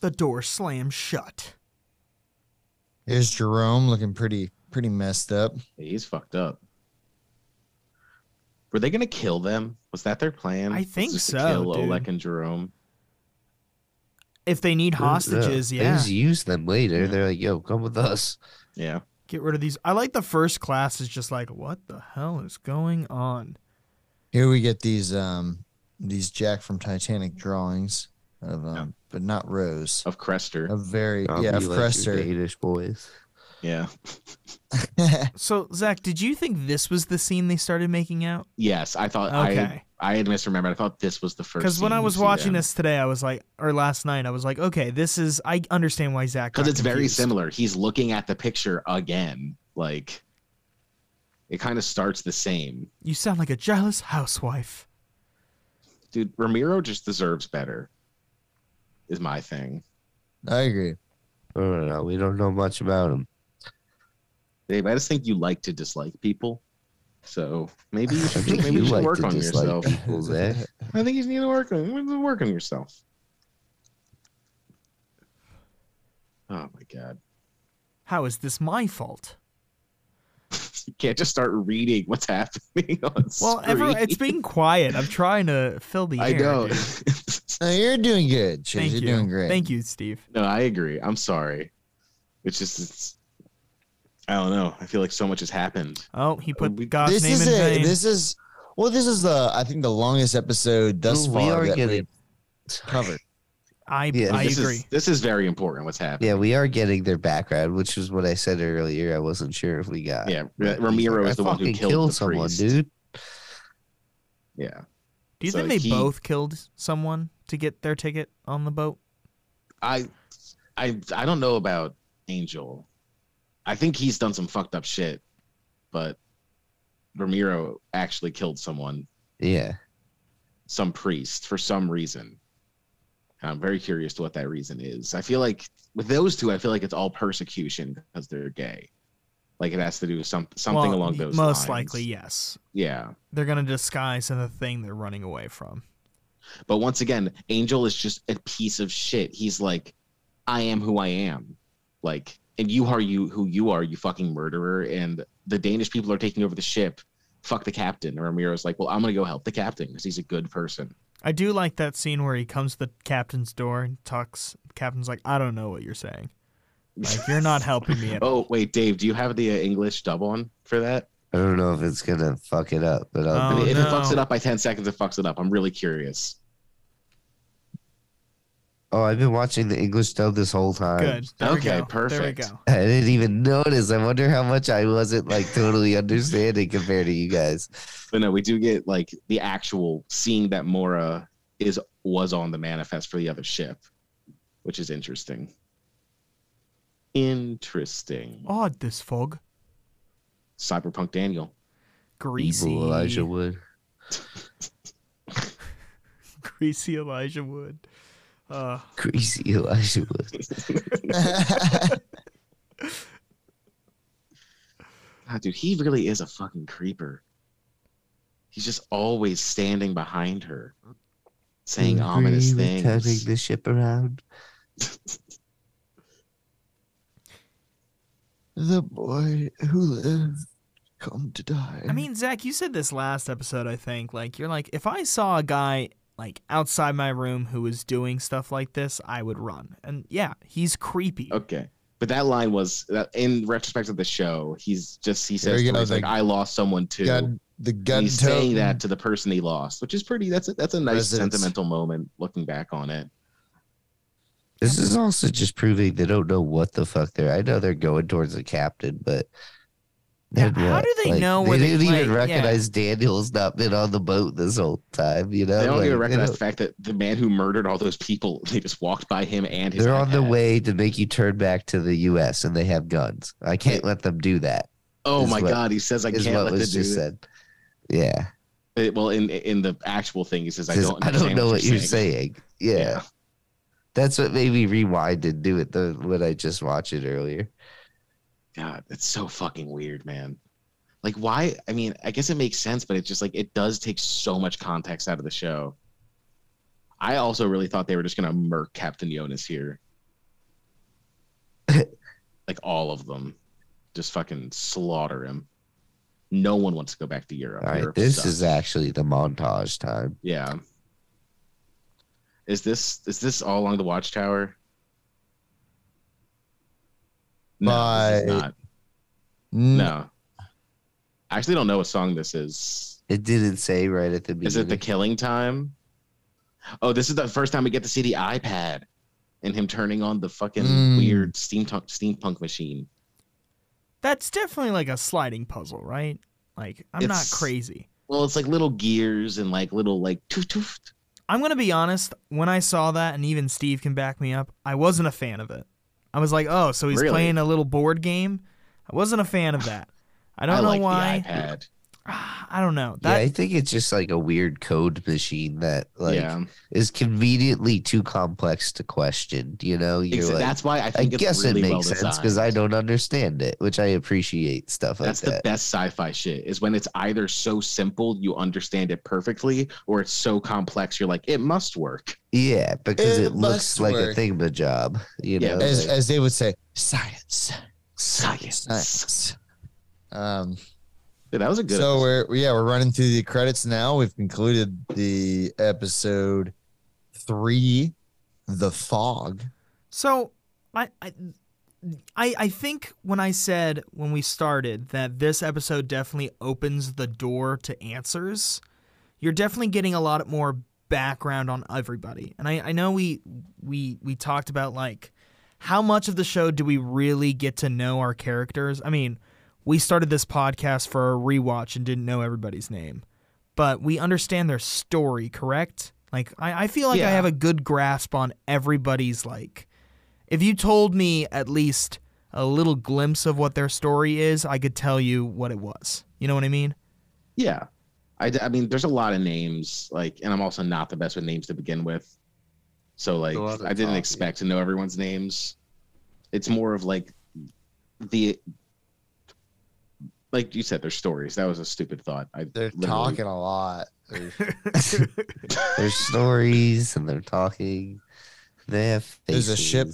[SPEAKER 1] The door slams shut.
[SPEAKER 3] Here's Jerome looking pretty pretty messed up.
[SPEAKER 4] He's fucked up. Were they gonna kill them? Was that their plan?
[SPEAKER 1] I
[SPEAKER 4] Was
[SPEAKER 1] think
[SPEAKER 4] just to
[SPEAKER 1] so,
[SPEAKER 4] Kill
[SPEAKER 1] dude.
[SPEAKER 4] Oleg and Jerome.
[SPEAKER 1] If they need *laughs* hostages,
[SPEAKER 2] They
[SPEAKER 1] yeah.
[SPEAKER 2] just use them later. They're like, yo, come with us.
[SPEAKER 4] Yeah,
[SPEAKER 1] Get rid of these. I like the first class is just like, what the hell is going on?
[SPEAKER 3] Here we get these um these Jack from Titanic drawings of um but not Rose.
[SPEAKER 4] of Crester.
[SPEAKER 3] A very
[SPEAKER 2] I'll
[SPEAKER 3] yeah,
[SPEAKER 2] be
[SPEAKER 3] of
[SPEAKER 2] like your
[SPEAKER 3] Crester.
[SPEAKER 2] Danish boys.
[SPEAKER 4] Yeah,
[SPEAKER 1] So Zach, did you think this was the scene they started making out?
[SPEAKER 4] yes. I thought
[SPEAKER 1] Okay,
[SPEAKER 4] I I had misremembered. I thought this was the first.
[SPEAKER 1] because when
[SPEAKER 4] scene
[SPEAKER 1] I
[SPEAKER 4] we
[SPEAKER 1] was
[SPEAKER 4] see
[SPEAKER 1] watching
[SPEAKER 4] them.
[SPEAKER 1] this today, I was like, or last night, I was like, okay, this is. I understand why Zach.
[SPEAKER 4] because
[SPEAKER 1] got
[SPEAKER 4] it's very
[SPEAKER 1] confused.
[SPEAKER 4] similar. He's looking at the picture again. Like it kind of starts the same.
[SPEAKER 1] You sound like a jealous housewife.
[SPEAKER 4] Dude, Ramiro just deserves better. Is my thing.
[SPEAKER 3] *laughs* I agree.
[SPEAKER 2] I don't know. We don't know much about *laughs* them.
[SPEAKER 4] Dave, I just think you like to dislike people. So
[SPEAKER 2] *laughs*
[SPEAKER 4] maybe you
[SPEAKER 2] I
[SPEAKER 4] should,
[SPEAKER 2] think
[SPEAKER 4] maybe
[SPEAKER 2] you
[SPEAKER 4] you should
[SPEAKER 2] like
[SPEAKER 4] work
[SPEAKER 2] to
[SPEAKER 4] on
[SPEAKER 2] dislike eh?
[SPEAKER 4] yourself.
[SPEAKER 2] people, *laughs* Zach.
[SPEAKER 4] I think you need to work on you need to work on yourself. Oh my god.
[SPEAKER 1] How is this my fault?
[SPEAKER 4] You can't just start reading what's happening on
[SPEAKER 1] Well, every,
[SPEAKER 4] screen.
[SPEAKER 1] it's
[SPEAKER 4] *laughs*
[SPEAKER 1] being quiet. I'm trying to fill the
[SPEAKER 4] I
[SPEAKER 1] air.
[SPEAKER 4] know.
[SPEAKER 1] dude.
[SPEAKER 3] No, you're doing good, Chase.
[SPEAKER 1] Thank
[SPEAKER 3] you're
[SPEAKER 1] you.
[SPEAKER 3] doing great.
[SPEAKER 1] Thank you, Steve.
[SPEAKER 4] *laughs* No, I agree. I'm sorry. It's just it's, I don't know. I feel like so much has happened.
[SPEAKER 1] Oh, he put
[SPEAKER 4] We-
[SPEAKER 1] God's
[SPEAKER 3] This
[SPEAKER 1] name
[SPEAKER 3] is
[SPEAKER 1] in
[SPEAKER 3] it.
[SPEAKER 1] vain.
[SPEAKER 3] This is well, this is the I think the longest episode thus
[SPEAKER 2] Ooh,
[SPEAKER 3] far
[SPEAKER 2] we are
[SPEAKER 3] that
[SPEAKER 2] getting.
[SPEAKER 3] we've covered.
[SPEAKER 1] I
[SPEAKER 2] Yeah,
[SPEAKER 1] I
[SPEAKER 4] this
[SPEAKER 1] agree.
[SPEAKER 4] Is, this is very important. What's
[SPEAKER 2] *laughs*
[SPEAKER 4] happening?
[SPEAKER 2] Yeah, we are getting their background, which is what I said earlier. I wasn't sure if we got.
[SPEAKER 4] Yeah,
[SPEAKER 2] But he's
[SPEAKER 4] Ramiro
[SPEAKER 2] like,
[SPEAKER 4] is
[SPEAKER 2] "I
[SPEAKER 4] the one who
[SPEAKER 2] fucking
[SPEAKER 4] killed the
[SPEAKER 2] someone,
[SPEAKER 4] priest."
[SPEAKER 2] dude.
[SPEAKER 4] Yeah.
[SPEAKER 1] Do you
[SPEAKER 4] so
[SPEAKER 1] think they
[SPEAKER 4] he-
[SPEAKER 1] both killed someone to get their ticket on the boat?
[SPEAKER 4] I, I, I don't know about Angel. I think he's done some fucked up shit, but Ramiro actually killed someone,
[SPEAKER 2] Yeah,
[SPEAKER 4] some priest, for some reason. And I'm very curious to what that reason is. I feel like with those two, I feel like it's all persecution because they're gay. Like it has to do with some, something
[SPEAKER 1] Well,
[SPEAKER 4] along those
[SPEAKER 1] Most
[SPEAKER 4] lines.
[SPEAKER 1] likely, yes.
[SPEAKER 4] Yeah.
[SPEAKER 1] They're gonna disguise the thing they're running away from.
[SPEAKER 4] But once again, Angel is just a piece of shit. He's like, I am who I am. Like, and you are you who you are, you fucking murderer. And the Danish people are taking over the ship. Fuck the captain. And Ramiro's like, well, I'm gonna go help the captain because he's a good person.
[SPEAKER 1] I do like that scene where he comes to the captain's door and talks. The captain's like, "I don't know what you're
[SPEAKER 4] *laughs*
[SPEAKER 1] saying. Like, you're not helping me at all."
[SPEAKER 4] Oh wait, Dave, do you have the uh, English dub on for that?
[SPEAKER 2] I don't know if it's gonna fuck it up, but I'll
[SPEAKER 1] Oh,
[SPEAKER 2] do it.
[SPEAKER 4] if
[SPEAKER 1] no.
[SPEAKER 4] it fucks it up by ten seconds, it fucks it up. I'm really curious.
[SPEAKER 2] Oh, I've been watching the English dub this whole time.
[SPEAKER 1] Good. There we
[SPEAKER 4] Okay,
[SPEAKER 1] go.
[SPEAKER 4] perfect.
[SPEAKER 1] There we go.
[SPEAKER 2] I didn't even notice. I wonder how much I wasn't like totally understanding compared to you guys.
[SPEAKER 4] But no, we do get like the actual seeing that Mora is was on the manifest for the other ship, which is interesting. Interesting.
[SPEAKER 1] Odd this fog.
[SPEAKER 4] Cyberpunk Daniel.
[SPEAKER 1] Greasy.
[SPEAKER 2] Evil Elijah Wood.
[SPEAKER 1] *laughs* Greasy Elijah Wood. Uh,
[SPEAKER 2] Greasy Elijah Wood.
[SPEAKER 4] God, Ah, dude, he really is a fucking creeper. He's just always standing behind her, saying
[SPEAKER 2] Angry
[SPEAKER 4] ominous
[SPEAKER 2] with Turning
[SPEAKER 4] things.
[SPEAKER 2] the ship around.
[SPEAKER 3] *laughs* the boy who lived come to die.
[SPEAKER 1] I mean, Zach, you said this last episode, I think. Like, you're like, if I saw a guy like outside my room who was doing stuff like this, I would run. And yeah, he's creepy.
[SPEAKER 4] Okay. But that line was that in retrospect of the show, he's just he says
[SPEAKER 3] There you
[SPEAKER 4] to
[SPEAKER 3] go,
[SPEAKER 4] her, he's like,
[SPEAKER 3] like,
[SPEAKER 4] I lost someone too.
[SPEAKER 3] God, the gun
[SPEAKER 4] he's saying that to the person he lost, which is pretty that's a that's a nice
[SPEAKER 3] Residents.
[SPEAKER 4] sentimental moment looking back on it.
[SPEAKER 2] This is also just proving they don't know what the fuck they're. I know they're going towards the captain, but
[SPEAKER 1] Yeah,
[SPEAKER 2] then
[SPEAKER 1] how
[SPEAKER 2] what?
[SPEAKER 1] do they
[SPEAKER 2] Like,
[SPEAKER 1] know
[SPEAKER 2] They
[SPEAKER 1] where they-
[SPEAKER 2] didn't even
[SPEAKER 1] like, yeah.
[SPEAKER 2] recognize Daniel's not been on the boat this whole time. You know,
[SPEAKER 4] They don't
[SPEAKER 2] Like,
[SPEAKER 4] even recognize
[SPEAKER 2] don't-
[SPEAKER 4] the fact that the man who murdered all those people, *laughs* they just walked by him and his
[SPEAKER 2] They're on the
[SPEAKER 4] iPad.
[SPEAKER 2] way to make you turn back to the U.S. and they have guns. I can't let them do that.
[SPEAKER 4] Oh
[SPEAKER 2] is
[SPEAKER 4] my
[SPEAKER 2] what-
[SPEAKER 4] god, he says I
[SPEAKER 2] Is
[SPEAKER 4] can't
[SPEAKER 2] what
[SPEAKER 4] let them
[SPEAKER 2] was
[SPEAKER 4] do
[SPEAKER 2] just
[SPEAKER 4] that.
[SPEAKER 2] said. Yeah,
[SPEAKER 4] It- well, in in the actual thing, he says, "I
[SPEAKER 2] Says,
[SPEAKER 4] don't,
[SPEAKER 2] I don't
[SPEAKER 4] understand
[SPEAKER 2] know what you're saying. Yeah.
[SPEAKER 4] Yeah.
[SPEAKER 2] that's what made me rewind and do it. The when I just watched it earlier.
[SPEAKER 4] God, that's so fucking weird, man. Like, why? I mean, I guess it makes sense, but it's just like it does take so much context out of the show. I also really thought they were just gonna murk Captain
[SPEAKER 2] *laughs*
[SPEAKER 4] Jonas here, like all of them, just fucking slaughter him. No one wants to go back to Europe.
[SPEAKER 2] All right,
[SPEAKER 4] Europe
[SPEAKER 2] this
[SPEAKER 4] sucks.
[SPEAKER 2] is actually the montage time.
[SPEAKER 4] yeah. Is this is this all along the Watchtower? No, this is
[SPEAKER 3] By-
[SPEAKER 4] not.
[SPEAKER 3] no.
[SPEAKER 4] No. I actually don't know what song this is.
[SPEAKER 2] It didn't say right at the beginning.
[SPEAKER 4] Is it The Killing Time? Oh, this is the first time we get to see the iPad and him turning on the fucking
[SPEAKER 3] Mm.
[SPEAKER 4] weird steampunk steampunk machine.
[SPEAKER 1] That's definitely like a sliding puzzle, right? Like, I'm
[SPEAKER 4] It's-
[SPEAKER 1] not crazy.
[SPEAKER 4] Well, it's like little gears and like little like toof toof.
[SPEAKER 1] I'm going to be honest. When I saw that, and even Steve can back me up, I wasn't a fan of it. I was like, oh, so he's
[SPEAKER 4] Really?
[SPEAKER 1] playing a little board game? I wasn't a fan of that. I don't know
[SPEAKER 4] like
[SPEAKER 1] why.
[SPEAKER 4] the iPad.
[SPEAKER 1] Ah, I don't know.
[SPEAKER 2] yeah,
[SPEAKER 1] That
[SPEAKER 2] I think it's just like a weird code machine that like
[SPEAKER 4] yeah,
[SPEAKER 2] is conveniently too complex to question. You know, you're
[SPEAKER 4] Exa-
[SPEAKER 2] like,
[SPEAKER 4] that's why I
[SPEAKER 2] I
[SPEAKER 4] think it's
[SPEAKER 2] guess
[SPEAKER 4] really
[SPEAKER 2] it makes
[SPEAKER 4] well
[SPEAKER 2] sense
[SPEAKER 4] designed.
[SPEAKER 2] because I don't understand it, which I appreciate stuff
[SPEAKER 4] That's
[SPEAKER 2] like
[SPEAKER 4] the
[SPEAKER 2] that.
[SPEAKER 4] best sci-fi shit is when it's either so simple you understand it perfectly, or it's so complex you're like it must work.
[SPEAKER 2] yeah, because
[SPEAKER 3] It
[SPEAKER 2] it, looks
[SPEAKER 3] must
[SPEAKER 2] like a
[SPEAKER 3] work.
[SPEAKER 2] thing but job. You
[SPEAKER 4] Yeah,
[SPEAKER 2] know,
[SPEAKER 3] As,
[SPEAKER 2] like,
[SPEAKER 3] as they would say, science.
[SPEAKER 4] Science.
[SPEAKER 3] Science. Um,
[SPEAKER 4] Dude, that was a good.
[SPEAKER 3] so we're yeah we're running through the credits now. We've concluded the episode three, the fog.
[SPEAKER 1] So I, I I I think when I said when we started that this episode definitely opens the door to answers, you're definitely getting a lot more background on everybody. And I, I know we we we talked about like how much of the show do we really get to know our characters? I mean, we started this podcast for a rewatch and didn't know everybody's name. But we understand their story, correct? Like I, I feel like I
[SPEAKER 4] Yeah.
[SPEAKER 1] have a good grasp on everybody's like if you told me at least a little glimpse of what their story is, I could tell you what it was. You know what I mean?
[SPEAKER 4] Yeah. I, d- I mean, there's a lot of names, like, and I'm also not the best with names to begin with. So, like,
[SPEAKER 2] A lot of
[SPEAKER 4] I didn't
[SPEAKER 2] coffee.
[SPEAKER 4] expect to know everyone's names. It's more of like the, like you said, their stories. That was a stupid thought. I
[SPEAKER 3] They're
[SPEAKER 4] literally-
[SPEAKER 3] talking a lot. *laughs* They're-
[SPEAKER 2] there's stories and they're talking. They have faces.
[SPEAKER 3] There's a ship.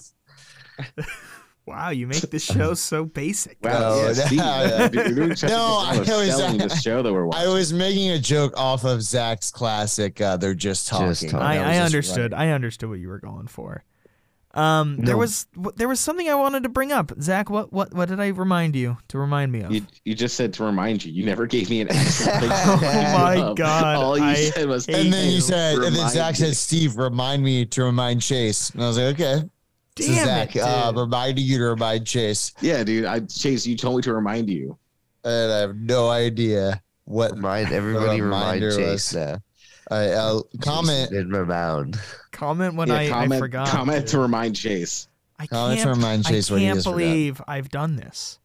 [SPEAKER 1] Wow, you make this show so basic.
[SPEAKER 4] *laughs* Wow,
[SPEAKER 3] No,
[SPEAKER 4] yeah, Steve,
[SPEAKER 3] no,
[SPEAKER 4] you're doing such a good
[SPEAKER 3] *laughs* no,
[SPEAKER 4] job of
[SPEAKER 3] I was-
[SPEAKER 4] selling this show that we're
[SPEAKER 3] I
[SPEAKER 4] watching.
[SPEAKER 3] was making a joke off of Zach's classic. Uh, they're just talking.
[SPEAKER 2] Just talking.
[SPEAKER 1] I,
[SPEAKER 3] That was
[SPEAKER 1] I
[SPEAKER 3] just
[SPEAKER 1] understood. I understood what you were going for. Um, there
[SPEAKER 2] No.
[SPEAKER 1] was w- there was something I wanted to bring up, Zach. What what what did I remind you to remind me of?
[SPEAKER 4] You, you just said to remind you. You never gave
[SPEAKER 3] *laughs*
[SPEAKER 4] me an actual thing. to
[SPEAKER 2] Oh
[SPEAKER 4] remind you
[SPEAKER 1] my
[SPEAKER 4] of.
[SPEAKER 1] God,
[SPEAKER 4] All you
[SPEAKER 1] I
[SPEAKER 4] said was,
[SPEAKER 1] hate
[SPEAKER 4] "Hey,
[SPEAKER 3] And then you
[SPEAKER 1] you.
[SPEAKER 3] said, and then
[SPEAKER 4] remind
[SPEAKER 3] Zach
[SPEAKER 4] me."
[SPEAKER 3] said, Steve, remind me to remind Chase. And I was like, okay. So
[SPEAKER 1] Damn
[SPEAKER 3] Zach,
[SPEAKER 1] it,
[SPEAKER 3] uh,
[SPEAKER 1] dude.
[SPEAKER 3] remind you to remind Chase.
[SPEAKER 4] "Yeah, dude, I Chase, you told me to remind you."
[SPEAKER 3] And I have no idea what *laughs*
[SPEAKER 2] Remind everybody, remind
[SPEAKER 3] reminder
[SPEAKER 2] Chase. Uh,
[SPEAKER 3] I, I'll comment.
[SPEAKER 2] Chase did rebound.
[SPEAKER 1] comment when
[SPEAKER 4] yeah,
[SPEAKER 1] I,
[SPEAKER 4] comment,
[SPEAKER 1] I forgot.
[SPEAKER 4] comment
[SPEAKER 1] dude.
[SPEAKER 4] to remind Chase.
[SPEAKER 1] I
[SPEAKER 3] Comment
[SPEAKER 1] can't,
[SPEAKER 3] to remind Chase
[SPEAKER 1] I
[SPEAKER 3] what he
[SPEAKER 1] can't
[SPEAKER 3] has forgotten.
[SPEAKER 1] believe I've done this.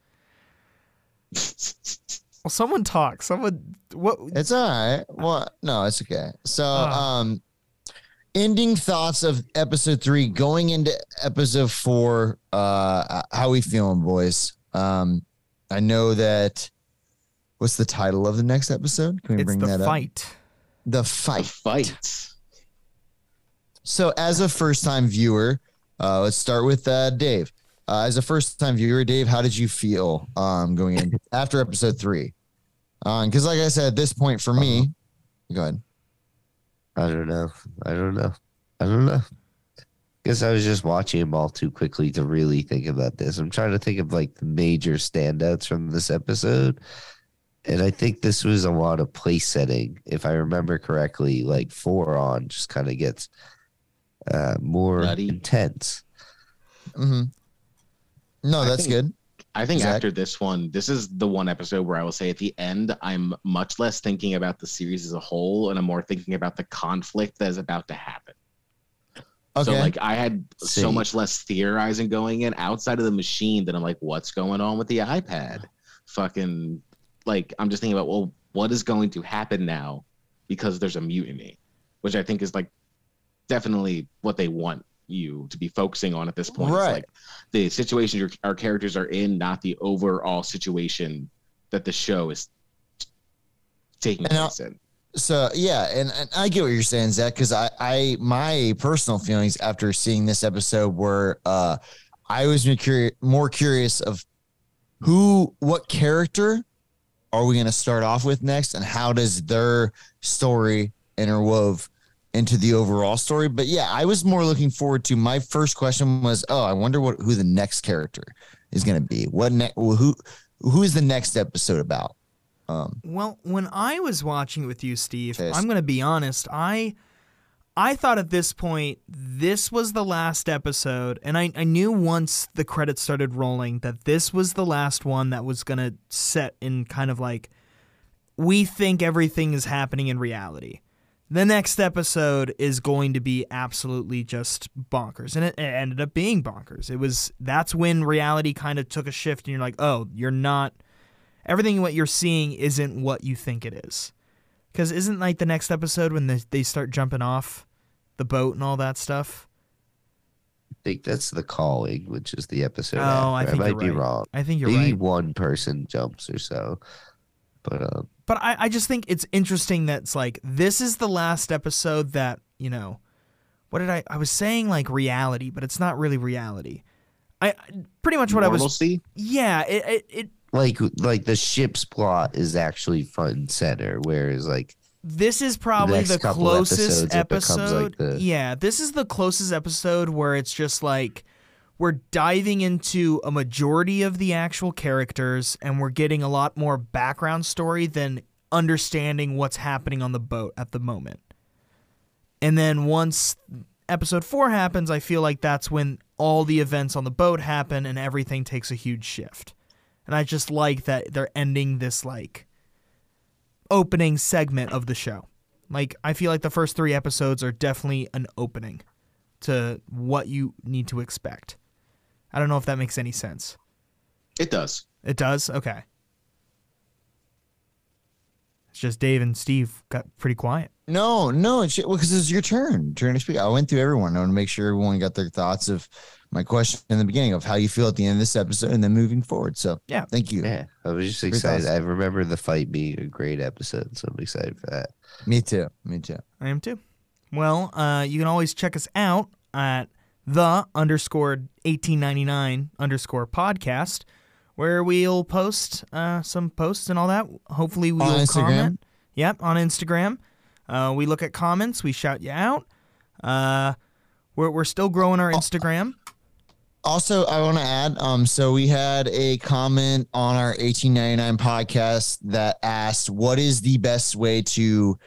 [SPEAKER 1] Well, someone talk. Someone what?
[SPEAKER 3] It's all right. Well, no, it's okay. So,
[SPEAKER 1] Ah.
[SPEAKER 3] um, ending thoughts of episode three, going into episode four. Uh, how we feeling, boys? Um, I know that. What's the title of the next episode? Can we
[SPEAKER 1] It's
[SPEAKER 3] bring
[SPEAKER 1] the
[SPEAKER 3] that up?
[SPEAKER 1] fight.
[SPEAKER 3] The
[SPEAKER 4] A
[SPEAKER 3] fight.
[SPEAKER 4] fight.
[SPEAKER 3] So, as a first-time viewer, uh, let's start with uh, Dave. Uh, as a first-time viewer, Dave, how did you feel um, going in after episode three? Because, like I said, at this point for me,
[SPEAKER 1] Uh-huh.
[SPEAKER 3] go ahead.
[SPEAKER 2] I don't know. I don't know. I don't know. Guess I was just watching them all too quickly to really think about this. I'm trying to think of like the major standouts from this episode. And I think this was a lot of place setting, if I remember correctly. Like four on just kind of gets uh, more
[SPEAKER 4] Bloody.
[SPEAKER 2] intense.
[SPEAKER 3] hmm Mm-hmm. No,
[SPEAKER 4] I
[SPEAKER 3] that's
[SPEAKER 4] think-
[SPEAKER 3] good.
[SPEAKER 4] I think
[SPEAKER 3] Zach?
[SPEAKER 4] after this one, this is the one episode where I will say at the end, I'm much less thinking about the series as a whole and I'm more thinking about the conflict that is about to happen.
[SPEAKER 3] Okay.
[SPEAKER 4] So, like, I had so
[SPEAKER 2] See.
[SPEAKER 4] much less theorizing going in outside of the machine that I'm like, what's going on with the iPad? Fucking, like, I'm just thinking about, well, what is going to happen now because there's a mutiny, which I think is like definitely what they want you to be focusing on at this point. It's
[SPEAKER 3] Right.
[SPEAKER 4] like the situation your, our characters are in, not the overall situation that the show is taking
[SPEAKER 3] And I'll-
[SPEAKER 4] place in.
[SPEAKER 3] so yeah, and, and I get what you're saying, Zach, because I, I my personal feelings after seeing this episode were uh I was more curious, more curious of who what character are we gonna start off with next and how does their story interwove into the overall story. But yeah, I was more looking forward to my first question was, oh, I wonder what who the next character is gonna be. What ne- who who is the next episode about? Um
[SPEAKER 1] Well, when I was watching with you, Steve,
[SPEAKER 3] Taste.
[SPEAKER 1] I'm going to be honest. I I thought at this point this was the last episode, and I, I knew once the credits started rolling that this was the last one that was going to set in kind of like we think everything is happening in reality. The next episode is going to be absolutely just bonkers, and it, it ended up being bonkers. It was that's when reality kind of took a shift, and you're like, oh, you're not everything what you're seeing isn't what you think it is. Because isn't like the next episode when they, they start jumping off the boat and all that stuff?
[SPEAKER 2] I think that's the calling, which is the episode.
[SPEAKER 1] Oh,
[SPEAKER 2] after.
[SPEAKER 1] I think
[SPEAKER 2] might
[SPEAKER 1] you're
[SPEAKER 2] be
[SPEAKER 1] right.
[SPEAKER 2] wrong.
[SPEAKER 1] I think you're
[SPEAKER 2] Maybe
[SPEAKER 1] right.
[SPEAKER 2] one person jumps or so. But um,
[SPEAKER 1] But I, I just think it's interesting that it's like this is the last episode that, you know, what did I I was saying like reality, but it's not really reality. I pretty much what I was
[SPEAKER 4] Normalcy?
[SPEAKER 1] Yeah, it it, it
[SPEAKER 2] like like the ship's plot is actually front and center, whereas like
[SPEAKER 1] this is probably
[SPEAKER 2] next
[SPEAKER 1] the
[SPEAKER 2] couple
[SPEAKER 1] closest
[SPEAKER 2] episodes, it becomes like
[SPEAKER 1] episode.
[SPEAKER 2] the-
[SPEAKER 1] Yeah, this is the closest episode where it's just like we're diving into a majority of the actual characters and we're getting a lot more background story than understanding what's happening on the boat at the moment. And then once episode 4 happens, I feel like that's when all the events on the boat happen and everything takes a huge shift. And I just like that they're ending this like opening segment of the show. Like I feel like the first 3 episodes are definitely an opening to what you need to expect. I don't know if that makes any sense.
[SPEAKER 4] It does.
[SPEAKER 1] It does. Okay. It's just Dave and Steve got pretty quiet.
[SPEAKER 3] No, no, it's because it's your turn. Turn to speak. I went through everyone. I want to make sure everyone got their thoughts of my question in the beginning of how you feel at the end of this episode and then moving forward. So
[SPEAKER 1] Yeah.
[SPEAKER 3] thank you.
[SPEAKER 2] yeah, Eh. I was just
[SPEAKER 3] Three
[SPEAKER 2] excited.
[SPEAKER 3] thousand.
[SPEAKER 2] I remember the fight being a great episode, so I'm excited for that.
[SPEAKER 3] Me too. Me too.
[SPEAKER 1] I am too. Well, uh, you can always check us out at the underscore eighteen ninety nine underscore podcast, where we'll post uh, some posts and all that. Hopefully, we'll
[SPEAKER 3] Instagram?
[SPEAKER 1] comment. Yep, on Instagram. Uh, we look at comments. We shout you out. Uh, We're we're still growing
[SPEAKER 2] Oh.
[SPEAKER 1] our Instagram.
[SPEAKER 3] Also, I want to add. Um, so we had a comment on our 1899 podcast that asked, "What is the best way to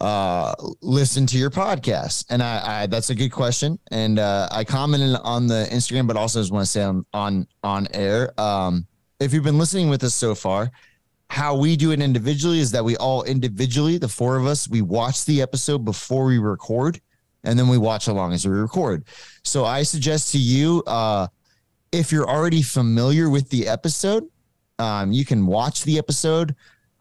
[SPEAKER 3] uh, listen to your podcast?" And I, I that's a good question. And uh, I commented on the Instagram, but also just want to say on on on air. Um, if you've been listening with us so far, how we do it individually is that we all individually, the four of us, we watch the episode before we record, and then we watch along as we record. So I suggest to you, uh, if you're already familiar with the episode, um, you can watch the episode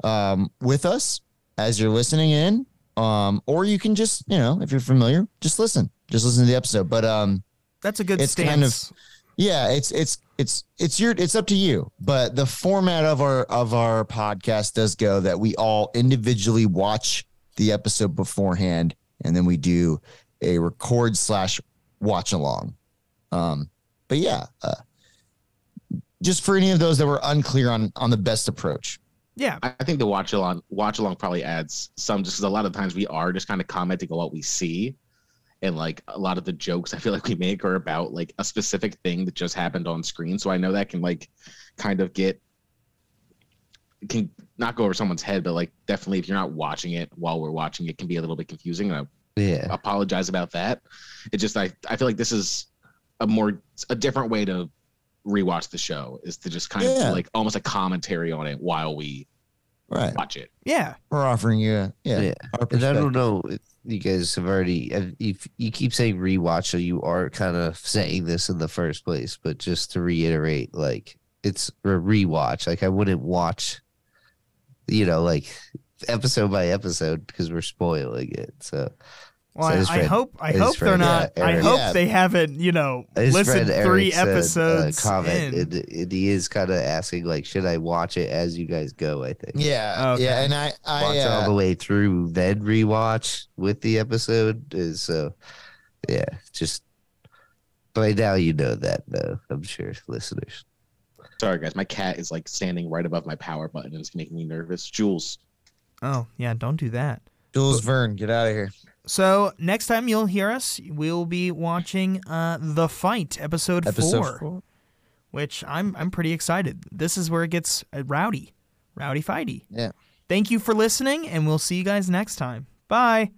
[SPEAKER 3] um, with us as you're listening in, um, or you can just, you know, if you're familiar, just listen, just listen to the episode. But um,
[SPEAKER 1] That's a good
[SPEAKER 3] It's
[SPEAKER 1] stance.
[SPEAKER 3] kind of- yeah, it's it's it's it's your it's up to you. But the format of our of our podcast does go that we all individually watch the episode beforehand, and then we do a record slash watch along. Um, but yeah, uh, just for any of those that were unclear on on the best approach.
[SPEAKER 1] yeah,
[SPEAKER 4] I I think the watch along watch along probably adds some just because a lot of times we are just kind of commenting on what we see, and like a lot of the jokes *laughs* I feel like we make are about like a specific thing that just happened on screen. So I know that can like kind of get can not go over someone's head, but like definitely if you're not watching it while we're watching it, can be a little bit confusing. And I
[SPEAKER 2] Yeah.
[SPEAKER 4] apologize about that. It just I I feel like this is a more a different way to rewatch the show is to just kind of
[SPEAKER 3] Yeah.
[SPEAKER 4] do like almost a commentary on it while we
[SPEAKER 3] Right,
[SPEAKER 4] watch it.
[SPEAKER 1] yeah.
[SPEAKER 3] we're offering you, a,
[SPEAKER 2] Yeah.
[SPEAKER 3] yeah, our
[SPEAKER 2] And I
[SPEAKER 3] perspective.
[SPEAKER 2] don't know if you guys have already, if- if you keep saying rewatch, so you are kind of saying this in the first place, but just to reiterate, like it's a rewatch. Like I wouldn't watch, you know, like episode by episode because we're spoiling it. So
[SPEAKER 1] Well,
[SPEAKER 2] So
[SPEAKER 1] I,
[SPEAKER 2] his
[SPEAKER 1] I
[SPEAKER 2] friend-
[SPEAKER 1] hope I
[SPEAKER 2] his
[SPEAKER 1] hope they're
[SPEAKER 2] friend,
[SPEAKER 1] not.
[SPEAKER 2] yeah,
[SPEAKER 1] I
[SPEAKER 2] Eric.
[SPEAKER 1] hope
[SPEAKER 3] Yeah.
[SPEAKER 1] they haven't. You know,
[SPEAKER 2] His
[SPEAKER 1] listened
[SPEAKER 2] friend
[SPEAKER 1] three
[SPEAKER 2] Eric said, uh,
[SPEAKER 1] episodes.
[SPEAKER 2] comment,
[SPEAKER 1] in.
[SPEAKER 2] and, and he is kind of asking, like, should I watch it as you guys go? I think.
[SPEAKER 3] yeah,
[SPEAKER 1] Okay.
[SPEAKER 3] yeah, and I, I
[SPEAKER 2] watch
[SPEAKER 3] uh,
[SPEAKER 2] all the way through, then rewatch with the episode. Is so, yeah, just by now you know that, though. I'm sure listeners.
[SPEAKER 4] Sorry, guys. My cat is like standing right above my power button and it's making me nervous. Jules,
[SPEAKER 1] Oh yeah, don't do that.
[SPEAKER 3] Jules Verne, get out of here.
[SPEAKER 1] So next time you'll hear us, we'll be watching uh, the fight episode,
[SPEAKER 3] Episode
[SPEAKER 1] four,
[SPEAKER 3] four.
[SPEAKER 1] which I'm I'm pretty excited. This is where it gets uh, rowdy, rowdy fighty.
[SPEAKER 3] Yeah.
[SPEAKER 1] Thank you for listening, and we'll see you guys next time. Bye.